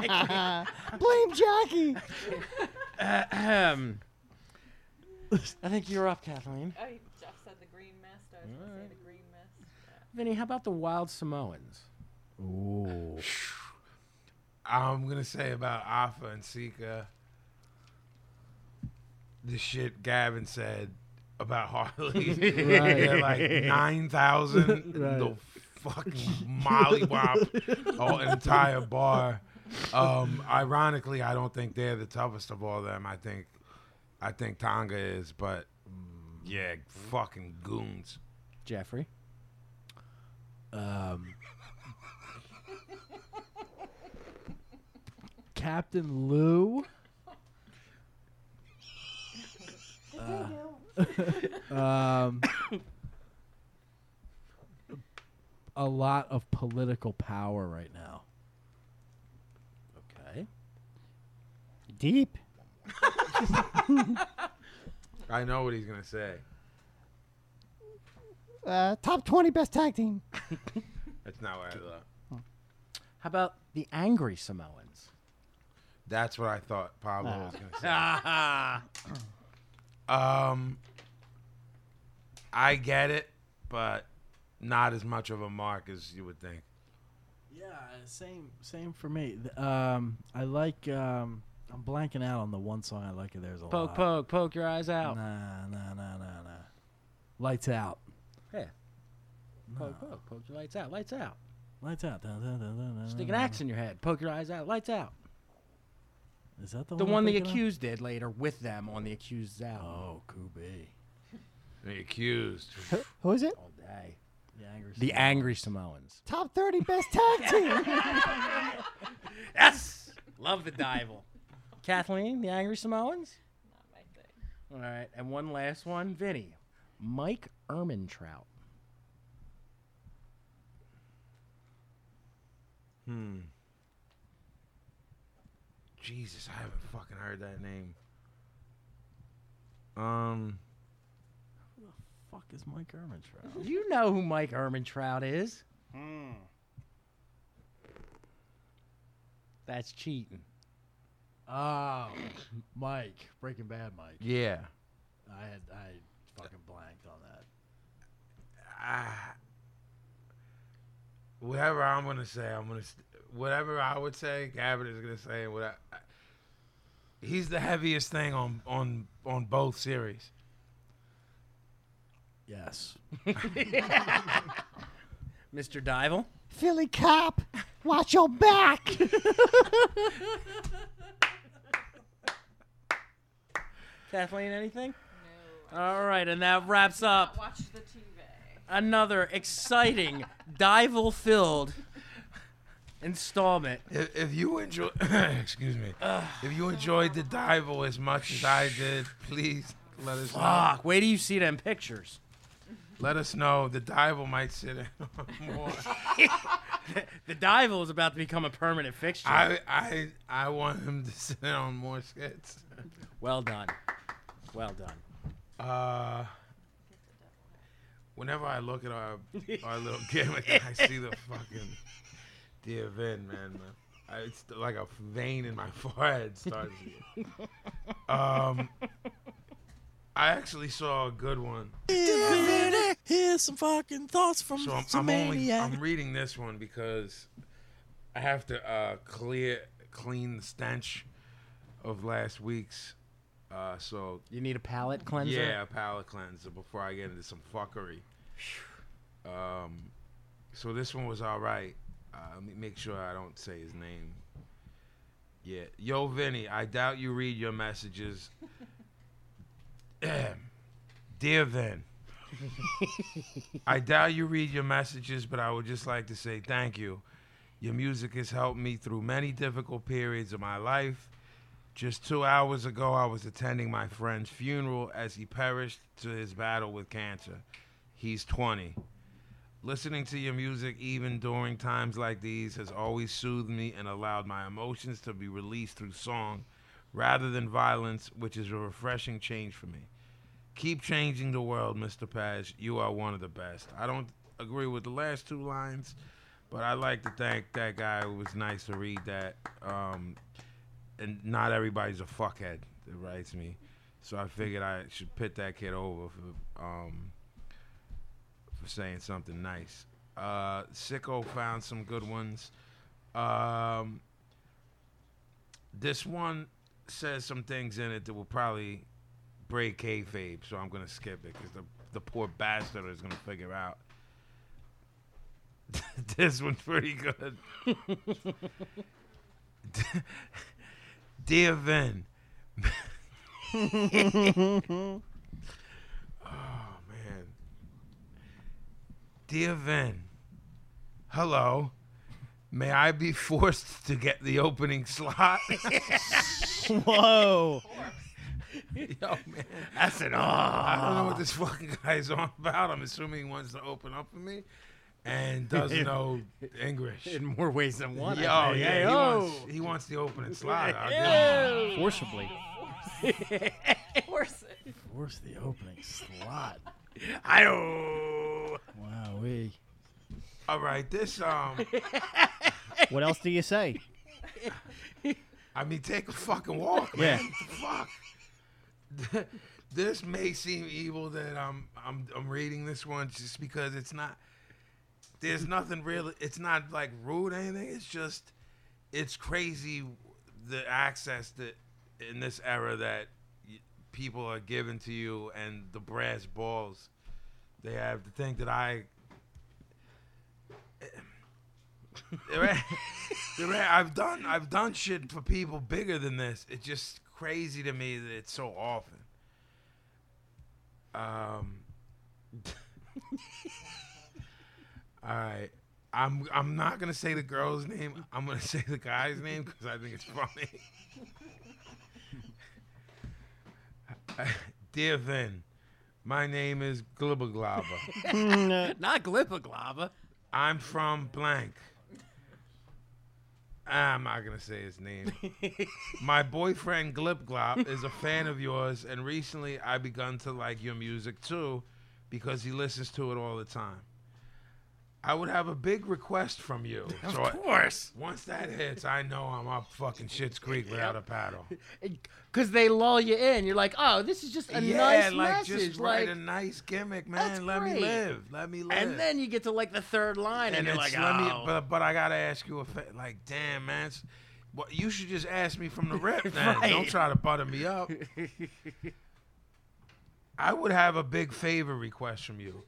Blame Jackie.
Ahem. I think you're up, Kathleen.
Oh, Jeff said the green mist. I was gonna say the green mist.
Vinny, how about the wild Samoans?
Ooh.
I'm gonna say about Alpha and Sika. The shit Gavin said about Harley. They're like nine thousand.
Right.
The fucking mollywop oh, an entire bar. Um, ironically, I don't think they're the toughest of all them. I think, I think Tonga is, but yeah, fucking goons.
Jeffrey.
Um, Captain Lou. Uh, um, a lot of political power right now.
Okay.
Deep.
I know what he's gonna say.
Uh, top 20 best tag team.
That's not what I thought.
How about the angry Samoans?
That's what I thought Pablo was gonna say.
Ah.
Um, I get it, but not as much of a mark as you would think.
Yeah, same same for me. Th- Um, I like. Um, I'm blanking out on the one song I like of theirs a
Poke,
lot.
poke, poke your eyes out.
Nah, nah, nah, nah, nah. Lights out.
Yeah. Poke, poke, poke your lights out. Lights out.
Lights out. Dun, dun, dun, dun, dun,
Stick an
dun,
axe in your head. Poke your eyes out. Lights out.
dun. Is that the,
The
one?
one
I'm
the
thinking of?
accused did later with them on the accused's out.
Oh, could be.
The accused.
Who is it?
All day.
The angry.
The angry Samoans.
Top 30 best tag team.
Yes! Love the dival. Kathleen, the angry Samoans?
Not my thing.
All right. And one last one. Vinny. Mike Ermintrout.
Hmm. Jesus, I haven't fucking heard that name. Um,
fuck is Mike Ermintrout?
You know who Mike Ermintrout is. Hmm. That's cheating.
oh, Mike. Breaking Bad Mike.
yeah.
I had I fucking blanked on that.
Ah. whatever I'm gonna say, I'm gonna st- whatever I would say, Gabbard is gonna say. What I, I- he's the heaviest thing on on on both series.
Yes.
Mr. Dival?
Philly Cop. Watch your back.
Kathleen, anything?
No.
All right, and that wraps up
Watch the TV.
another exciting, dival filled installment.
If, if you enjoy, excuse me, if you enjoyed the dival as much as I did, please let us know.
Fuck, wait till you see them pictures.
Let us know. The dival might sit in on more.
The dival is about to become a permanent fixture.
I I I want him to sit in on more skits.
well done. Well done.
Uh, whenever I look at our our little gimmick, I see the fucking dear Vin, man. I, it's like a vein in my forehead starts. here. Um, I actually saw a good one.
Here's some fucking thoughts from
So I'm, I'm only I'm reading this one because I have to uh, clear clean the stench of last week's. Uh, so
You need a palate cleanser?
yeah, a palate cleanser before I get into some fuckery. Um, so this one was all right. Uh, let me make sure I don't say his name. Yeah, yo, Vinny, I doubt you read your messages. Ahem. Dear Vin, I doubt you read your messages, but I would just like to say thank you. Your music has helped me through many difficult periods of my life. Just two hours ago, I was attending my friend's funeral as he perished to his battle with cancer. He's 20. Listening to your music, even during times like these, has always soothed me and allowed my emotions to be released through song rather than violence, which is a refreshing change for me. Keep changing the world, Mr. Paz. You are one of the best. I don't agree with the last two lines, but I'd like to thank that guy. It was nice to read that. Um, and not everybody's a fuckhead that writes me. So I figured I should pit that kid over for um for saying something nice. Uh Sicko found some good ones. Um this one says some things in it that will probably break kayfabe, so I'm gonna skip it because the the poor bastard is gonna figure out. this one's pretty good. Dear Vin. oh man. Dear Vin. Hello. May I be forced to get the opening slot?
Whoa.
Yo, man.
That's an
I
ah.
don't know what this fucking guy's on about. I'm assuming he wants to open up for me and doesn't know English.
In more ways than one. I
Yo, yeah, he,
think.
wants, he wants the opening slot. I'll give him that.
Forcibly.
Of course.
Force the opening slot.
Ayo.
Wow, we.
All right, this um,
What else do you say?
I mean, take a fucking walk, man. What the fuck. this may seem evil that I'm I'm I'm reading this one just because it's not. There's nothing really. It's not like rude or anything. It's just, it's crazy, the access that in this era that y- people are giving to you and the brass balls they have to think that I. There ain't- there ain't- I've done I've done shit for people bigger than this. It's just crazy to me that it's so often. Um. all right. I'm I'm not gonna say the girl's name. I'm gonna say the guy's name because I think it's funny. Dear Vin, my name is Glibberglobber.
Not Glippaglava.
I'm from blank. I'm not gonna say his name. My boyfriend Glip Glop is a fan of yours, and recently I begun to like your music too, because he listens to it all the time. I would have a big request from you. so I-
Of course.
once that hits, I know I'm up fucking shit's creek without a paddle.
Because they lull you in. You're like, oh, this is just a
yeah,
nice
like
message.
just write
like,
a nice gimmick,
that's
man. Let me
great.
live. Let me live.
and then you get to like the third line, and,
and
you're
it's
like,
let me,
oh.
but but I gotta ask you a fa- like, damn man, it's- what you should just ask me from the rep. Then. Don't
Right.
try to butter me up. I would have a big favor request from you.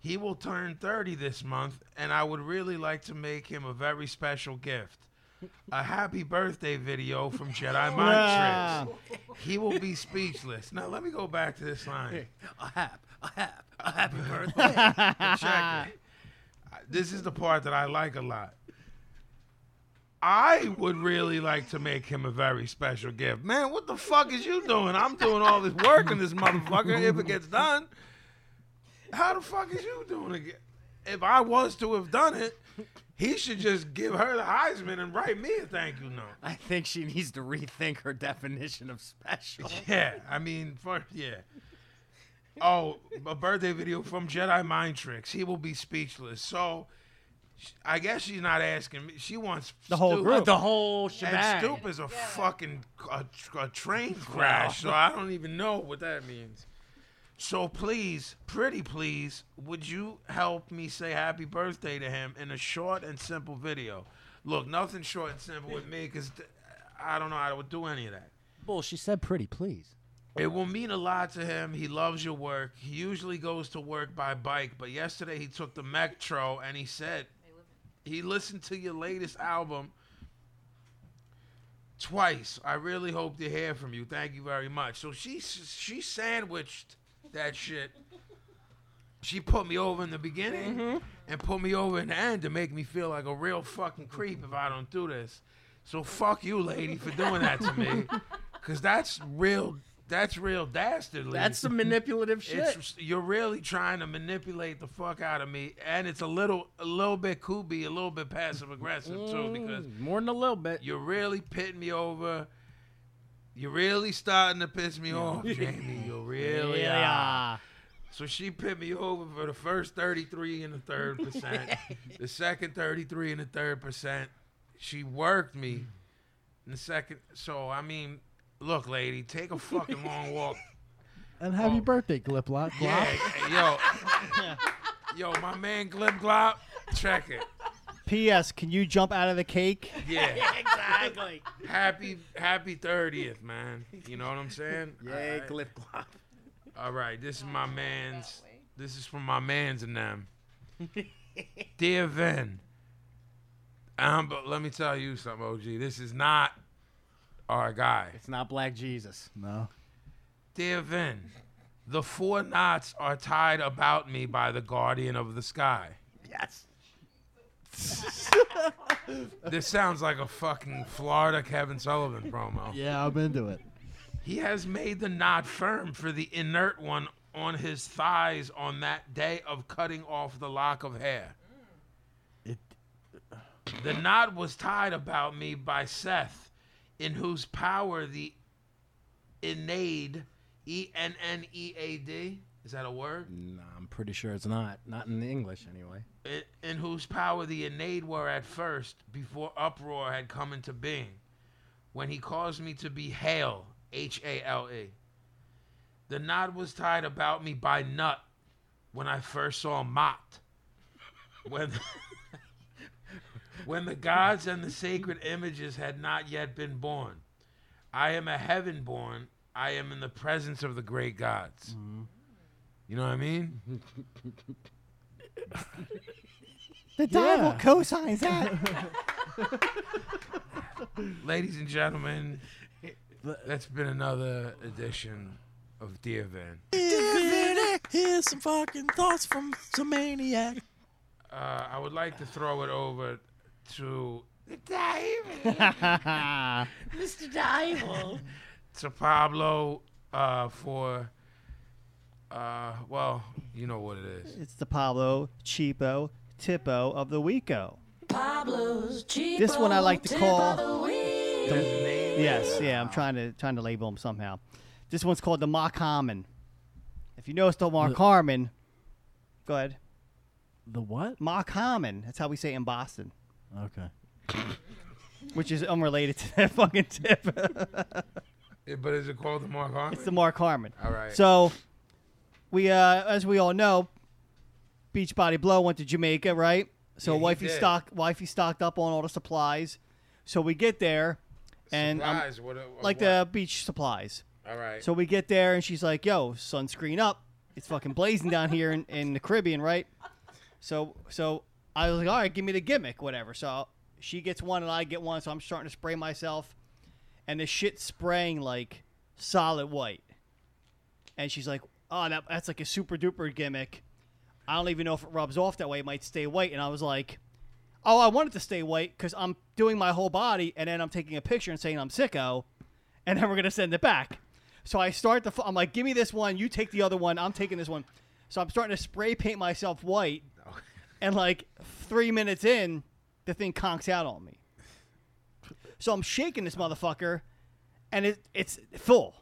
He will turn 30 this month, and I would really like to make him a very special gift. A happy birthday video from Jedi Mind Tricks. He will be speechless. Now, let me go back to this line.
A hap. A hap. A happy birthday.
Exactly. I- this is the part that I like a lot. I would really like to make him a very special gift. Man, what the fuck is you doing? I'm doing all this work in this motherfucker if it gets done. How the fuck is you doing it? If I was to have done it, he should just give her the Heisman and write me a thank you note.
I think she needs to rethink her definition of special.
Yeah, I mean, for, yeah. Oh, a birthday video from Jedi Mind Tricks. He will be speechless. So, sh- I guess she's not asking me. She wants
The whole
Stu-
group.
The whole
And
shebang.
Stoop is a fucking a, a train crash, so I don't even know what that means. So please, pretty please, would you help me say happy birthday to him in a short and simple video? Look, nothing short and simple with me because I don't know how to do any of that.
Bull, she said pretty, please.
It will mean a lot to him. He loves your work. He usually goes to work by bike, but yesterday he took the metro and he said he listened to your latest album twice. I really hope to hear from you. Thank you very much. So she s- she sandwiched that shit. She put me over in the beginning and put me over in the end to make me feel like a real fucking creep if I don't do this. So fuck you, lady, for doing that to me, because that's real. That's real dastardly.
That's some manipulative shit.
It's, you're really trying to manipulate the fuck out of me, and it's a little, a little bit kooby, a little bit passive aggressive
Mm.
too, because
More than a little bit.
you're really pitting me over. You're really starting to piss me off, Jamie. You really are. So she pit me over for the first 33 and the third percent, the second 33 and the third percent. She worked me in the second. So, I mean, look, lady, take a fucking long walk.
And happy
Oh.
birthday, Gliplot.
Yeah, yo. Yo, my man Glib Glop, check it.
P.S. Can you jump out of the cake?
Yeah.
exactly.
Happy happy thirtieth, man. You know what I'm saying?
Yay,
Alright.
glip glop.
All right, this is my man's. This is from my man's and them. Dear Vin, um, but let me tell you something, OG. This is not our guy.
It's not Black Jesus.
No.
Dear Vin, the four knots are tied about me by the guardian of the sky.
Yes.
This sounds like a fucking Florida Kevin Sullivan promo.
Yeah, I'm into it.
He has made the knot firm for the inert one on his thighs on that day of cutting off the lock of hair.
It-
The knot was tied about me by Seth, in whose power the Enead, E N N E A D, is that a word?
No, I'm pretty sure it's not. Not in English, anyway.
in, in whose power the Aeneid were at first, before uproar had come into being, when he caused me to be Hale, H A L E. The knot was tied about me by Nut when I first saw Mott. When, when the gods and the sacred images had not yet been born. I am a heaven born. I am in the presence of the great gods. You know what I mean?
The
devil Yeah.
cosigns that.
Ladies and gentlemen, that's been another edition of Dear Van.
Here's some fucking thoughts from some maniac.
Uh, I would like to throw it over to
Mr. Dival.
to Pablo uh, for uh, well, you know what it is.
It's the Pablo Cheapo Tipo of the Weeko.
Pablo's cheap.
This one I like to call.
His name
Yes, yeah, I'm trying to trying to label them somehow. This one's called the Mock Harmon. If you notice the Mock Harmon, go ahead.
The what?
Mock Harmon. That's how we say it in Boston,
Okay.
which is unrelated to that fucking tip.
Eh, but is it called the Mark Harmon?
it's the Mark Harmon.
All right.
So, we, uh, as we all know, Beachbody Blow went to Jamaica, right? So
Yeah, he
wifey
did.
stocked wifey stocked up on all the supplies. So we get there, and um,
Surprise, what a- what-
like the beach supplies.
All right.
So we get there, and she's like, "Yo, sunscreen up. It's fucking blazing down here in, in the Caribbean, right?" So, so I was like, "All right, give me the gimmick, whatever." So she gets one, and I get one. So I'm starting to spray myself, and the shit's spraying like solid white. And she's like, "Oh, that, that's like a super duper gimmick. I don't even know if it rubs off that way. It might stay white." And I was like. Oh, I want it to stay white because I'm doing my whole body, and then I'm taking a picture and saying I'm sicko, and then we're gonna send it back. So I start the. f- I'm like, give me this one. You take the other one. I'm taking this one. So I'm starting to spray paint myself white, and like three minutes in, the thing conks out on me. So I'm shaking this motherfucker, and it, it's full,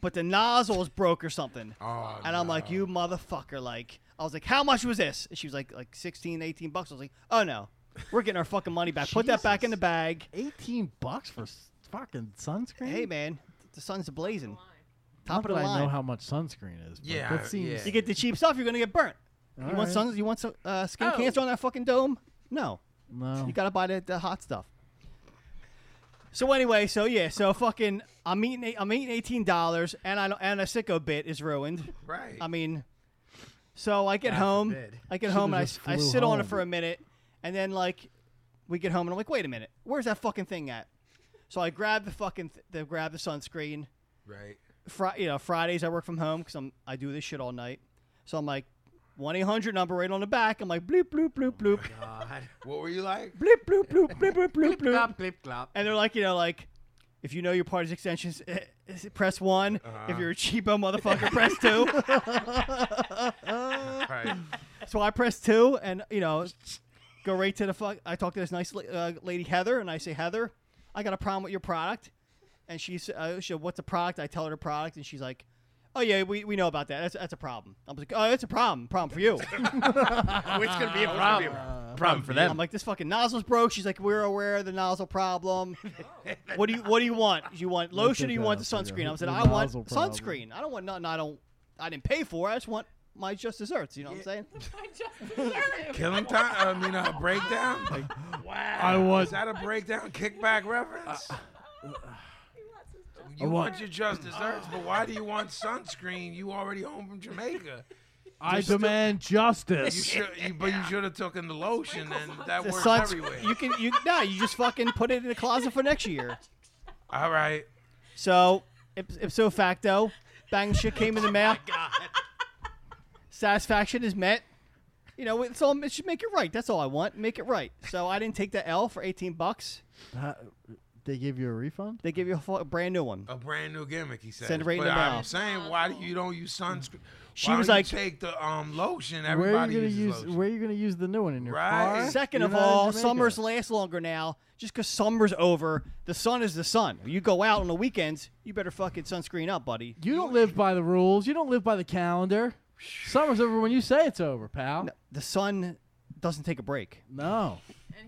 but the nozzle's broke or something.
Oh,
and I'm like, you motherfucker! Like, I was like, how much was this? And she was like, like 16, 18 bucks. I was like, oh no, we're getting our fucking money back. Put that back in the bag.
18 bucks for s- fucking sunscreen?
Hey man, the sun's blazing.
Not
Top of
that
the
I know
line.
how much sunscreen is. but
Yeah,
That seems.
yeah.
You get the cheap stuff, you're gonna get burnt. you
Alright.
want sun? You want some uh, skin
Oh.
cancer on that fucking dome? No,
No.
you gotta buy the, the hot stuff. So anyway, so yeah, so fucking, I'm eating, eight- I'm eating eighteen dollars, and I don't- and a sicko bit is ruined.
right.
I mean, so I get
God
home,
forbid.
I get
Should've
home, and I,
just
s- I
flew
sit on it
home.
for a minute, and then like, we get home, and I'm like, wait a minute, where's that fucking thing at? So I grab the fucking, th- the grab the sunscreen,
right.
Fri- you know, Fridays I work from home because I'm I do this shit all night. So I'm like, one eight hundred number right on the back. I'm like, bloop bloop bloop bloop,
God.
What were you like?
bloop bloop bloop bloop bloop bloop bloop.
Glop, glip, glop.
And they're like, you know, like, if you know your party's extensions, eh, is it press one. If you're a cheapo motherfucker, press two.
Right.
So I press two, and you know, go right to the fuck. I talk to this nice la- uh, lady Heather, and I say, Heather, I got a problem with your product. And she's, uh, she, what's the product? I tell her the product, and she's like, Oh yeah, we, we know about that. That's that's a problem. I'm like, Oh, that's a problem. Problem for you.
Which could be a problem. problem for
I'm
them.
like, this fucking nozzle's broke. She's like, we're aware of the nozzle problem. what do you What do you want? Do you want lotion or
take
you
that
want
out,
the
take that
sunscreen? I
out.
said,
The
I want
nozzle problem.
sunscreen. I don't want nothing. I don't. I didn't pay for. I just want my just desserts. You know what I'm saying?
I just deserve it.
Killing time? I mean, a breakdown? I
was-
Is that a breakdown kickback reference?
Uh,
you
I want-
want your just desserts, but why do you want sunscreen? You already home from Jamaica.
I
You still-
demand justice.
You should, you, but you should have taken the lotion, and that
The
works
suns-
everywhere.
You can you no, you just fucking put it in the closet for next year.
All right.
So ip- ipso facto, bang shit came in the mail. Satisfaction is met. You know, it's all it should make it right. That's all I want. Make it right. So I didn't take the L for eighteen bucks.
Uh, they give you a refund?
They give you a, fu- a brand new one.
A brand new gimmick, he said.
Send it right
but
in the
I'm
mail. Mm.
saying, why do you don't use sunscreen?
She
why
was
don't
like-
you take the um lotion.
where are
Everybody
you gonna
uses
use?
lotion.
Where are you gonna use the new one in your
Right.
car?
Second
You're
of
not in
all,
Jamaica.
summers last longer now. Just because summer's over, the sun is the sun. You go out on the weekends, you better fucking sunscreen up, buddy.
You don't live by the rules. You don't live by the calendar. Summer's over when you say it's over, pal. No.
The sun doesn't take a break.
And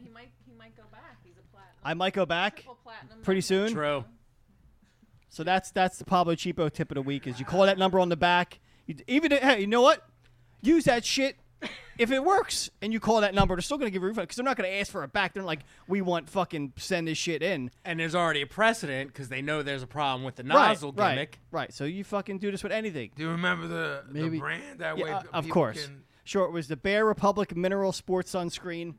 he might he might go back. He's a platinum.
I might go back
Triple platinum
pretty
member.
soon. True. So that's that's the Pablo Cheapo tip of the week is you call that number on the back. You, even if- hey, you know what? Use that shit. If it works and you call that number, they're still gonna give you a refund because they're not gonna ask for it back. They're like, we want fucking send this shit in.
And there's already a precedent because they know there's a problem with the
Right,
nozzle
right,
gimmick.
Right, So you fucking do this with anything.
Do you remember the,
Maybe-
the brand that
Yeah,
way?
uh,
p-
of
people
course.
can-
Sure, it was the Bear Republic Mineral Sports Sunscreen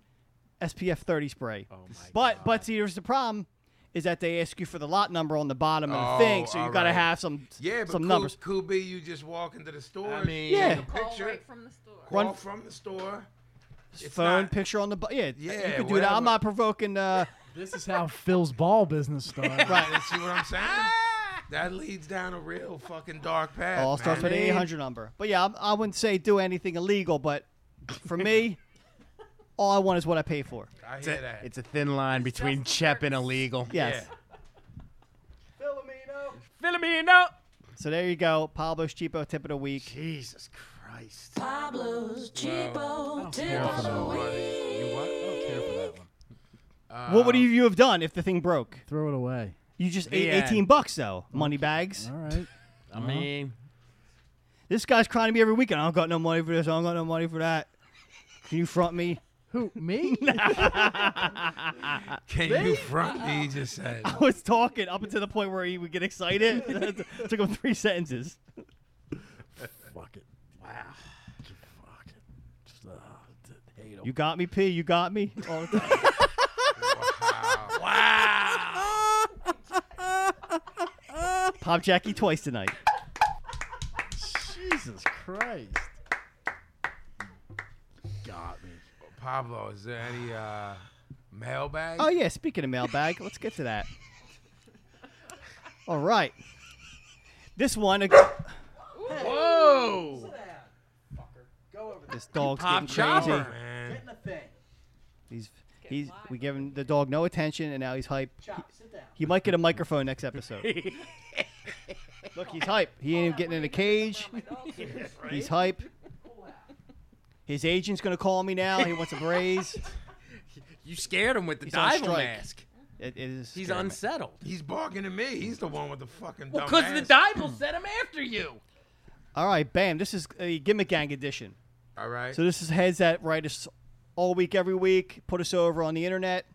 SPF 30 spray. Oh my but but see, here's the problem. Is that they ask you for the lot number on the bottom of the
Oh,
thing, so you
all
got to
right.
have some
yeah, but
some
could,
numbers.
Could be you just walk into the store. I
mean- Yeah.
take a
Oh,
Call
picture.
right from the store.
Call
Run-
from the store. It's
Phone
not-
picture on the bu- yeah, you
Yeah,
could do that.
whatever.
I'm not provoking. Uh,
This is how Phil's ball business started.
right. You see what I'm saying?
Ah!
That leads down a real fucking dark path.
all starts
man.
with an 800 number. But yeah, I'm, I wouldn't say do anything illegal, but for me, all I want is what I pay for.
I
It's
hear
a,
that.
it's a thin line between Chep and illegal.
Yes.
Filipino.
So there you go, Pablo's cheapo tip of the week.
Jesus Christ.
Pablo's cheapo tip
care
of
for
the
nobody.
week.
Uh,
what would you have done if the thing broke?
Throw it away.
You just
The
ate
end.
18 bucks though, money bags.
All right.
I mean,
This guy's crying to me every weekend. I don't got no money for this. I don't got no money for that. Can you front me?
Who me?
Can you front me? He just said.
I was talking up until the point where he would get excited. it took him three sentences.
Fuck it. Wow. Fuck it. Just, uh, d- hate 'em.
You got me, P. You got me. All the time.
wow.
Pop Jackie twice tonight.
Jesus Christ. Got me.
Pablo, is there any uh, mailbag?
Oh yeah, speaking of mailbag, let's get to that. All right. This one,
Whoa.
Go over
this dog's
Pop
getting crazy.
chopper.
man.
the thing.
He's he's we giving the dog no attention, and now he's hype.
Chop, sit down.
He might get a microphone next episode. Look, he's hype. He ain't even getting in a cage. He's hype. His agent's gonna call me now. He wants a raise.
You scared him with the
He's on
diver
strike.
mask.
It, it is
He's
scary, man.
unsettled.
He's barking at me. He's the one with the fucking
Well,
dumb
because the
ass.
dival sent him after you.
All right, bam. This is a gimmick gang edition.
All right.
So this is heads that write us all week, every week, put us over on the internet,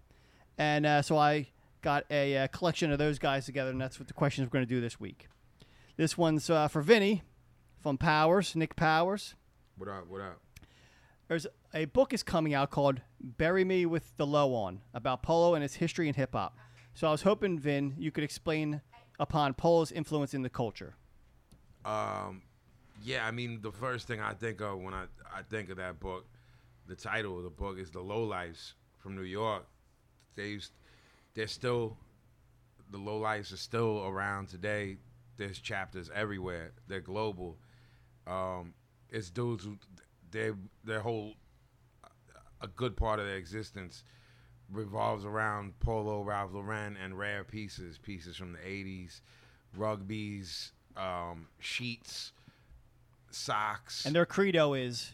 and uh, so I got a uh, collection of those guys together, and that's what the questions we're going to do this week. This one's uh, for Vinny from Powers, Nick Powers.
what up? What up?
There's a book is coming out called "Bury Me with the Low On" about polo and its history in hip hop. So I was hoping, Vin, you could explain upon polo's influence in the culture.
Um, yeah, I mean, the first thing I think of when I, I think of that book, the title of the book is The Lowlifes from New York. They used, they're still, the Lowlifes are still around today. There's chapters everywhere. They're global. Um, it's dudes who, they, their whole, a good part of their existence revolves around Polo, Ralph Lauren, and rare pieces, pieces from the 80s, rugbies, um, sheets, socks,
And their credo is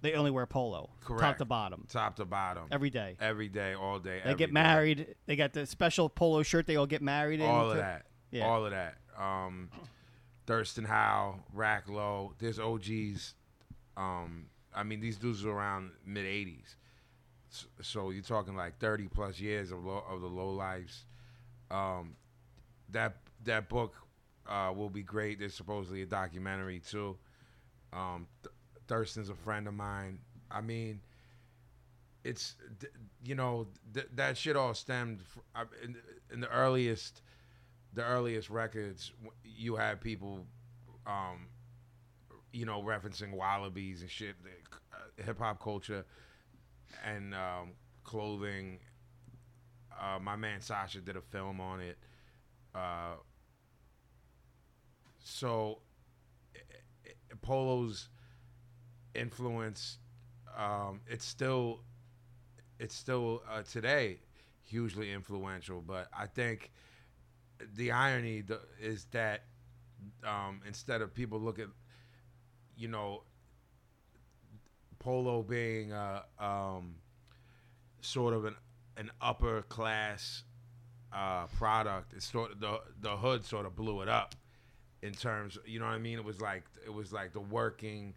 they only wear polo, top
Correct.
to bottom,
top to bottom,
every day.
every day, all day.
They
every
get
day.
married. They got the special polo shirt. They all get married. in
All
too.
of that.
Yeah.
All of that. Um, Thurston Howe, Rack Low. There's OGs. Um, I mean, these dudes were around mid 80s. S- So you're talking like 30 plus years of, low, of the low lives. Um, that that book uh, will be great. There's supposedly a documentary too. Um, Th- Thurston's a friend of mine. I mean, it's th- you know th- that shit all stemmed fr- I- in, in the earliest the earliest records w- you had people um you know referencing wallabies and shit the, uh, hip hop culture and um clothing uh my man Sasha did a film on it uh so i- i- Polo's influence um, it's still it's still uh, today hugely influential but I think the irony th- is that um, instead of people look at you know Polo being a um, sort of an an upper class uh, product. It sort of the the hood sort of blew it up in terms. You know what I mean? It was like it was like the working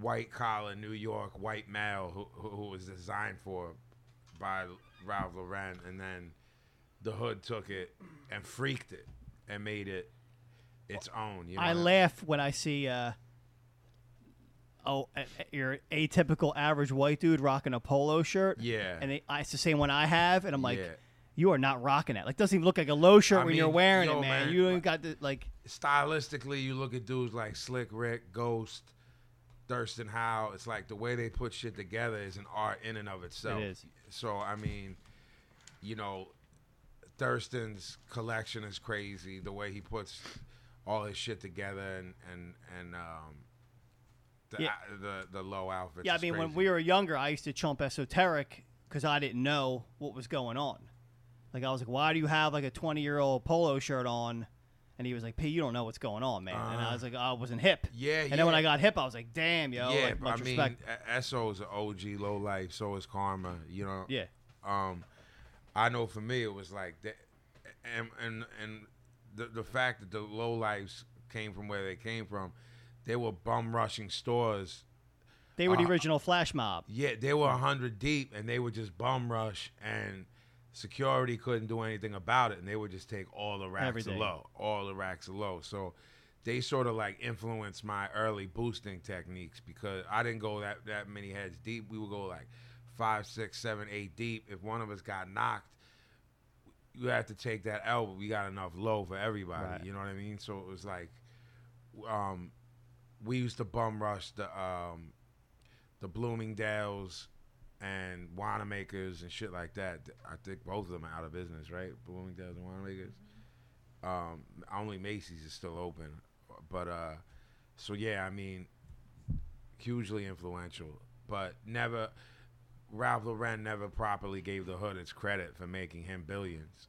white collar New York white male who who who was designed for by Ralph Lauren, and then the hood took it and freaked it and made it its own. You know
I
what mean?
laugh when I see uh, oh, a- a- your atypical average white dude rocking a polo shirt.
Yeah.
and they, I, it's the same one I have, and I'm like,
Yeah.
you are not rocking that. Like, doesn't even look like a low shirt
I
when you're
mean,
wearing
yo,
it, man.
man,
You ain't got the like.
stylistically, you look at dudes like Slick Rick, Ghost, Thurston Howe. It's like the way they put shit together is an art in and of itself.
It is.
So I mean, you know, Thurston's collection is crazy. The way he puts all his shit together and and and um, the
Yeah.
the the low outfits.
yeah, I
is
mean, when
crazy.
we were younger, I used to chump esoteric because I didn't know what was going on. Like, I was like, why do you have like a 20 year old polo shirt on? And he was like, P, you don't know what's going on, man. and I
Uh-huh.
was like, I wasn't hip.
Yeah,
And then when
yeah.
I got hip, I was like, damn, yo,
yeah,
like,
but
much
I mean,
respect.
E- Esso is an OG low life. So is Karma. You know.
Yeah.
Um, I know for me it was like that, and and and the the fact that the low lives came from where they came from, they were bum rushing stores.
They were the
uh,
original flash mob.
Yeah, they were hundred deep, and they would just bum rush, and security couldn't do anything about it, and they would just take all the racks
Everything.
low, all the racks low. So they sort of like influenced my early boosting techniques because I didn't go that that many heads deep. We would go like five, six, seven, eight deep. If one of us got knocked, you have to take that L. But we got enough low for everybody. You know what I mean? So it was like, um, we used to bum rush the um, the Bloomingdale's and Wanamakers and shit like that. I think both of them are out of business, right? Bloomingdale's and Wanamakers.
Mm-hmm.
Um, only Macy's is still open, but uh, so yeah, I mean, hugely influential, but never. Ralph Lauren never properly gave the hood its credit for making him billions.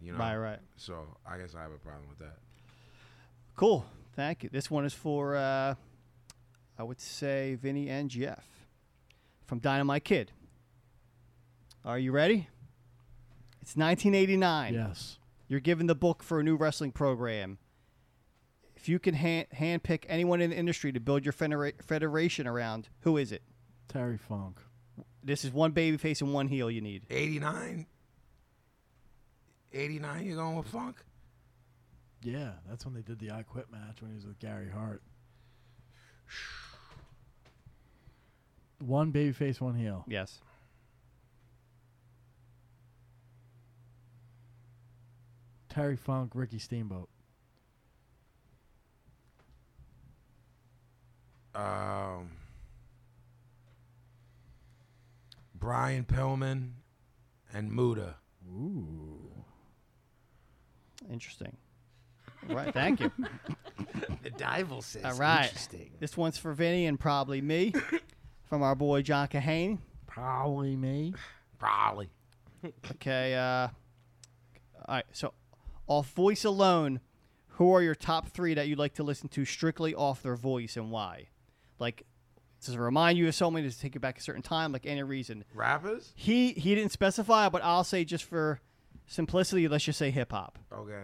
You know,
Right, right.
So I guess I have a problem with that.
Cool. Thank you. This one is for, uh, I would say, Vinny and Jeff from Dynamite Kid. Are you ready? It's 1989.
Yes.
You're given the book for a new wrestling program. If you can hand handpick anyone in the industry to build your federa- federation around, who is it?
Terry Funk.
This is one baby face and one heel you need.
89? 89, you're going with Funk?
Yeah, that's when they did the I Quit match when he was with Gary Hart. One babyface, one heel.
Yes.
Terry Funk, Ricky Steamboat.
Um, Brian Pillman and Muda.
Ooh.
Interesting. All right. Thank you.
the Dival says.
All right.
Interesting.
This one's for Vinny and probably me from our boy John Kahane.
Probably me.
Probably.
Okay. Uh, all right. So, off voice alone, who are your top three that you'd like to listen to strictly off their voice and why? Like, does it remind you of someone? Does it take you back a certain time? Like, any reason?
Rappers?
He he didn't specify, but I'll say just for simplicity, let's just say hip hop.
Okay.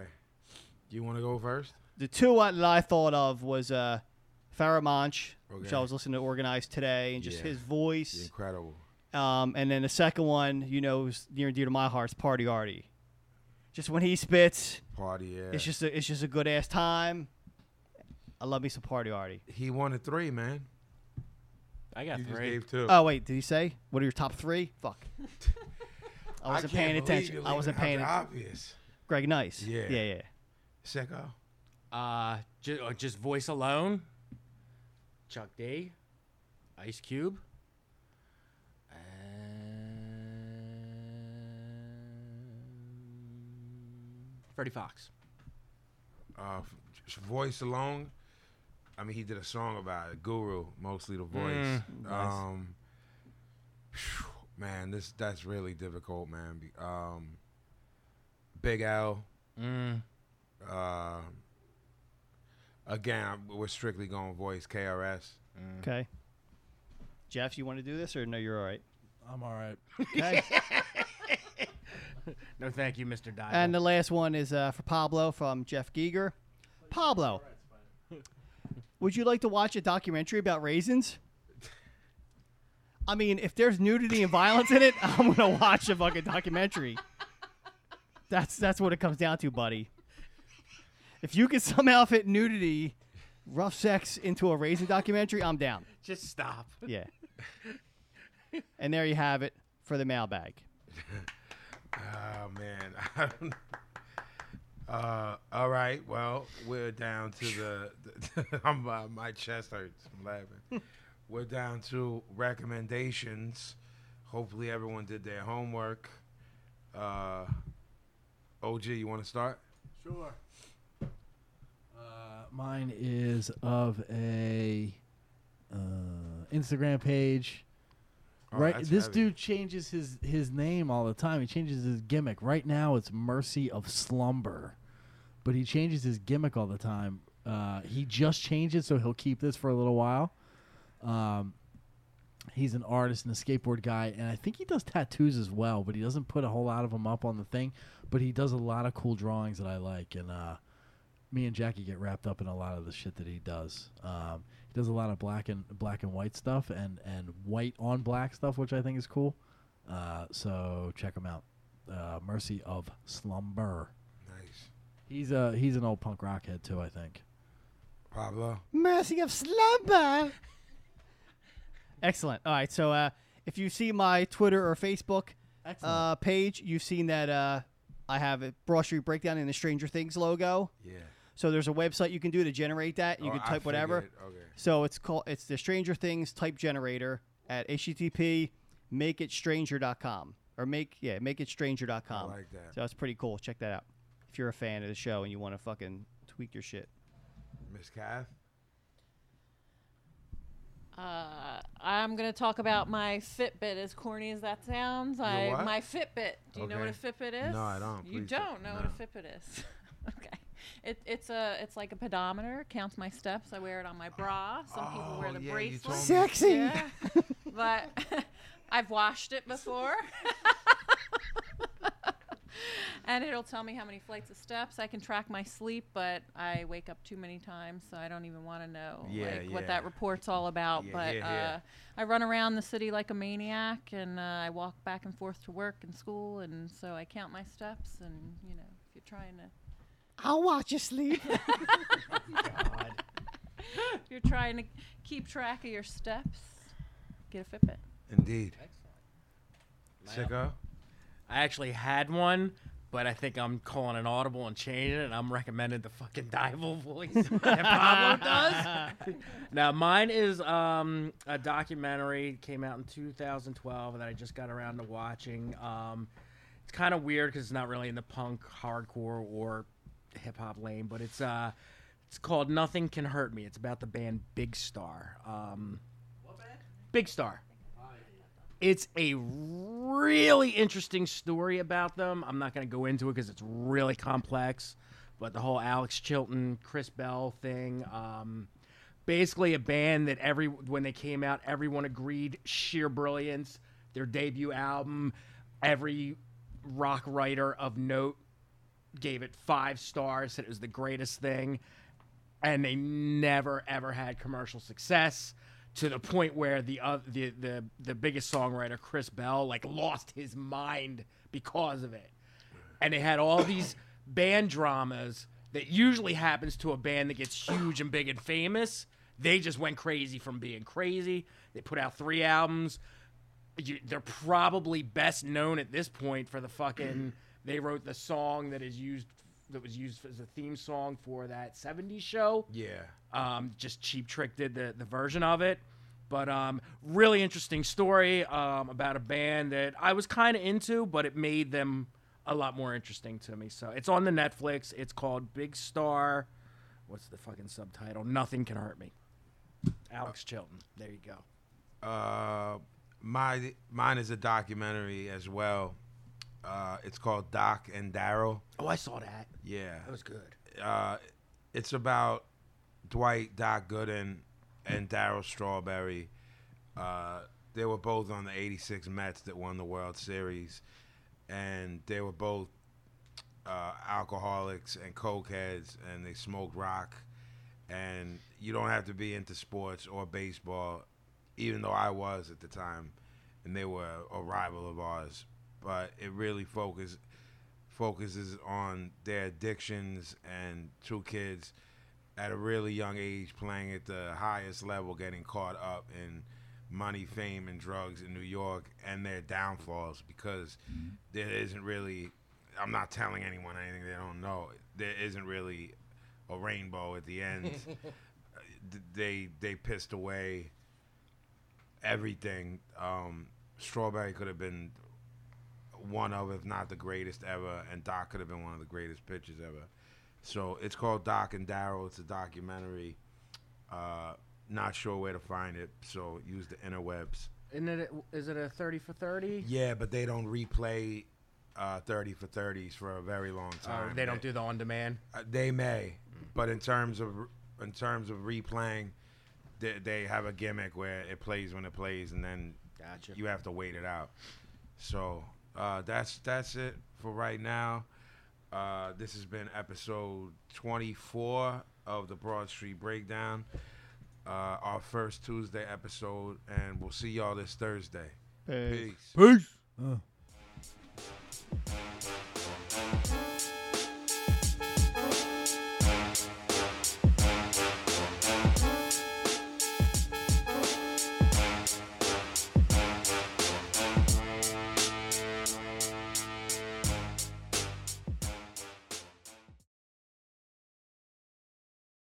You want to go first?
The two I- that I thought of was uh, Farrah Monch, which
Okay.
I was listening to Organized today, and just
Yeah.
his voice.
Incredible.
Um, and then the second one, you know, is near and dear to my heart, is Party Artie. Just when he spits,
Party, yeah.
It's just a, it's just a good ass time. I love me some Party Artie.
He won a three, man.
I got
you Just gave two.
Oh wait, did he say what are your top three? Fuck. I
can't
wasn't paying
believe
attention.
you're
I
leaving
wasn't
out the
paying attention.
Obvious.
Greg Nice.
Yeah.
Yeah, yeah.
Sicko.
Uh, just, uh, just voice alone. Chuck D, Ice Cube. and Freddie Fox.
Uh, f- just voice alone. I mean, he did a song about it. Guru, mostly the voice.
Mm, nice.
um, phew, man, this that's really difficult, man. Be- Um, Big Al.
Mm.
Uh, again, I'm- we're strictly going voice. KRS.
Okay. Jeff, you want to do this or no? You're all right.
I'm all right.
Okay.
no, thank you, Mr. Diamond.
and the last one is uh, for Pablo from Jeff Giger. Pablo, would you like to watch a documentary about raisins? I mean, if there's nudity and violence in it, I'm gonna watch a fucking documentary. That's that's what it comes down to, buddy. If you can somehow fit nudity, rough sex into a raisin documentary, I'm down.
Just stop.
Yeah. And there you have it for the mailbag.
Oh man. I don't- uh, all right. Well, we're down to the. the I'm, uh, my chest hurts. I'm laughing. we're down to recommendations. Hopefully, everyone did their homework. Uh, OG, you want to start?
Sure. Uh, Mine is of a uh, Instagram page.
Oh,
right,
that's
this
heavy.
dude changes his his name all the time. He changes his gimmick. Right now, it's Mercy of Slumber, but he changes his gimmick all the time. Uh, he just changed it, so he'll keep this for a little while. Um, he's an artist and a skateboard guy, and I think he does tattoos as well, but he doesn't put a whole lot of them up on the thing. But he does a lot of cool drawings that I like, and uh, me and Jackie get wrapped up in a lot of the shit that he does. Um, he does a lot of black and black and white stuff, and and white on black stuff, which I think is cool. Uh, so check him out. Uh, Mercy of Slumber.
Nice.
He's a he's an old punk rock head too, I think.
Pablo.
Mercy of slumber. Excellent. All right. So uh, if you see my Twitter or Facebook uh, page, you've seen that uh, I have a Broad Street Breakdown in the Stranger Things logo.
Yeah.
So there's a website you can do to generate that. You
Oh,
can
I
type whatever.
figured. Okay.
So it's called it's the Stranger Things type generator at http makeitstranger.com or make yeah makeitstranger.com.
I like that.
So that's pretty cool. Check that out if you're a fan of the show and you want to fucking tweak your shit.
Miss Kath.
Uh, I'm gonna talk about my Fitbit. As corny as that sounds,
Your
I
what?
my Fitbit. Do you know what a
Okay.
Fitbit is?
No, I don't.
You
Please don't.
don't know what a Fitbit is. okay, it, it's a it's like a pedometer. It counts my steps. I wear it on my bra. Some people wear
Oh,
the
yeah, you
bracelet.
told me.
Sexy.
Yeah. but I've washed it before. And it'll tell me how many flights of steps. I can track my sleep, but I wake up too many times, so I don't even want to know
Yeah,
like what
yeah.
that report's all about.
Yeah,
but
yeah, yeah.
Uh, I run around the city like a maniac, and uh, I walk back and forth to work and school, and so I count my steps. And you know, if you're trying to
I'll watch you sleep.
if you're trying to keep track of your steps, get a Fitbit.
Indeed. Sicko.
I actually had one, but I think I'm calling an audible and changing it. And I'm recommending the fucking Dival voice that Pablo does. now mine is um, a documentary came out in 2012 that I just got around to watching. Um, it's kind of weird because it's not really in the punk, hardcore, or hip hop lane, but it's uh, it's called Nothing Can Hurt Me. It's about the band Big Star. Um, Big Star. It's a really interesting story about them. I'm not going to go into it because it's really complex, but the whole Alex Chilton, Chris Bell thing. Um, basically, a band that every when they came out, everyone agreed sheer brilliance. Their debut album, every rock writer of note gave it five stars, said it was the greatest thing and they never ever had commercial success. to the point where the uh, the the the biggest songwriter Chris Bell like lost his mind because of it. And they had all these band dramas that usually happens to a band that gets huge and big and famous. They just went crazy from being crazy. They put out three albums. You, they're probably best known at this point for the fucking. they wrote the song that is used that was used as a theme song for that '70s show.
Yeah.
Um, just Cheap Trick did the, the version of it. But um, really interesting story um, about a band that I was kind of into, but it made them a lot more interesting to me. So it's on the Netflix. It's called Big Star. What's the fucking subtitle? Nothing Can Hurt Me. Alex Chilton. There you go.
Uh, my mine is a documentary as well. Uh, it's called Doc and Daryl.
Oh, I saw that.
Yeah,
That was good.
Uh, it's about Dwight Doc Gooden and Daryl Strawberry. Uh, they were both on the '86 Mets that won the World Series, and they were both uh, alcoholics and cokeheads, and they smoked rock. And you don't have to be into sports or baseball, even though I was at the time, and they were a rival of ours. But it really focused focuses on their addictions and two kids at a really young age playing at the highest level, getting caught up in money, fame, and drugs in New York and their downfalls because there isn't really, I'm not telling anyone anything they don't know, there isn't really a rainbow at the end. Uh, th- they, they pissed away everything. Um, Strawberry could have been one of, if not the greatest ever, and Doc could have been one of the greatest pitchers ever. So it's called Doc and Daryl. It's a documentary. Uh, not sure where to find it, so use the interwebs.
Isn't it? Is it a thirty for thirty?
Yeah, but they don't replay uh, 30 for 30s for a very long time.
Oh, Uh, they don't do the on demand.
Uh, they may, but in terms of in terms of replaying, they, they have a gimmick where it plays when it plays, and then you have to wait it out. So uh, that's that's it for right now. Uh, this has been episode 24 of the Broad Street Breakdown. Uh, our first Tuesday episode, and we'll see y'all this Thursday.
Peace.
Peace.
Peace.